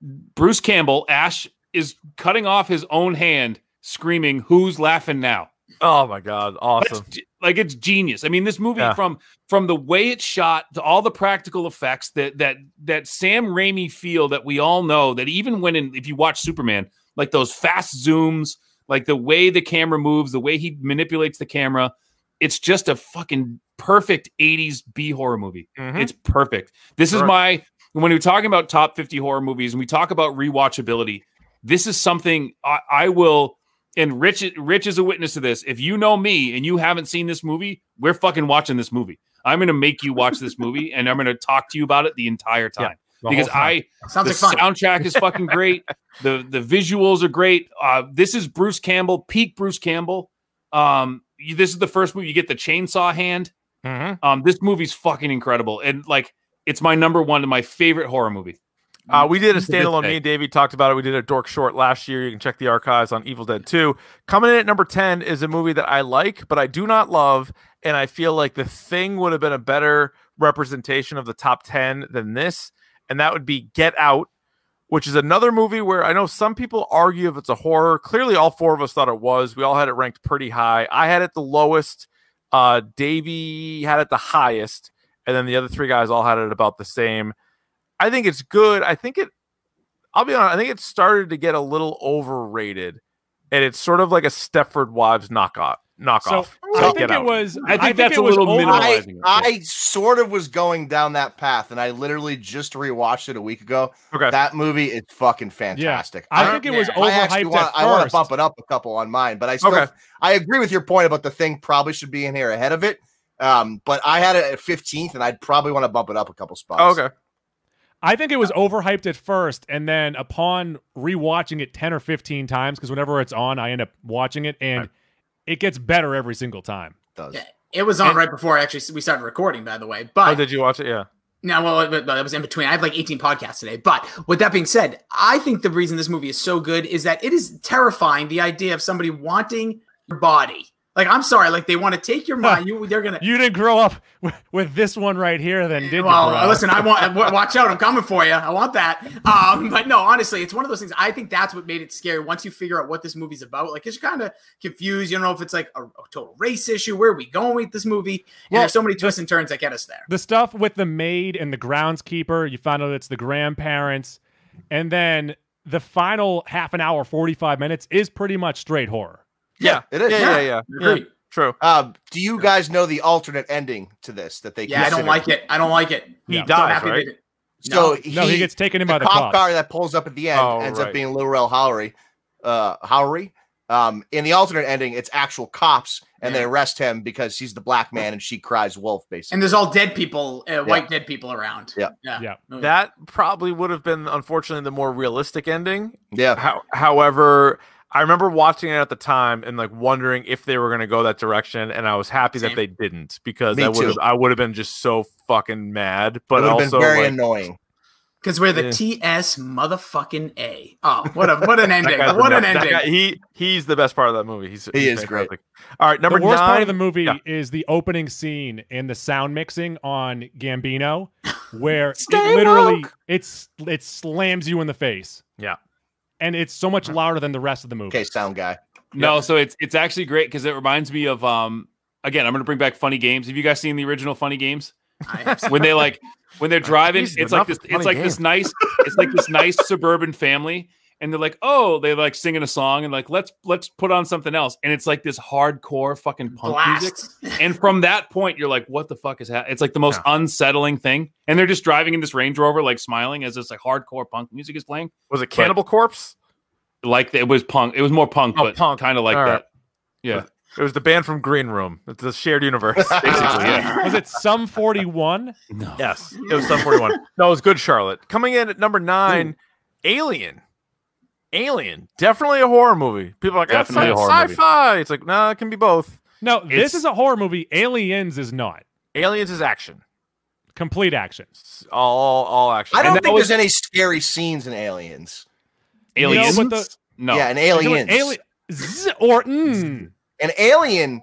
S6: Bruce Campbell, Ash, is cutting off his own hand, screaming, Who's laughing now?
S5: Oh my god, awesome.
S6: That's ge- like it's genius. I mean, this movie
S5: Yeah.
S6: from from the way it's shot to all the practical effects that that that Sam Raimi feel that we all know that even when in, if you watch Superman, like those fast zooms, like the way the camera moves, the way he manipulates the camera, it's just a fucking perfect 80s B horror movie.
S5: Mhm.
S6: It's perfect. This is
S5: Sure.
S6: my when we're talking about top 50 horror movies and we talk about rewatchability, this is something I, I will and Rich Rich is a witness to this. If you know me and you haven't seen this movie, we're fucking watching this movie. I'm gonna make you watch this movie and I'm gonna talk to you about it the entire
S5: Yeah,
S6: time. because I
S9: Sounds
S6: the
S9: like fun.
S6: soundtrack is fucking *laughs* great. the the visuals are great. Uh, this is Bruce Campbell, peak Bruce Campbell. Um, you, this is the first movie you get the chainsaw hand.
S5: Mhm.
S6: Mm-hmm. Um, this movie's fucking incredible, and like it's my number one and my favorite horror movie.
S5: Uh, we did a
S10: It's a good
S5: standalone.
S10: thing.
S5: Me and Davey talked about it. We did a dork short last year. You can check the archives on Evil Dead 2. Coming in at number 10 is a movie that I like, but I do not love. And I feel like The Thing would have been a better representation of the top 10 than this. And that would be Get Out, which is another movie where I know some people argue if it's a horror. Clearly, all four of us thought it was. We all had it ranked pretty high. I had it the lowest. Uh, Davey had it the highest. And then the other three guys all had it about the same. I think it's good. I think it I'll be honest, I think it started to get a little overrated. And it's sort of like a Stepford Wives knockoff knockoff.
S8: So, I
S5: Check
S8: think
S5: out.
S8: it was.
S6: I think that's
S8: it
S6: a
S8: was
S6: little
S8: over-
S6: minimalized.
S7: I,
S6: Minimalizing it,
S7: I sort of was going down that path, and I literally just rewatched it a week ago.
S5: Okay.
S7: That movie is fucking fantastic.
S8: I
S7: don't-
S8: think it was
S7: I actually
S8: overhyped
S7: want
S8: at
S7: I want to
S8: first.
S7: bump it up a couple on mine, but I still
S5: Okay.
S7: I agree with your point about the thing probably should be in here ahead of it. Um, but I had it at 15th, and I'd probably want to bump it up a couple spots.
S5: Oh, okay.
S8: I think it was overhyped at first, and then upon rewatching it ten or fifteen times, because whenever it's on, I end up watching it, and it gets better every single time.
S7: It does.
S9: Yeah, It was on
S5: And-
S9: right before actually we started recording, by the way.
S5: Oh,
S9: But
S5: did you watch it? Yeah.
S9: No, well, but that was in between. I have like 18 podcasts today. But with that being said, I think the reason this movie is so good is that it is terrifying the idea of somebody wanting your body. Like, I'm sorry, like they want to take your mind. You, they're gonna.
S8: You didn't grow up *laughs* with, with this one right here, then did
S9: well,
S8: you? bro?
S9: listen, I want w- watch out. I'm coming for you. I want that. Um, but no, honestly, it's one of those things. I think that's what made it scary. Once you figure out what this movie's about, like it's kind of confused. You don't know if it's like a, a total race issue. Where are we going with this movie? And
S8: Well,
S9: there's so many twists and turns that get us there.
S8: the stuff with the maid and the groundskeeper you find out it's the grandparents and then the final half an hour 45 minutes is pretty much straight horror
S5: Yeah.
S7: it is.
S5: Yeah, yeah, yeah. yeah.
S9: Agreed.
S5: True.
S7: Um, do you guys know the alternate ending to this that they?
S9: Yeah, I don't
S7: considered?
S9: like it. I don't like it.
S5: He
S8: Yeah.
S9: So
S5: dies,
S9: happy they
S5: right?
S9: didn't.
S7: So
S8: no he gets taken in by the
S7: cop
S8: cops
S7: car that pulls up at the end
S5: Oh,
S7: ends
S5: right.
S7: up being Lorel Howery. Uh, Howery. Um, in the alternate ending, it's actual cops and they
S9: Yeah.
S7: arrest him because he's the black man and she cries wolf, basically.
S9: And there's all dead people, uh, white dead people around.
S7: Yeah.
S9: Yeah.
S8: Yeah.
S5: That probably would have been unfortunately the more realistic ending.
S7: yeah,
S5: How, however, I remember watching it at the time and like wondering if they were going to go that direction, and I was happy
S9: Same.
S5: that they didn't because
S7: Me
S5: I would have
S7: too.
S5: I would have been just so fucking mad.
S7: but it
S5: But
S7: would have
S5: also
S7: been very
S5: like,
S7: annoying.
S9: Because we're the
S5: Yeah.
S9: TS motherfucking A. Oh, what a what an ending.
S5: *laughs* That guy's
S9: what
S5: the
S9: an
S5: best- that
S9: ending.
S5: guy- he he's the best part of that movie. He's
S7: He
S5: he's
S7: is great.
S5: fantastic. All right, number
S8: the worst
S5: nine.
S8: part of the movie
S5: yeah.
S8: is the opening scene and the sound mixing on
S5: *laughs*
S8: gambino where it
S9: Stay
S8: literally
S9: woke.
S8: it's it slams you in the face
S5: Yeah.
S8: and it's so much louder than the rest of the movie
S7: Okay,
S8: *laughs*
S7: sound guy.
S6: No, so it's it's actually great because it reminds me of um again, I'm gonna bring back funny games. Have you guys seen the original funny games?
S9: I have
S6: When
S9: *laughs*
S6: they like when they're driving,
S5: Jesus,
S6: it's like
S5: enough
S6: this,
S5: with Funny
S6: it's like this
S5: Games.
S6: nice, it's like this nice *laughs* suburban family, and they're like, oh, they like singing a song and like let's let's put on something else, and it's like this hardcore fucking punk music.
S9: blast.
S6: And from that point, you're like, what the fuck is happening? It's like the most unsettling thing. And they're just driving in this Range Rover, like smiling as this like hardcore punk music is playing.
S5: was it Cannibal Corpse?
S6: Like it was punk. It was more punk,
S5: Oh,
S6: but
S5: punk.
S6: kind of like
S5: All
S6: that.
S5: right.
S6: Yeah.
S5: It was the band from Green Room. It's a shared
S7: *laughs*
S5: universe.
S6: Basically, yeah.
S8: was it some 41
S6: No.
S5: yes, it was sub forty one. *laughs* No, it was good. Charlotte coming in at number nine. Alien. Alien, definitely a horror movie. People are like, that's
S6: Definitely a horror
S5: sci-
S6: movie.
S5: fi It's like, nah, it can be both.
S8: no
S5: It's-
S8: this is a horror movie aliens is not
S5: Aliens is action,
S8: complete action
S5: It's all all action.
S7: I
S5: And
S7: don't
S5: that
S7: think
S5: was-
S7: there's any scary scenes in Aliens.
S6: Aliens.
S8: No, but the-
S6: no.
S7: Yeah, in
S8: You're doing
S7: Aliens.
S8: Ali- Z- or
S5: Hmm.
S8: mm.
S7: An alien,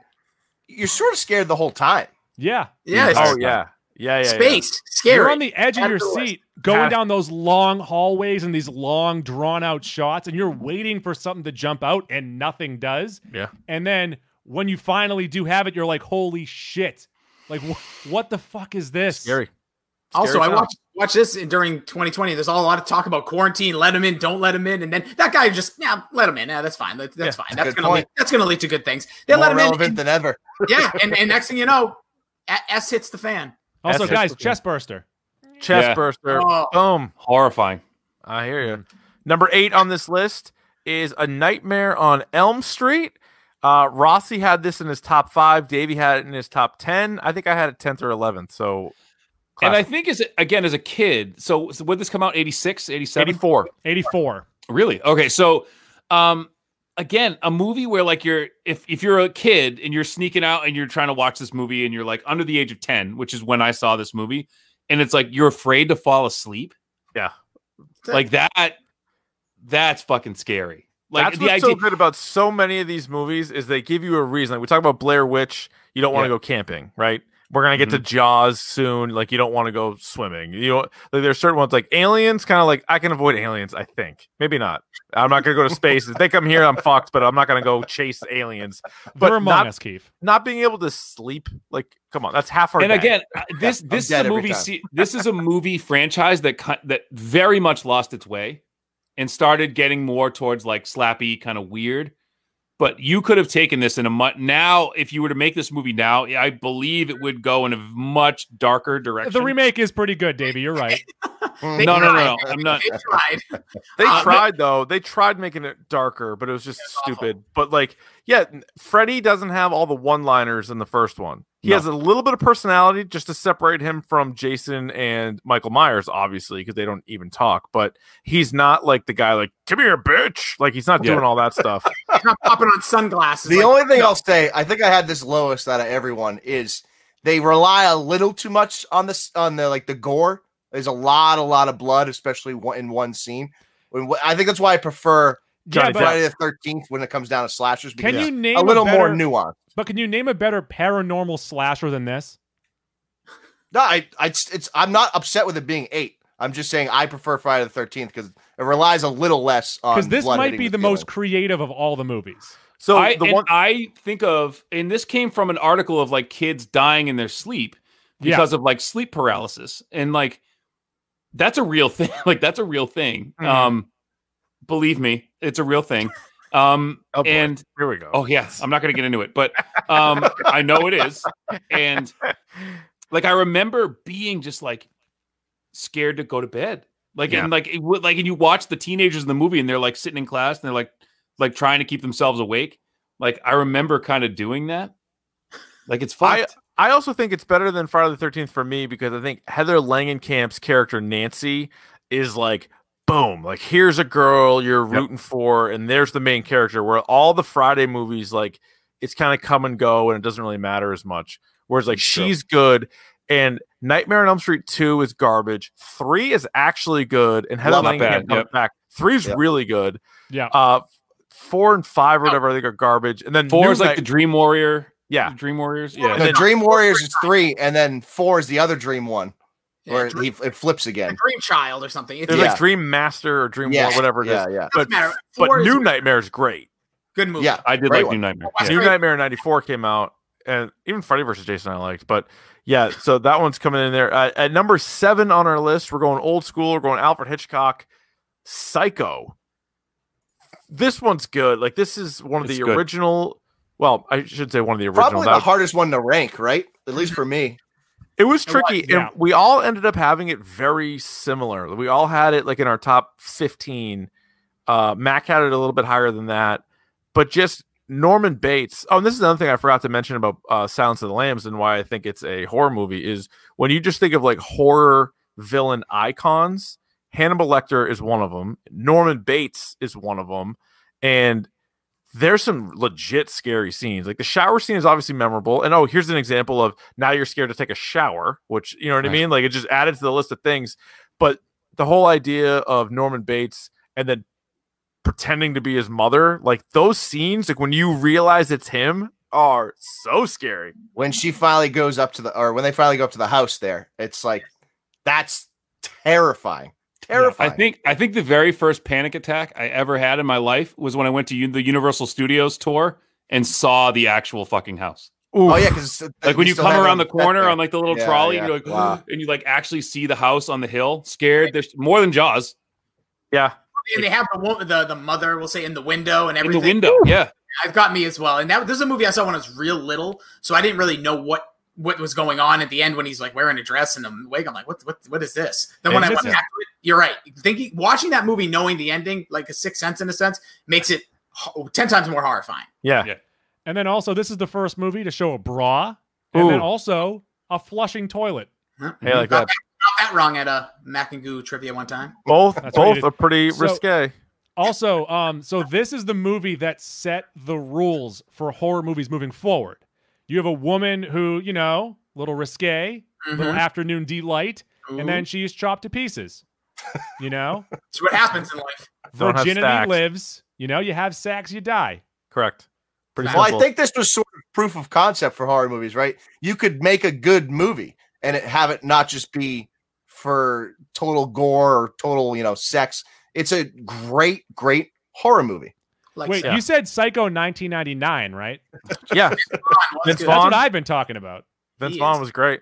S7: you're sort of scared the whole time.
S8: Yeah.
S9: Yeah, it's
S5: Oh yeah, yeah, yeah. yeah.
S9: space.
S8: You're
S9: Scary.
S8: on the edge of your
S9: Afterwards.
S8: seat going
S5: Half-
S8: down those long hallways and these long drawn out shots and you're waiting for something to jump out and nothing does.
S5: Yeah.
S8: And then when you finally do have it you're like holy shit. Like wh- what the fuck is this?
S5: Scary.
S9: also,
S5: Scary
S9: I
S5: time.
S9: watched watch this during 2020. There's all a lot of talk about quarantine. Let him in. Don't let him in. And then that guy just yeah, let him in. Yeah, that's fine. That- that's fine. That's
S7: good
S9: gonna
S7: point.
S9: lead, that's gonna lead to good things. They
S7: More
S9: let him
S7: relevant
S9: in.
S7: than ever.
S9: yeah, and, and next thing you know, a- S hits the fan.
S8: Also
S5: That's
S8: guys,
S5: interesting.
S8: chestburster.
S5: Chest
S6: Yeah.
S5: burster.
S9: Oh.
S5: Boom.
S6: Horrifying.
S5: I hear you.
S6: Mm-hmm.
S5: Number eight on this list is A Nightmare on Elm Street. Uh, Rossi had this in his top five. Davey had it in his top ten. I think I had it tenth or eleventh. So,
S6: And I
S5: classic.
S6: think is again as a kid. So, so would this come out 86, 87?
S5: eighty-four.
S8: 84.
S6: Really? Okay. So, um, again, a movie where like you're if if you're a kid and you're sneaking out and you're trying to watch this movie and you're like under the age of ten, which is when I saw this movie, and it's like you're afraid to fall asleep.
S5: Yeah.
S6: Like that, that's fucking scary. Like
S5: That's
S6: the
S5: what's
S6: idea.
S5: so good about so many of these movies is they give you a reason. Like we talk about Blair Witch, you don't want to
S6: Yeah.
S5: go camping, right? We're gonna get to Jaws soon. Like you don't want to go swimming. You know, like, there's certain ones like aliens. Kind of like I can avoid aliens. I think maybe not. I'm not gonna go to space. if they come here, I'm fucked. But I'm not gonna go chase aliens.
S8: They're
S5: But
S8: among
S5: not
S8: us, Keith.
S5: not being able to sleep. Like come on, that's half our.
S6: and
S5: day.
S7: *laughs*
S6: again, I- this
S7: I'm
S6: this is
S7: dead
S6: a
S7: every
S6: movie.
S7: time.
S6: Se- this is a movie *laughs* franchise that cut that very much lost its way and started getting more towards like slappy, kind of weird. But you could have taken this in a much now. If you were to make this movie now, I believe it would go in a much darker direction.
S8: The remake is pretty good, Davey.
S7: *laughs*
S8: You're right.
S7: Mm.
S6: No, no, no, no. I'm not.
S9: They tried.
S5: They
S9: Uh, but-
S5: tried though. They tried making it darker, but it was just
S9: awful.
S5: stupid. But like, yeah, n- Freddy doesn't have all the one-liners in the first one. He
S6: No.
S5: has a little bit of personality just to separate him from Jason and Michael Myers, obviously, because they don't even talk. But he's not like the guy like "Come here, bitch." Like he's not
S6: Yeah.
S5: doing all that
S6: *laughs*
S5: stuff.
S9: They're not popping on sunglasses.
S7: The
S9: like,
S7: only thing I'll say, I think I had this lowest out of everyone is they rely a little too much on this on the like the gore. There's a lot, a lot of blood, especially one- in one scene. When- wh- I think that's why I prefer
S5: Johnny
S8: but-
S7: Friday the Thirteenth when it comes down to slashers.
S8: Can
S7: because
S8: you name
S7: a little more
S8: better-
S7: nuance?
S8: But can you name a better paranormal slasher than this?
S7: No, I, I, it's, it's, I'm not upset with it being eight. I'm just saying I prefer Friday the Thirteenth because it relies a little less on.
S8: Because this
S7: blood
S8: might
S7: hitting
S8: be the
S7: ceiling.
S8: most creative of all the movies.
S5: So
S6: I,
S5: the
S6: and
S5: one
S6: I think of, and this came from an article of like kids dying in their sleep
S8: Yeah.
S6: because of like sleep paralysis, and like that's a real *laughs* thing. Like that's a real thing.
S5: Mhm.
S6: Um, believe me, it's a real thing. Um,
S5: Oh, boy.
S6: and
S5: here we go.
S6: oh yeah, I'm not going to get into it, but um, I know it is, and like I remember being just like scared to go to bed. Like
S5: Yeah.
S6: and like it would like and you watch the teenagers in the movie and they're like sitting in class and they're like like trying to keep themselves awake. Like I remember kind of doing that. Like it's fucked.
S5: I also think it's better than Friday the Thirteenth for me because I think Heather Langenkamp's character Nancy is like boom, like here's a girl you're rooting for, and there's the main character. Where all the Friday movies, like it's kind of come and go, and it doesn't really matter as much. Whereas like
S6: True.
S5: she's good, and Nightmare on Elm Street two is garbage. Three is actually good, and Heather
S6: Love it.
S5: Langenkamp
S6: Not bad,
S5: comes
S6: yep.
S5: back. Three is
S7: Yep.
S5: really good.
S8: Yeah.
S5: Uh, four and five or whatever I think are garbage, and then
S6: Four
S5: New
S6: is like
S5: Night-
S6: the Dream Warrior.
S5: yeah.
S6: the Dream Warriors. Yeah.
S5: And
S7: The
S5: then-
S7: Dream Warriors is three, and then four is the other Dream one
S9: yeah,
S7: where
S9: dream,
S7: he it flips again.
S9: dream Child or something. It's
S5: There's
S7: Yeah.
S5: like Dream Master or Dream War, whatever it is.
S7: yeah, yeah.
S5: but,
S9: doesn't matter.
S5: but
S9: Four is
S5: New
S9: a
S5: Nightmare is great.
S9: good movie.
S7: Yeah.
S6: I did
S7: Great
S6: like
S7: one.
S6: New Nightmare.
S9: That's
S6: Yeah.
S5: New
S9: great.
S5: Nightmare in '94 came out, and even Freddy vs. Jason I liked. But yeah, so that one's coming in there uh, at number seven on our list. We're going old school. We're going Alfred Hitchcock, Psycho. This one's good. Like this is one of
S6: It's
S5: the
S6: good.
S5: original. Well, I should say one of the original.
S7: Probably
S5: That-
S7: the hardest one to rank, right? At least for me.
S5: It was
S9: It was,
S5: tricky,
S8: yeah.
S5: and we all ended up having it very similar. We all had it like in our top fifteen. Uh, Mac had it a little bit higher than that, but just Norman Bates. Oh, and this is another thing I forgot to mention about uh, Silence of the Lambs and why I think it's a horror movie is when you just think of like horror villain icons. Hannibal Lecter is one of them. Norman Bates is one of them, and there's some legit scary scenes. Like the shower scene is obviously memorable. And oh, here's an example of now you're scared to take a shower, which you know what I
S6: Right.
S5: mean? Like it just added to the list of things. But the whole idea of Norman Bates and then pretending to be his mother, like those scenes, like when you realize it's him, are so scary.
S7: *laughs* When she finally goes up to the or when they finally go up to the house there, it's like that's terrifying.
S6: I
S7: Terrifying.
S6: think I think the very first panic attack I ever had in my life was when I went to un- the Universal Studios tour and saw the actual fucking house.
S7: oh yeah, because
S6: like when you come around the corner on like the little
S7: Yeah,
S6: trolley,
S7: yeah.
S6: you're like,
S7: Wow.
S6: and you like actually see the house on the hill. Scared. There's more than Jaws
S5: Yeah.
S9: And they have the, wo- the the mother, we'll say, in the window and everything.
S6: in the window. Yeah,
S9: I've got me as well. And that this is a movie I saw when I was real little, so I didn't really know what what was going on at the end when he's like wearing a dress and the wig. I'm like, what what what is this? Then when
S8: Is
S9: I
S8: this
S9: went
S8: it?
S9: back to it, you're right. Thinking watching that movie, knowing the ending, like a sixth sense in a sense, makes it ho- ten times more horrifying.
S5: Yeah.
S6: Yeah.
S8: And then also, this is the first movie to show a bra, and then
S5: Ooh.
S8: also a flushing toilet.
S5: Hey, like uh,
S9: got
S5: that.
S9: that. got that wrong at a Mac and Goo trivia one time.
S5: Both
S8: That's
S5: both
S8: what you did.
S5: are pretty
S8: So-
S5: risque.
S8: Also, um, so this is the movie that set the rules for horror movies moving forward. You have a woman who,
S5: Mm-hmm.
S8: you know, little risque, little afternoon delight, and then she is chopped to pieces. You know,
S9: It's what happens in life.
S5: *laughs* Don't have
S8: virginity
S5: stacks.
S8: lives. You know, you have sex, you die.
S5: Correct. Pretty
S7: Well, I
S5: simple.
S7: think this was sort of proof of concept for horror movies, right? You could make a good movie and it, have it not just be for total gore or total, you know, sex. It's a great, great horror movie.
S9: Like
S8: Wait,
S5: Yeah.
S8: you said Psycho 1999, right?
S5: yeah, Vince
S9: good.
S8: That's
S5: Vaughn.
S8: what I've been talking about.
S5: Vince
S9: He
S5: Vaughn
S9: is-
S5: was great.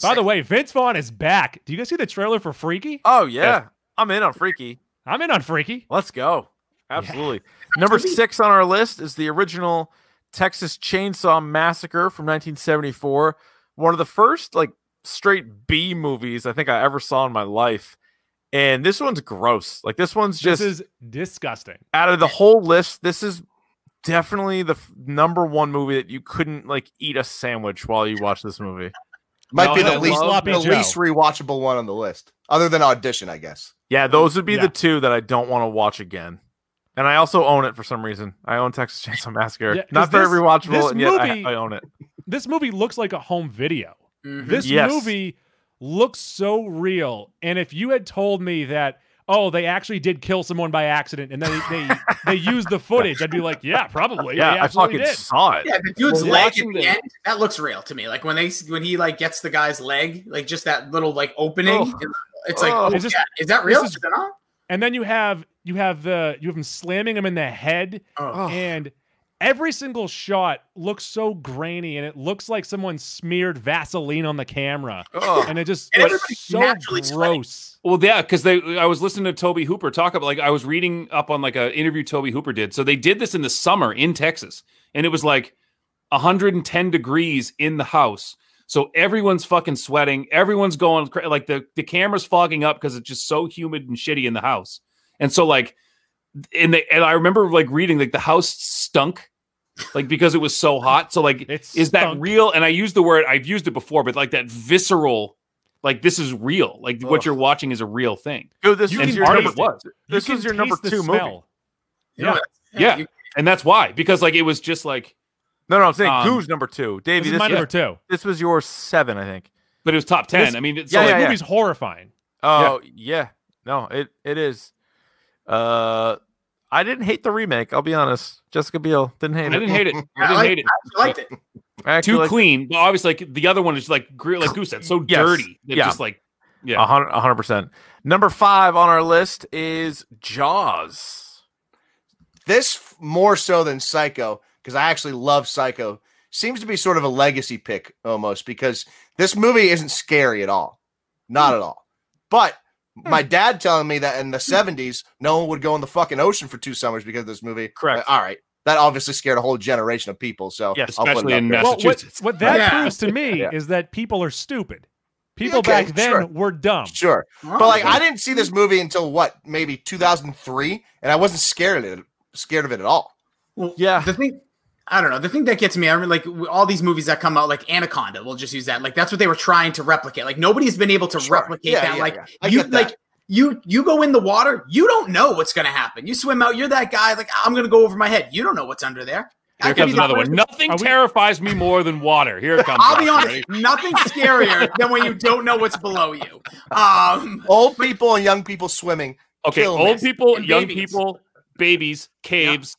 S8: By the way, Vince Vaughn is back. Do you guys see the trailer for Freaky?
S5: Oh yeah, I'm in on Freaky.
S8: I'm in on Freaky.
S5: Let's go. Absolutely. Number six on our list is the original Texas Chainsaw Massacre from 1974. One of the first like straight B movies I think I ever saw in my life. And this one's gross. Like this one's just
S8: this is disgusting.
S5: out of the whole list, this is definitely the f- number one movie that you couldn't like eat a sandwich while you watch this movie.
S7: Might
S8: No,
S7: be the
S8: I
S7: least,
S8: love
S7: the
S8: Sloppy
S7: least
S8: Joe.
S7: rewatchable one on the list, other than Audition, I guess.
S5: Yeah, those would be
S8: Um, Yeah.
S5: the two that I don't want to watch again. And I also own it for some reason. I own Texas Chainsaw Massacre.
S8: Yeah, 'cause
S5: Not very
S8: this-
S5: rewatchable,
S8: this
S5: and yet I-
S8: movie-
S5: I own it.
S8: This movie looks like a home video.
S9: Mhm.
S8: This
S5: Yes.
S8: movie looks so real. And if you had told me that, oh, they actually did kill someone by accident and they they, they used the footage, I'd be like, yeah, probably.
S5: Yeah,
S8: they
S5: I
S8: absolutely
S5: fucking
S8: did.
S5: saw it.
S9: Yeah, the dude's
S6: Well,
S9: leg at
S6: watching
S9: the
S6: the-
S9: end, that looks real to me. Like when they when he like gets the guy's leg, like just that little like opening.
S5: Oh.
S9: and It's like,
S5: Oh.
S9: oh,
S8: It's just-
S9: yeah. is that real?
S8: this
S9: Is,
S8: is-
S9: it not?
S8: And then you have you have the you have him slamming him in the head
S9: Oh.
S5: Ugh.
S8: and every single shot looks so grainy and it looks like someone smeared Vaseline on the camera.
S5: Ugh.
S8: And it just
S9: And
S8: looks
S9: everybody's
S8: so
S9: naturally sweating.
S8: gross.
S6: Well, yeah, because they I was listening to Toby Hooper talk about like I was reading up on like an interview Toby Hooper did. So they did this in the summer in Texas, and it was like 110 degrees in the house. So everyone's fucking sweating. Everyone's going cra- like the the camera's fogging up because it's just so humid and shitty in the house. And so like, and they and I remember like reading like the house stunk, like because it was so hot. So like
S8: It's
S6: is that real? And I use the word I've used it before, but like that visceral, like this is real. Like
S5: Ugh.
S6: what you're watching is a real thing.
S5: Dude, this
S8: You
S5: is
S8: can
S5: your
S8: taste
S5: number
S8: it.
S5: one. This is your number two movie.
S9: You know
S6: yeah.
S9: what?
S6: Yeah.
S9: you-
S6: And that's why, because like it was just like,
S5: No, no, I'm saying
S6: Um,
S5: who's number two,
S8: This
S5: Davey.
S8: is
S5: This,
S8: my
S5: was-
S8: number two.
S5: this was your seven, I think.
S6: but it was top ten.
S8: This-
S6: I mean, it's
S5: Yeah,
S8: So
S6: like,
S8: the
S5: yeah, yeah.
S8: movie's horrifying.
S5: Oh yeah. no, it it is. Uh, I didn't hate the remake. I'll be honest. Jessica Biel didn't hate
S6: I
S5: it.
S6: didn't hate it. I
S9: Yeah,
S6: didn't
S9: like-
S6: hate it.
S9: I liked it.
S5: I actually
S6: Too
S5: liked
S6: clean. But obviously, like the other one is like gre- like Goose said, so
S5: Yes.
S6: dirty. That
S5: Yeah. Uh-huh.
S6: just like
S5: it.
S6: Yeah.
S5: A hundred a hundred percent. Number five on our list is Jaws.
S7: This f- more so than Psycho, because I actually love Psycho, seems to be sort of a legacy pick almost because this movie isn't scary at all. Not at all. But my dad telling me that in the 70s, no one would go in the fucking ocean for two summers because of this movie.
S5: Correct.
S7: All right. That obviously scared a whole generation of people. So
S5: Yeah,
S7: I'll put it
S6: especially
S7: up
S6: in
S7: there.
S8: Well, what,
S6: Massachusetts.
S8: what that
S9: Yeah.
S6: *laughs*
S8: proves to me
S7: Yeah.
S8: is that people are stupid. People
S7: okay,
S8: back then
S7: sure.
S8: were dumb.
S7: Sure.
S9: Well,
S7: But like
S9: yeah.
S7: I didn't see this movie until what, maybe 2003, and I wasn't scared of it scared of it at all.
S9: Well,
S5: Yeah.
S9: The thing, I don't know. The thing that gets me, I mean, like w- all these movies that come out, like Anaconda, we'll just use that. Like that's what they were trying to replicate. Like nobody's been able to
S7: Sure.
S9: replicate
S7: Yeah,
S9: that.
S7: yeah,
S9: like
S7: yeah. I
S9: you,
S7: get that.
S9: like you, you go in the water, you don't know what's going to happen. You swim out, you're that guy. Like "Ah, I'm going to go over my head. You don't know what's under there. I
S6: Here
S9: could
S6: comes
S9: be the
S6: another
S9: first-
S6: one. Nothing
S8: Are we-
S6: terrifies me more than water.
S8: *laughs*
S6: Here it comes.
S9: I'll be
S6: Josh.
S5: *laughs*
S9: honest, nothing scarier than when you don't know what's below you. Um,
S7: Old people and young people swimming.
S6: Okay,
S7: Kill
S6: old
S7: me.
S6: people,
S9: And
S6: young
S9: babies.
S6: people, babies, caves.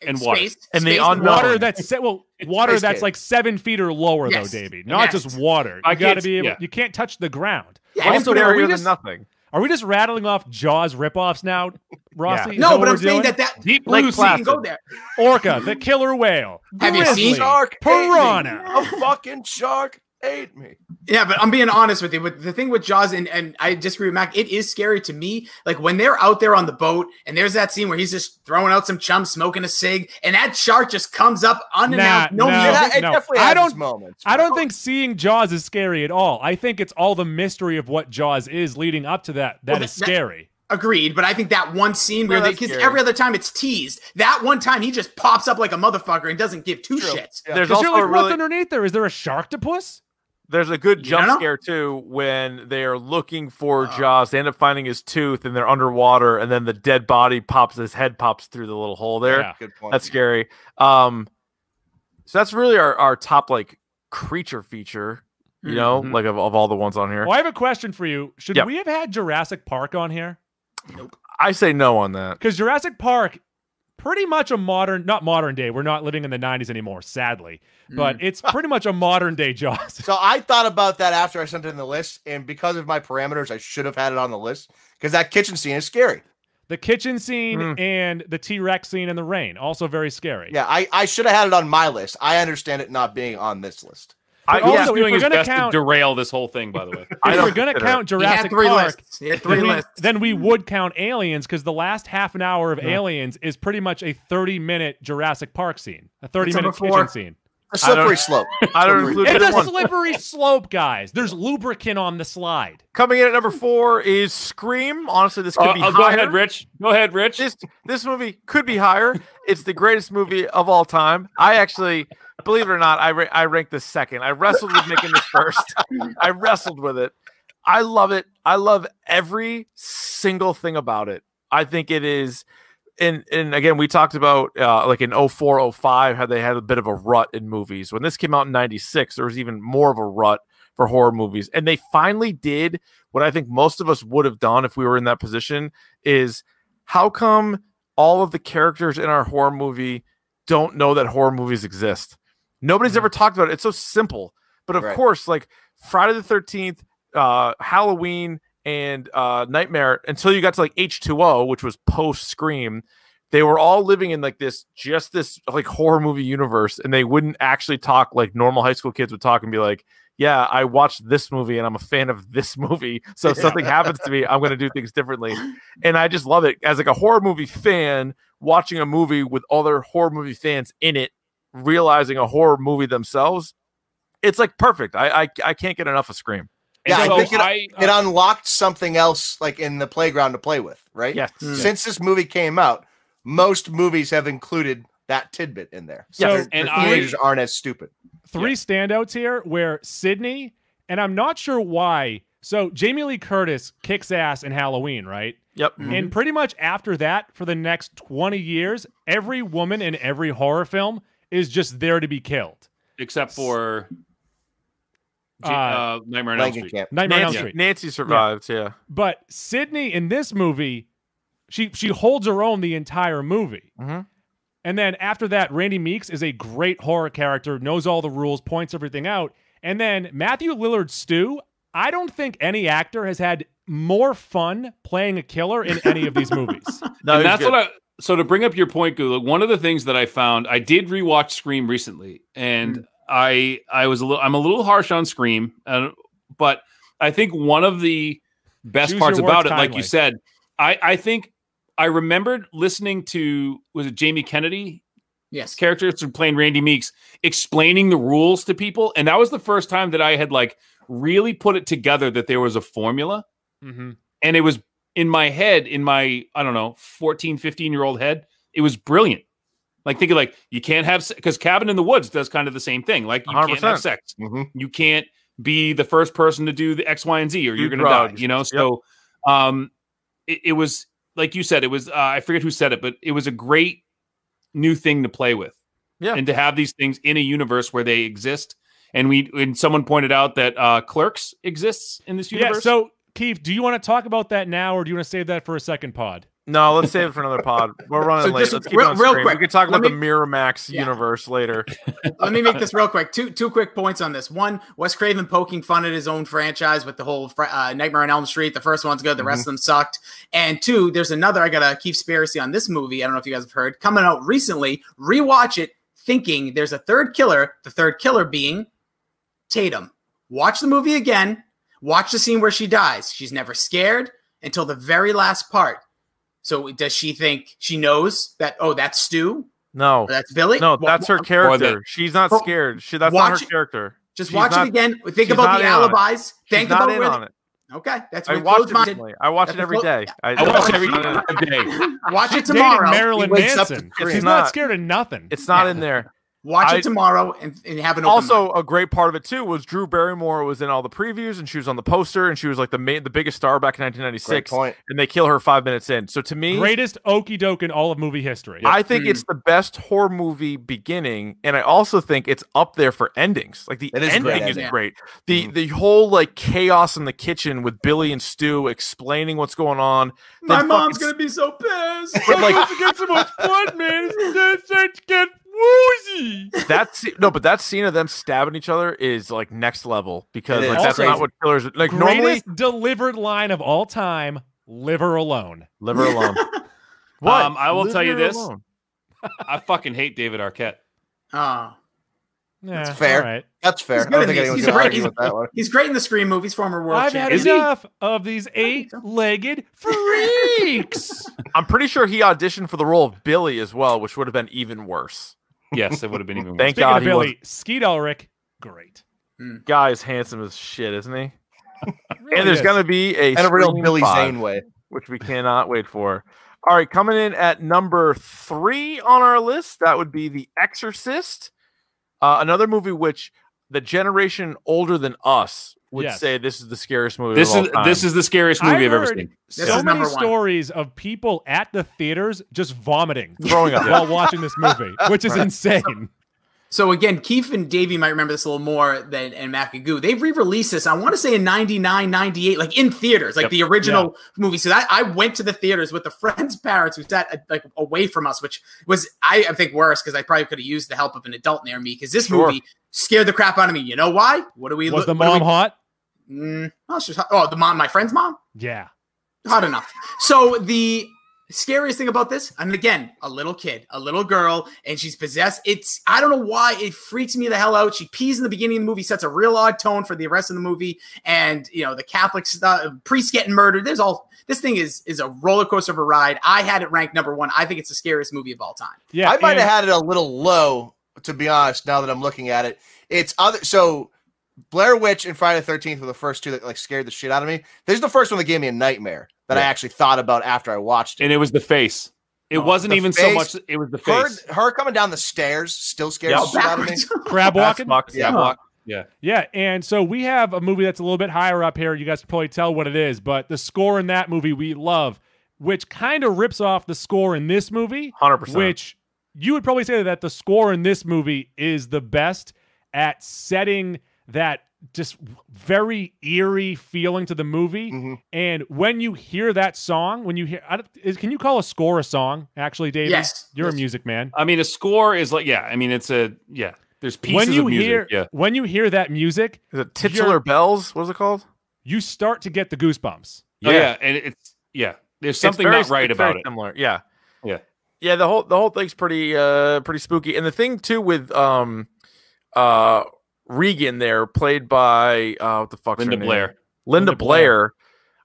S6: And water.
S5: And the
S9: space
S5: unknown.
S8: Water that's se- well, water
S7: space
S8: that's
S7: cave.
S8: like seven feet or lower
S9: Yes.
S8: though, Davey. Not
S9: Yes.
S8: just water.
S6: I
S8: You got to
S6: can't-
S8: be able,
S6: yeah.
S8: you can't touch the ground.
S9: Yeah,
S5: Also,
S8: Also, are we
S5: scarier than
S8: just
S5: nothing.
S8: are we just rattling off Jaws ripoffs now, Rossi? Is that
S9: no,
S8: what
S9: but I'm
S8: we're doing?
S9: saying that that
S6: Deep
S5: Lake
S6: blue sea.
S5: Placid.
S9: you can go there.
S8: Orca, the killer whale,
S9: Have you
S8: grizzly,
S9: seen
S7: Shark ate me.
S8: piranha.
S7: A fucking shark ate me.
S9: Yeah, but I'm being honest with you. But the thing with Jaws, and, and I disagree with Mac, it is scary to me. Like when they're out there on the boat, and there's that scene where he's just throwing out some chum, smoking a cig, and that shark just comes up unannounced.
S8: Nah,
S9: no,
S8: nah.
S9: music.
S7: Yeah, it
S8: no.
S7: definitely
S8: I
S7: has its
S8: don't-
S7: moments.
S8: I don't
S7: but-
S8: think seeing Jaws is scary at all. I think it's all the mystery of what Jaws is leading up to that
S9: Well,
S8: that is
S9: that- that-
S8: scary.
S9: agreed. But I think that one scene
S5: No,
S9: where
S5: that's
S9: because
S5: scary.
S9: every other time it's teased, that one time he just pops up like a motherfucker and doesn't give two
S7: True.
S9: shits.
S7: Yeah.
S5: There's
S8: Because
S5: also
S8: you're like,
S5: a
S8: what's
S5: really
S8: underneath there? Is there a sharktopus?
S5: There's a good
S9: You
S5: jump
S9: know?
S5: scare too when they are looking for
S6: Uh-huh.
S5: Jaws. They end up finding his tooth, and they're underwater, and then the dead body pops. His head pops through the little hole there.
S8: Yeah.
S7: Good point.
S5: That's scary. Um, so that's really our our top like creature feature. You know,
S8: Mhm.
S5: like of, of all the ones on here,
S8: Well, I have a question for you. Should
S5: Yep.
S8: we have had Jurassic Park on here?
S5: I say no on that.
S8: Because Jurassic Park, pretty much a modern, not modern day. We're not living in the 90s anymore, sadly. But it's pretty much a modern day *laughs* Jaws.
S7: So I thought about that after I sent in the list, and because of my parameters, I should have had it on the list because that kitchen scene is scary.
S8: The kitchen scene
S5: Mm.
S8: and the T Rex scene in the rain, also very scary.
S7: Yeah, I, I should have had it on my list. I understand it not being on this list.
S6: I,
S8: But also,
S6: he's
S8: if
S6: doing
S8: we're
S6: his
S8: gonna
S6: best
S8: count-
S6: to
S8: Uh,
S6: derail this whole thing. By the way,
S5: I
S8: If
S5: don't
S8: we're going to
S5: consider it.
S8: count
S9: He had
S8: Jurassic
S9: three
S8: Park,
S9: lists. He had
S8: then
S9: three
S8: we-
S9: lists.
S8: then we would count Aliens because the last half an hour of Aliens is pretty much a 30 minute Jurassic Park scene, a 30 minute
S9: number
S8: kitchen
S9: four.
S8: scene.
S7: A
S5: I don't-
S7: slippery slope.
S5: I
S8: *laughs*
S5: don't
S7: Slippery.
S5: include
S8: It's
S5: this
S8: a
S5: one.
S8: slippery slope, guys. There's lubricant on the slide.
S5: Coming in at number four is Scream. Honestly, this could
S6: Uh,
S5: be
S6: uh,
S5: higher.
S6: go ahead, Rich. Go ahead, Rich.
S5: This this movie could be higher. It's the greatest movie of all time. I actually, believe it or not, I ra- I ranked this second. I wrestled with making this first. I wrestled with it. I love it. I love every single thing about it. I think it is. And, and again, we talked about uh, like in 04, 05, how they had a bit of a rut in movies. When this came out in 96, there was even more of a rut for horror movies. And they finally did what I think most of us would have done if we were in that position is how come all of the characters in our horror movie don't know that horror movies exist? Nobody's ever talked about it. It's so simple. But of
S7: Right.
S5: course, like Friday the 13th, uh, Halloween, and uh, Nightmare, until you got to like H2O, which was post Scream, they were all living in like this, just this like horror movie universe. And they wouldn't actually talk like normal high school kids would talk and be like, yeah, I watched this movie and I'm a fan of this movie. So if something happens to me, I'm going to do things differently. And I just love it as like a horror movie fan watching a movie with other horror movie fans in it, realizing a horror movie themselves. It's like perfect. I I, I can't get enough of Scream.
S7: Yeah, I
S6: so
S7: think it-
S6: I,
S7: It unlocked something else like in the playground to play with, right?
S5: Yes.
S7: Since this movie came out, most movies have included that tidbit in there.
S8: So-
S7: Their-
S6: And
S7: their
S6: I-
S7: teenagers aren't as stupid.
S8: three standouts here where Sydney, and I'm not sure why. So Jamie Lee Curtis kicks ass in Halloween, right?
S6: Mm-hmm.
S5: Yep.
S8: And pretty much after that, for the next 20 years, every woman in every horror film is just there to be killed.
S6: except for J-
S8: Uh,
S6: uh, Nightmare on Elm Street.
S7: Langenkamp.
S8: Nightmare on Elm
S5: Nancy,
S8: Street.
S5: Nancy survived. Yeah.
S8: But Sydney in this movie, she she holds her own the entire movie.
S5: Mhm.
S8: And then after that, Randy Meeks is a great horror character, knows all the rules, points everything out. And then Matthew Lillard's Stu, I don't think any actor has had more fun playing a killer in any of these movies.
S5: No,
S6: and
S5: he's
S6: that's
S5: good.
S6: what I. So to bring up your point, Gula, one of the things that I found, I did rewatch Scream recently, and I I was a little, I'm a little harsh on Scream, uh, but I think one of the best
S8: Choose
S6: parts
S8: your words
S6: about it, like
S8: kindly.
S6: you said, I I think I remembered listening to was it Jamie Kennedy
S9: yes.
S6: characters who playing Randy Meeks explaining the rules to people, and that was the first time that I had like really put it together that there was a formula
S5: Mm-hmm.
S8: Mhm.
S6: and it was in my head in my i don't know 14 15 year old head it was brilliant like thinking like you can't have because cabin in the woods does kind of the same thing like you can not have
S5: 100%.
S6: sex
S7: Mhm.
S6: you can't be the first person to do the x y and z or you're
S5: Do
S6: gonna die
S5: drugs.
S6: you know so um it, it was like you said it was uh, i forget who said it but it was a great new thing to play with
S5: Yeah.
S6: and to have these things in a universe where they exist and we and someone pointed out that uh clerks exists in this
S8: Yeah,
S6: universe
S8: so Keith, do you want to talk about that now or do you want to save that for a second pod?
S5: No, let's save it for another pod. We're running
S9: So
S5: late.
S9: just
S5: Let's keep
S9: real-
S5: it on
S9: real
S5: Scream.
S9: quick,
S5: We can talk
S9: let
S5: about the Miramax
S9: Yeah.
S5: universe later.
S9: Let me make this real quick. Two two quick points on this. One, Wes Craven poking fun at his own franchise with the whole fr- uh, Nightmare on Elm Street. The first one's good, the rest of them sucked. And two, there's another I got a Keith Spiracy on this movie. I don't know if you guys have heard coming out recently. Rewatch it, thinking there's a third killer. The third killer being Tatum. Watch the movie again. Watch the scene where she dies. She's never scared until the very last part. So does she think she knows that? Oh, that's Stu.
S5: No,
S9: Or that's Billy.
S5: no,
S9: Wha-
S5: that's her
S9: wha-
S5: character. She's not
S9: Well,
S5: scared. She that's not her
S9: watch it.
S5: character.
S9: Just
S5: She's
S9: watch
S5: not-
S9: it again. Think
S5: she's not
S9: about the
S5: in on it.
S9: alibis.
S5: She's
S9: Think
S5: not
S9: about
S5: in
S9: where.
S5: on it.
S9: Okay, that's
S5: I
S9: where
S5: watched
S9: closed
S5: it
S9: minded.
S5: recently. I watch it
S9: That's
S5: every
S9: clo-
S5: day.
S6: I watch
S9: watched
S6: every
S5: it's not in-
S6: day.
S9: Watch it
S8: Dated
S9: tomorrow.
S8: Marilyn
S7: wakes up to
S8: Manson.
S7: Scream.
S8: He's
S5: It's
S8: not
S5: not.
S8: scared of nothing.
S5: It's not
S9: Yeah.
S5: in there.
S9: Watch
S5: I-
S9: it tomorrow and, and have an open mind.
S5: also a great part of it too was Drew Barrymore was in all the previews and she was on the poster and she was like the main, the biggest star back in
S7: Great
S5: 1996
S7: point.
S5: and they kill her 5 minutes in. So to me
S8: Greatest okey doke in all of movie history.
S5: I think it's the best horror movie beginning, and I also think it's up there for endings. Like the
S7: It is a
S5: ending
S7: great
S5: is
S9: ending.
S5: great. The the whole like chaos in the kitchen with Billy and Stu explaining what's going on. then
S9: My mom's
S5: fucking-
S9: gonna be so pissed.
S5: but, like
S8: get so much blood, man. It's it's get woozy.
S5: that se- no, but that scene of them stabbing each other is like next level because
S7: It
S5: like,
S8: is.
S5: that's not
S7: Crazy.
S5: what killers like normally.
S8: Greatest delivered line of all time. Liver alone.
S5: Live her alone. What?
S6: Um, I will
S5: Leave
S6: tell you
S5: her
S6: this.
S5: alone.
S6: I fucking hate David Arquette.
S9: Oh.
S8: That's
S7: fair.
S8: All right.
S7: That's fair.
S9: He's
S7: I
S9: good
S7: don't
S9: in
S7: think
S9: these.
S7: anyone's going
S9: He's
S7: to
S9: great.
S7: argue
S9: He's-
S7: with that one.
S9: He's great in the Scream movies, former world
S8: I've had
S9: champion.
S8: enough of these eight-legged freaks.
S5: I'm pretty sure he auditioned for the role of Billy as well, which would have been even worse.
S6: Yes, it would have
S5: *laughs*
S6: been even worse.
S5: Thank
S8: Speaking
S5: God
S8: of
S5: he was.
S8: Billy, Skeet Ulrich, great.
S5: Guy is handsome as shit, isn't he? and there's going to be a
S7: And a real
S5: Scream
S7: Billy
S5: five,
S7: Zane way.
S5: which we cannot wait for. All right, coming in at number three on our list, that would be The Exorcist, uh, another movie which the generation older than us would
S8: Yes.
S5: say this is the scariest movie.
S6: This
S5: of all
S6: is this
S5: time.
S6: is the scariest movie
S8: I
S6: I have ever
S8: heard-
S6: seen.
S9: This
S8: so
S9: is number
S8: many
S9: one.
S8: stories of people at the theaters just vomiting
S5: throwing up.
S8: while watching this movie, which is insane.
S9: So again, Keith and Davey might remember this a little more than and Macagoo. They've re-released this, I want to say in 99, 98, like in theaters, like
S5: Yep.
S9: the original movie. So that I went to the theaters with a friend's *laughs* parents who sat uh, like away from us, which was I, I think worse because I probably could have used the help of an adult near me because this
S5: Sure.
S9: movie scared the crap out of me. You know why? What do we
S8: Was
S9: look
S8: the
S9: what do
S8: mom hot?
S9: we, mm, oh, she's hot. oh, the mom, my friend's mom?
S8: Yeah.
S9: hot enough. So the scariest thing about this, and again, a little kid, a little girl, and she's possessed. It's I don't know why it freaks me the hell out. She pees in the beginning of the movie, sets a real odd tone for the rest of the movie, and you know the Catholic stuff, priest getting murdered. There's all this thing is is a roller coaster of a ride. I had it ranked number one. I think it's the scariest movie of all time.
S8: Yeah.
S7: I might
S8: and-
S7: have had it a little low, to be honest. Now that I'm looking at it, it's other so Blair Witch and Friday the Thirteenth were the first two that like scared the shit out of me. This is the first one that gave me a nightmare that I
S6: Yeah.
S7: actually thought about after I watched it.
S6: And it was the face. It
S7: Oh,
S6: wasn't
S7: the
S6: even so
S7: face-
S6: much. It was the
S7: Her,
S6: face.
S7: her coming down the stairs still scares
S5: Yeah,
S7: the shit out of me.
S9: Backwards.
S8: crab
S5: That's
S8: walking.
S5: fucked.
S7: Yeah.
S8: Yeah, and so we have a movie that's a little bit higher up here. You guys can probably tell what it is, but the score in that movie we love, which kind of rips off the score in this movie,
S5: 100%.
S8: which you would probably say that the score in this movie is the best at setting that just very eerie feeling to the movie.
S6: Mm-hmm.
S7: Mhm.
S8: And when you hear that song, when you hear, I don't, is, can you call a score a song? Actually, David,
S9: Yes.
S8: you're
S9: Yes.
S8: a music man.
S6: I mean, a score is like yeah. I mean, it's a yeah. There's pieces
S8: When you
S6: of music.
S8: hear,
S6: yeah.
S8: when you hear that music,
S5: Is it Titular Bells? What is it called?
S8: you start to get the goosebumps.
S6: Yeah.
S5: Yeah.
S6: Oh, yeah, and it's yeah. There's something
S5: It's very-
S6: not right
S5: it's very
S6: about it.
S5: Similar, yeah,
S6: Yeah.
S5: yeah. The whole the whole thing's pretty uh pretty spooky. And the thing too with um uh Regan there, played by uh what the fuck's
S6: Linda
S5: her name?
S6: Blair.
S5: Linda,
S8: Linda Blair.
S5: Blair.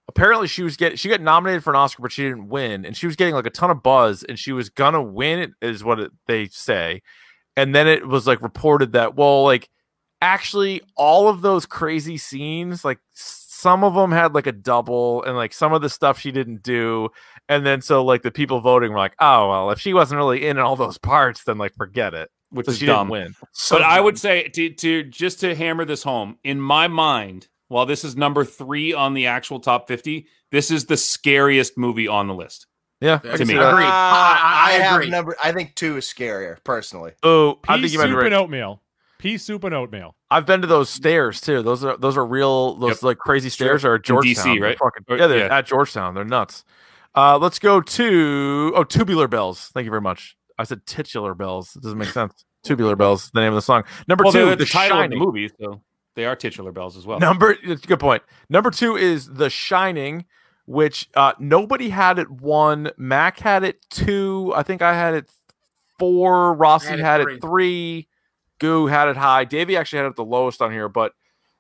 S5: Apparently, she was get she got nominated for an Oscar, but she didn't win, and she was getting like a ton of buzz, and she was gonna win it, is what it, they say. And then it was like reported that well, like actually, all of those crazy scenes, like some of them had like a double, and like some of the stuff she didn't do, and then so like the people voting were like, oh well, if she wasn't really in all those parts, then like forget it,
S6: Which
S5: so
S6: is
S5: she
S6: dumb.
S5: didn't win.
S9: *laughs* So
S6: but I would
S9: dumb.
S6: say to, to just to hammer this home in my mind, while this is number three on the actual top fifty, this is the scariest movie on the list.
S5: Yeah,
S6: To
S5: I can
S6: me.
S5: see
S7: Uh,
S5: that.
S9: Agreed. I- I- I
S7: have
S9: agree.
S7: number. I think two is scarier personally.
S5: Oh, I think
S8: Pea
S5: you
S8: soup
S5: might be right.
S8: and oatmeal. Pea soup and oatmeal.
S5: I've been to those stairs too. Those are those are real. Those like crazy stairs are at
S6: In DC,
S5: Georgetown. They're
S6: right?
S5: fucking-
S6: Or-
S5: yeah, they're
S6: yeah.
S5: at Georgetown. They're nuts. Uh, let's go to oh tubular bells. Thank you very much. I said titular bells. It doesn't make sense. tubular bells. is The name of the song. Number
S6: Well,
S5: two,
S6: they're
S5: the,
S6: the title
S5: shining.
S6: of the movie, so they are titular bells as well.
S5: Number it's a good point. Number two is The Shining, which uh nobody had it one. Mac had it two. I think I had it four. Rossi
S9: had
S5: had,
S9: it
S5: it three. Goo had it high. Davey actually had it the lowest on here, but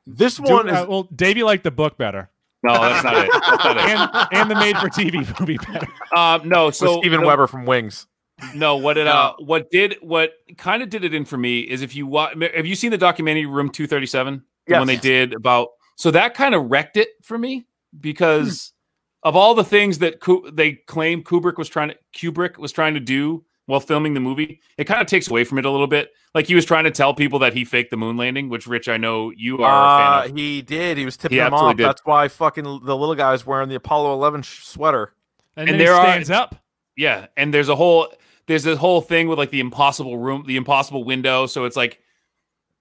S5: this
S8: Do-
S5: one is
S8: uh, well, Davey liked the book better,
S6: No, that's not it. That's not it.
S8: and and the made-for-TV *laughs* movie better.
S5: *laughs*
S6: Um, no, so
S5: with Steven
S6: the-
S5: Weber from Wings.
S6: No, what it uh, what did what kind of did it in for me is if you watch, have you seen the documentary Room Two Thirty Seven? The one they
S5: Yes.
S6: did about so that kind of wrecked it for me
S5: Hmm.
S6: because of all the things that Ku- they claim Kubrick was trying to Kubrick was trying to do while filming the movie, it kind of takes away from it a little bit. Like he was trying to tell people that he faked the moon landing, which Rich, I know you are a
S5: Uh,
S6: fan of.
S5: he did. He was tipping
S6: He
S5: him
S6: absolutely
S5: off.
S6: did.
S5: That's why fucking the little guy is wearing the Apollo 11 sh- sweater.
S8: And,
S6: And
S8: then
S6: there
S8: he
S6: are-
S8: stands up.
S6: Yeah, and there's a whole there's this whole thing with like the impossible room, the impossible window. So it's like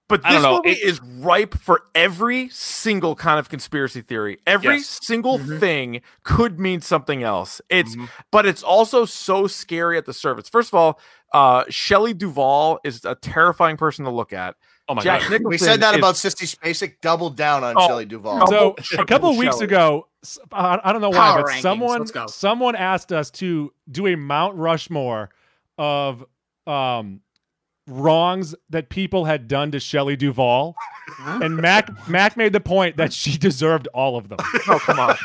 S5: But
S6: I don't
S5: this
S6: know,
S5: movie
S6: it-
S5: is ripe for every single kind of conspiracy theory. Every
S6: Yes. Mm-hmm.
S5: single
S9: Mhm.
S5: thing could mean something else. It's but it's also so scary at the surface. First of all, uh Shelley Duvall is a terrifying person to look at.
S6: oh my god,
S5: Nicholson
S7: We said that
S5: is-
S7: about Sissy Spacek. Doubled down on
S5: Oh,
S7: Shelley Duvall.
S5: no.
S8: So a
S5: Triple
S8: couple of weeks
S5: Shelley.
S8: ago, s- I I don't know why,
S9: Power
S8: but
S9: rankings,
S8: someone
S9: let's go.
S8: someone asked us to do a Mount Rushmore of um, wrongs that people had done to Shelley Duvall, and Mac Mac made the point that she deserved all of them.
S5: *laughs* Oh come on.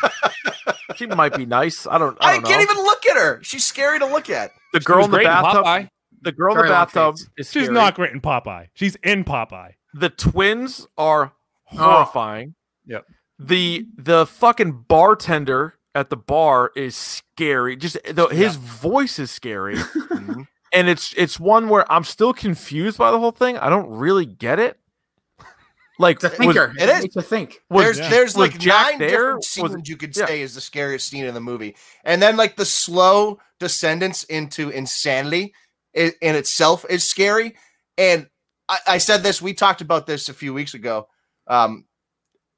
S5: she might be nice. I don't I
S7: I
S5: don't know.
S7: can't even look at her. She's scary to look at.
S5: the
S6: He
S5: girl
S6: was
S5: in the
S6: great in
S5: bathtub.
S6: Popeye.
S5: the girl in the
S7: Very long
S5: bathtub
S7: face.
S5: is
S8: She's
S5: scary.
S8: not great in Popeye. She's in Popeye.
S5: The twins are
S9: Oh.
S5: horrifying.
S6: Yep.
S5: The the fucking bartender at the bar is scary. Just the, his voice is
S9: *laughs*
S5: scary.
S9: Mm-hmm.
S5: and it's it's one where I'm still confused by the whole thing. I don't really get it. Like
S9: It's a
S5: was-
S9: thinker.
S7: it
S9: It
S7: is.
S9: is. It's a think.
S5: Was,
S7: there's
S8: yeah.
S7: there's
S5: was
S7: like
S5: Jack
S7: nine
S5: there?
S7: different
S5: Was-
S7: scenes you could
S5: yeah.
S7: say is the scariest scene in the movie, and then like the slow descendants into insanity i- in itself is scary. And I, I said this. We talked about this a few weeks ago. Um,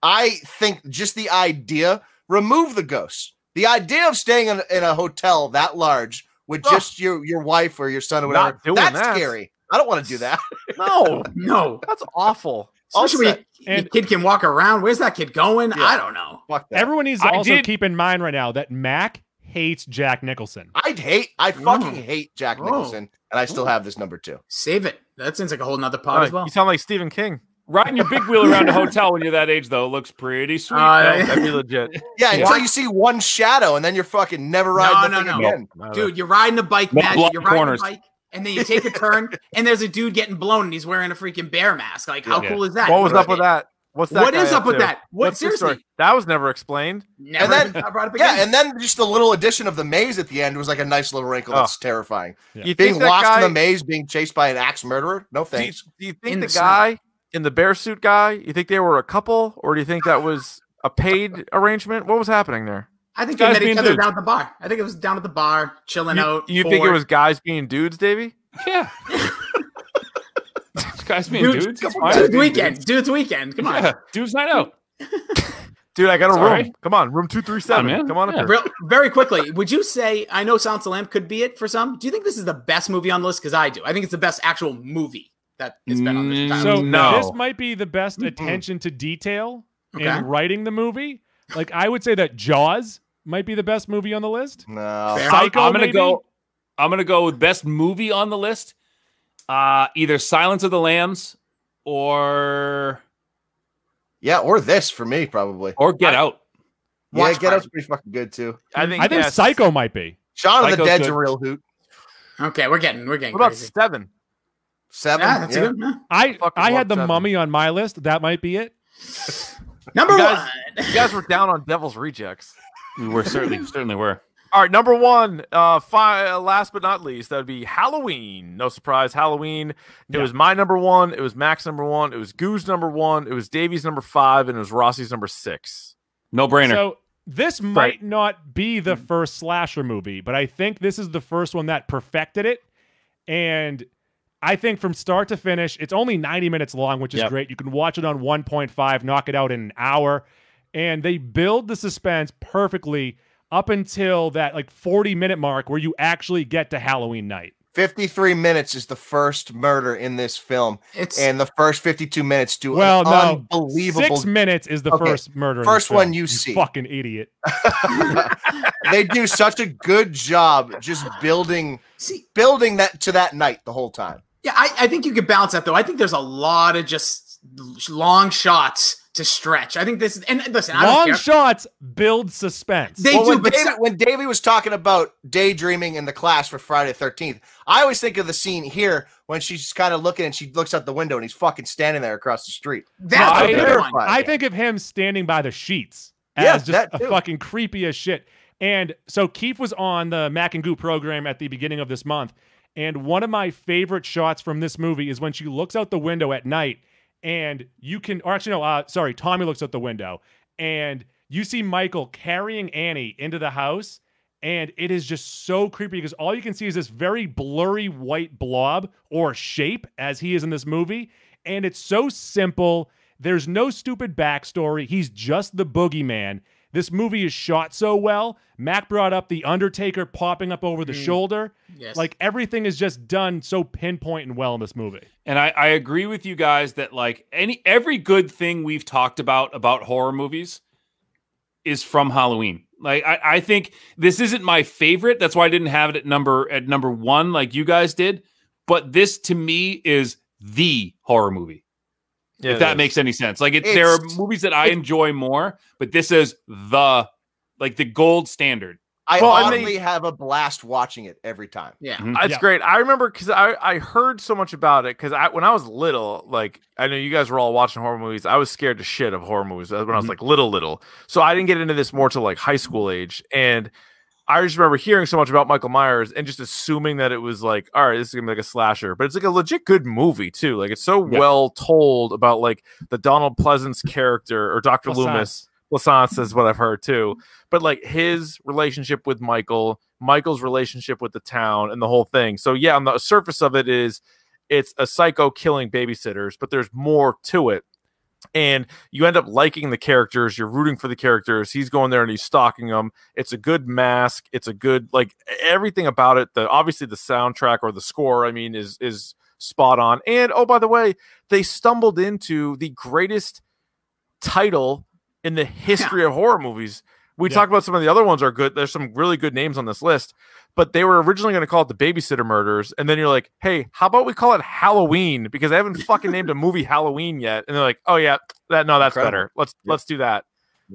S7: I think just the idea remove the ghosts. The idea of staying in, in a hotel that large with
S5: Ugh.
S7: just your your wife or your son or
S5: Not
S7: whatever
S5: doing
S7: that's
S5: that.
S7: scary. I don't want to do that. *laughs*
S5: no,
S9: No.
S5: that's
S9: *laughs*
S5: awful.
S9: Especially when your
S8: And-
S9: kid can walk around. Where's that kid going?
S7: Yeah.
S9: I don't know.
S7: Fuck that.
S8: Everyone needs to
S6: I
S8: also
S6: did-
S8: keep in mind right now that Mac hates Jack Nicholson.
S7: I'd hate. I fucking hate Jack
S9: Oh.
S7: Nicholson, and I still have this number two.
S9: Save it. That sounds like a whole nother pod
S5: Uh,
S9: as well.
S5: You sound like Stephen King.
S6: riding your big wheel around a hotel when you're that age though looks pretty sweet.
S9: Uh,
S6: though.
S5: That'd be
S9: *laughs*
S5: legit.
S7: Yeah, until
S9: Why-
S7: you see one shadow, and then you're fucking never riding
S9: no,
S7: the thing
S9: no.
S7: again.
S9: Dude, you're riding a bike,
S6: No
S9: Matt.
S6: block
S9: You're riding
S6: corners.
S9: a bike, and then you take
S6: *laughs*
S9: a turn, and there's a dude getting blown, and he's wearing a freaking bear mask. Like, how
S6: Yeah.
S9: cool is that?
S5: What was up with that? What's that?
S9: What
S5: guy
S9: is up with
S5: to?
S9: that? What
S5: the story?
S9: seriously?
S5: That was never explained.
S9: Never
S7: And
S9: I brought it up again.
S7: Yeah, and then just the little addition of the maze at the end was like a nice little wrinkle.
S5: Oh.
S7: That's terrifying.
S8: Yeah.
S5: You
S7: Being
S5: think that
S7: lost
S5: guy,
S7: in the maze, being chased by an axe murderer. No
S5: do you,
S7: thanks.
S5: do you think
S9: In
S5: the,
S9: the snow.
S5: guy in the bear suit guy? You think they were a couple, or do you think that was a paid arrangement? What was happening there?
S9: I think they
S6: Guys
S9: met each
S6: being
S9: other
S6: dudes.
S9: down at the bar. I think it was down at the bar, chilling
S5: You,
S9: out.
S5: you think it
S9: bored.
S5: was guys being dudes, Davey?
S6: Yeah. These guys being
S9: Dude,
S6: dudes. It's
S9: come
S6: fine.
S9: on, dude's weekend? Dude's weekend. Come on.
S6: Yeah, dudes night out.
S5: Dude, I got a
S6: It's all
S5: room.
S6: right.
S5: Come on, room two three seven.
S6: Come on, man.
S5: Come on up
S6: Yeah.
S5: here.
S9: Real, very quickly, would you say I know Silence of the Lamb could be it for some? Do you think this is the best movie on the list? Because I do. I think it's the best actual movie that has been on this.
S6: Mm,
S9: entire
S8: So
S9: list.
S5: No.
S8: this might be the best attention to detail
S9: Okay.
S8: in writing the movie. Like I would say that Jaws might be the best movie on the list.
S7: No.
S9: Fair.
S8: Psycho,
S6: I'm gonna
S8: maybe?
S6: go. I'm gonna go with best movie on the list. Uh either Silence of the Lambs or
S7: Yeah, or this for me probably.
S6: or Get Out.
S7: Yeah,
S9: Watch
S7: Get Out's
S9: Party.
S7: pretty fucking good too.
S5: I think
S8: I think
S5: yes.
S8: Psycho might be.
S7: Shaun of the
S6: Psycho's
S7: Dead's a
S6: good.
S7: real hoot.
S9: Okay, we're getting we're getting
S5: What about
S9: crazy.
S5: seven?
S7: Seven.
S9: Yeah, that's
S7: yeah.
S9: a good yeah.
S8: I
S5: fucking
S8: I
S5: love
S8: had the
S5: Seven.
S8: mummy on my list. That might be it.
S9: number
S5: You guys-
S9: one.
S5: You guys were down on Devil's Rejects.
S6: We were certainly certainly were.
S5: All right, number one, uh, fi- uh, last but not least, that would be Halloween. No surprise, Halloween. It
S8: Yeah.
S5: was my number one. It was Max number one. It was Goo's number one. It was Davies number five, and it was Rossi's number six.
S6: No brainer.
S8: So this might
S5: Right.
S8: not be the first slasher movie, but I think this is the first one that perfected it. And I think from start to finish, it's only 90 minutes long, which is
S5: Yep.
S8: great. You can watch it on 1.5, knock it out in an hour. And they build the suspense perfectly up until that like 40 minute mark where you actually get to Halloween night.
S7: 53 minutes is the first murder in this film,
S9: It's
S7: and the first 52 minutes do
S8: Well,
S7: an
S8: no.
S7: unbelievable
S8: Six minutes is the
S7: Okay.
S8: first murder. in
S7: First
S8: this film,
S7: one you see.
S8: Fucking idiot.
S7: they do such a good job just building
S9: see,
S7: building that to that night the whole time.
S9: yeah, I, I think you could balance that though. I think there's a lot of just long shots to stretch. I think this is and listen, I don't
S8: Long
S9: care.
S8: shots build suspense.
S9: they
S7: Well,
S9: do,
S7: when,
S9: but
S7: Dave,
S9: so-
S7: when Davey was talking about daydreaming in the class for Friday the 13th, I always think of the scene here when she's kind of looking and she looks out the window and he's fucking standing there across the street.
S9: that's
S8: I
S9: a good
S8: think-
S9: one.
S8: I think of him standing by the sheets as
S7: Yeah,
S8: just
S7: that
S8: a
S7: too.
S8: fucking creepy as shit. And so Keith was on the Mac and Goo program at the beginning of this month, And one of my favorite shots from this movie is when she looks out the window at night and you can, or actually, no, uh, sorry, Tommy looks out the window and you see Michael carrying Annie into the house. And it is just so creepy because all you can see is this very blurry white blob or shape as he is in this movie. And it's so simple. There's no stupid backstory. He's just the boogeyman. This movie is shot so well. Mac brought up the Undertaker popping up over the shoulder.
S9: Yes.
S8: Like everything is just done so pinpoint and well in this movie.
S6: And I, I agree with you guys that like any every good thing we've talked about about horror movies is from Halloween. Like I, I think this isn't my favorite. That's why I didn't have it at number at number one like you guys did. But this to me is the horror movie.
S5: Yeah,
S6: if that makes any sense. Like it,
S7: It's-
S6: there are movies that I enjoy more, but this is the like the gold standard.
S7: I
S5: Well, I
S7: oddly
S5: mean-
S7: have a blast watching it every time.
S9: yeah.
S5: It's
S8: Mm-hmm. Yeah.
S5: great. I remember because I, I heard so much about it because I when I was little, like I know you guys were all watching horror movies. I was scared to shit of horror movies uh, when I
S8: Mm-hmm.
S5: was like little, little. So I didn't get into this more till like high school age. And I just remember hearing so much about Michael Myers and just assuming that it was like, all right, this is gonna be like a slasher, but it's like a legit good movie too. Like it's so
S8: Yeah.
S5: well told about like the Donald Pleasance character or Doctor
S8: Plus, uh,
S5: Loomis. Lasance is what I've heard too. But like his relationship with Michael, Michael's relationship with the town, and the whole thing. So yeah, on the surface of it is it's a psycho killing babysitters, but there's more to it. And you end up liking the characters. You're rooting for the characters. He's going there and he's stalking them. It's a good mask. It's a good like everything about it. The obviously the soundtrack or the score. I mean, is is spot on. And oh, by the way, they stumbled into the greatest title in the history of horror movies. We
S8: Yeah.
S5: talked about some of the other ones are good. There's some really good names on this list, but they were originally going to call it the Babysitter Murders, and then you're like, hey, how about we call it Halloween because they haven't fucking named a movie Halloween yet, and they're like, oh yeah, that no, that's
S7: Incredible.
S5: better. Let's
S7: Yeah.
S5: let's do that.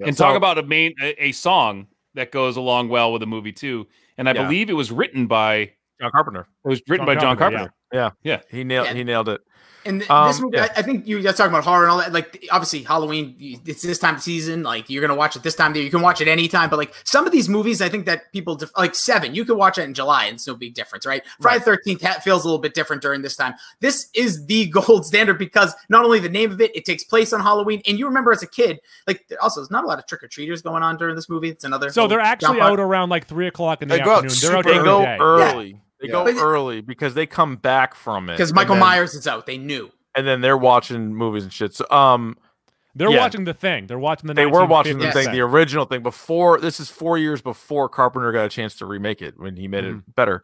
S6: and
S5: So-
S6: talk about a main a, a song that goes along well with the movie too. And I
S5: Yeah.
S6: believe it was written by it
S5: John Carpenter.
S6: was written
S8: John
S6: by John
S8: Carpenter,
S6: Carpenter.
S8: yeah.
S5: He nailed
S9: Yeah.
S5: he nailed it.
S9: And th-
S5: Um,
S9: this movie,
S5: yeah.
S9: I, I think you guys talking about horror and all that. Like, obviously, Halloween, you- it's this time of season. Like, you're gonna watch it this time. of year. You can watch it anytime. But like some of these movies, I think that people def- like Seven. You could watch it in July, and it's no big difference, right? Friday Thirteenth feels a little bit different during this time. This is the *laughs* gold standard because not only the name of it, it takes place on Halloween, and you remember as a kid, like there- also, there's not a lot of trick or treaters going on during this movie. It's another.
S8: So they're
S9: little
S8: actually
S9: jump on-
S8: out around like three o'clock in the
S7: They go out
S8: afternoon. They're out
S7: super
S5: They
S8: during the
S5: go
S8: day.
S5: early. They go
S7: Yeah.
S9: But-
S5: early because they come back from it
S9: because
S5: and
S9: Michael
S5: then-
S9: Myers is out. They knew.
S5: and then they're watching movies and shit. So um,
S8: They're
S5: Yeah.
S8: watching the thing. They're watching the.
S5: they were watching the
S8: 1950s
S5: thing, the original thing before. This is four years before Carpenter got a chance to remake it when he made it better.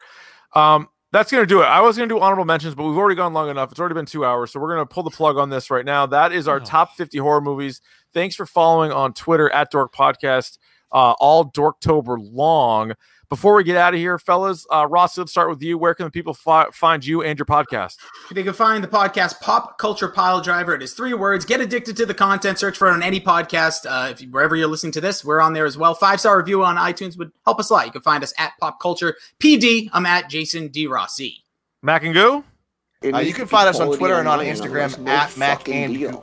S5: Um, that's gonna do it. I was gonna do honorable mentions, but we've already gone long enough. It's already been two hours, so we're gonna pull the plug on this right now. That is our
S8: Oh.
S5: top fifty horror movies. Thanks for following on Twitter at Dork Podcast, uh, all Dorktober long. Before we get out of here, fellas, uh, Ross, let's start with you. Where can the people fi- find you and your podcast?
S9: They can find the podcast Pop Culture Pile Driver. It is three words. Get addicted to the content. Search for it on any podcast. Uh, if you, wherever you're listening to this, we're on there as well. Five star review on iTunes would help us a lot. You can find us at Pop Culture PD. I'm at Jason D Rossi.
S5: Mac and Goo.
S7: Uh, you can find us on Twitter and on Instagram at Mac and Goo.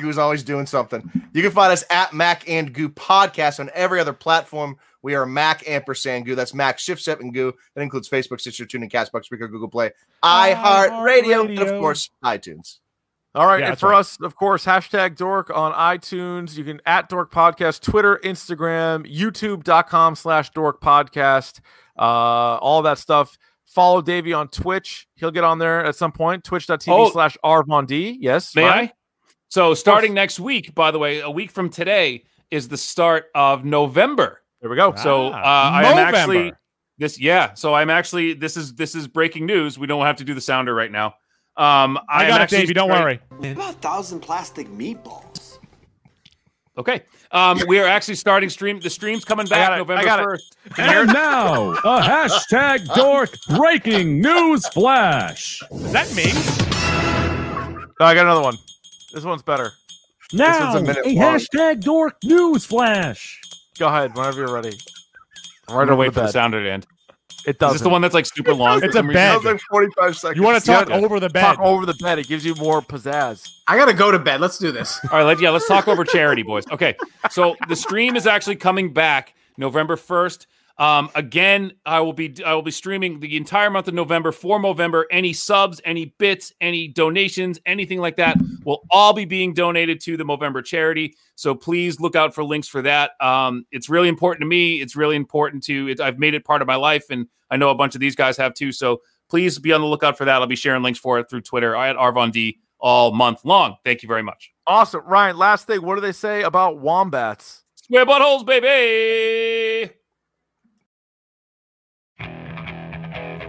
S7: Goo's always doing something. You can find us at Mac and Goo Podcast on every other platform. We are Mac ampersand Goo. That's Mac Shift Step and Goo. That includes Facebook, Stitcher, TuneIn, Castbox, Speaker, Google Play, iHeartRadio, and of
S8: iHeartRadio.
S7: course iTunes.
S5: All right,
S8: Yeah,
S5: and
S8: that's
S5: for
S8: right.
S5: us, of course, hashtag dork on iTunes. You can at dork podcast, Twitter, Instagram, youtube.com slash dork podcast, uh, all that stuff. Follow Davey on Twitch. He'll get on there at some point. Twitch.tv
S6: Oh.
S5: slash Arvon D. Yes.
S6: May
S5: Ryan?
S6: I? So starting next week, by the way, a week from today is the start of November.
S5: There we go.
S8: Ah.
S5: So
S6: So uh, I am actually
S8: Movember.
S6: this. Yeah. So I'm actually this is this is breaking news. We don't have to do the sounder right now. Um,
S8: I
S6: am
S8: got it,
S6: actually
S8: Davey. Don't
S6: starting-
S8: worry.
S10: About a thousand plastic meatballs.
S6: Okay. Um, we are actually starting stream. The stream's coming back
S5: got it. I
S6: November
S5: got it.
S6: first.
S8: And now a hashtag dork breaking news flash. Is that me?
S5: No, I got another one. This one's better.
S7: Now, one's a minute a long.
S8: hashtag dork news flash.
S5: Go ahead whenever you're ready. I'm Right
S6: I'm gonna
S5: away for
S6: wait for the
S5: the
S6: sounder to end.
S5: It
S6: Is
S5: does.
S6: this the one that's like super long?
S8: It's a
S7: That
S8: bed.
S7: was like 45 seconds.
S8: You want to talk
S5: Yeah.
S8: over the bed?
S5: Talk over the bed. It gives you more pizzazz.
S9: I gotta go to bed. Let's do this.
S6: All right, let, yeah, let's talk over charity, boys. Okay, so the stream is actually coming back November first. Um, again, I will be I will be streaming the entire month of November for November. Any subs, any bits, any donations, anything like that will all be being donated to the November charity. So please look out for links for that. Um, it's really important to me. It's really important to it, I've made it part of my life, and I know a bunch of these guys have too. So please be on the lookout for that. I'll be sharing links for it through Twitter at Arvon D all month long. Thank you very much.
S5: Awesome, Ryan. Last thing, what do they say about wombats?
S6: Square buttholes, baby.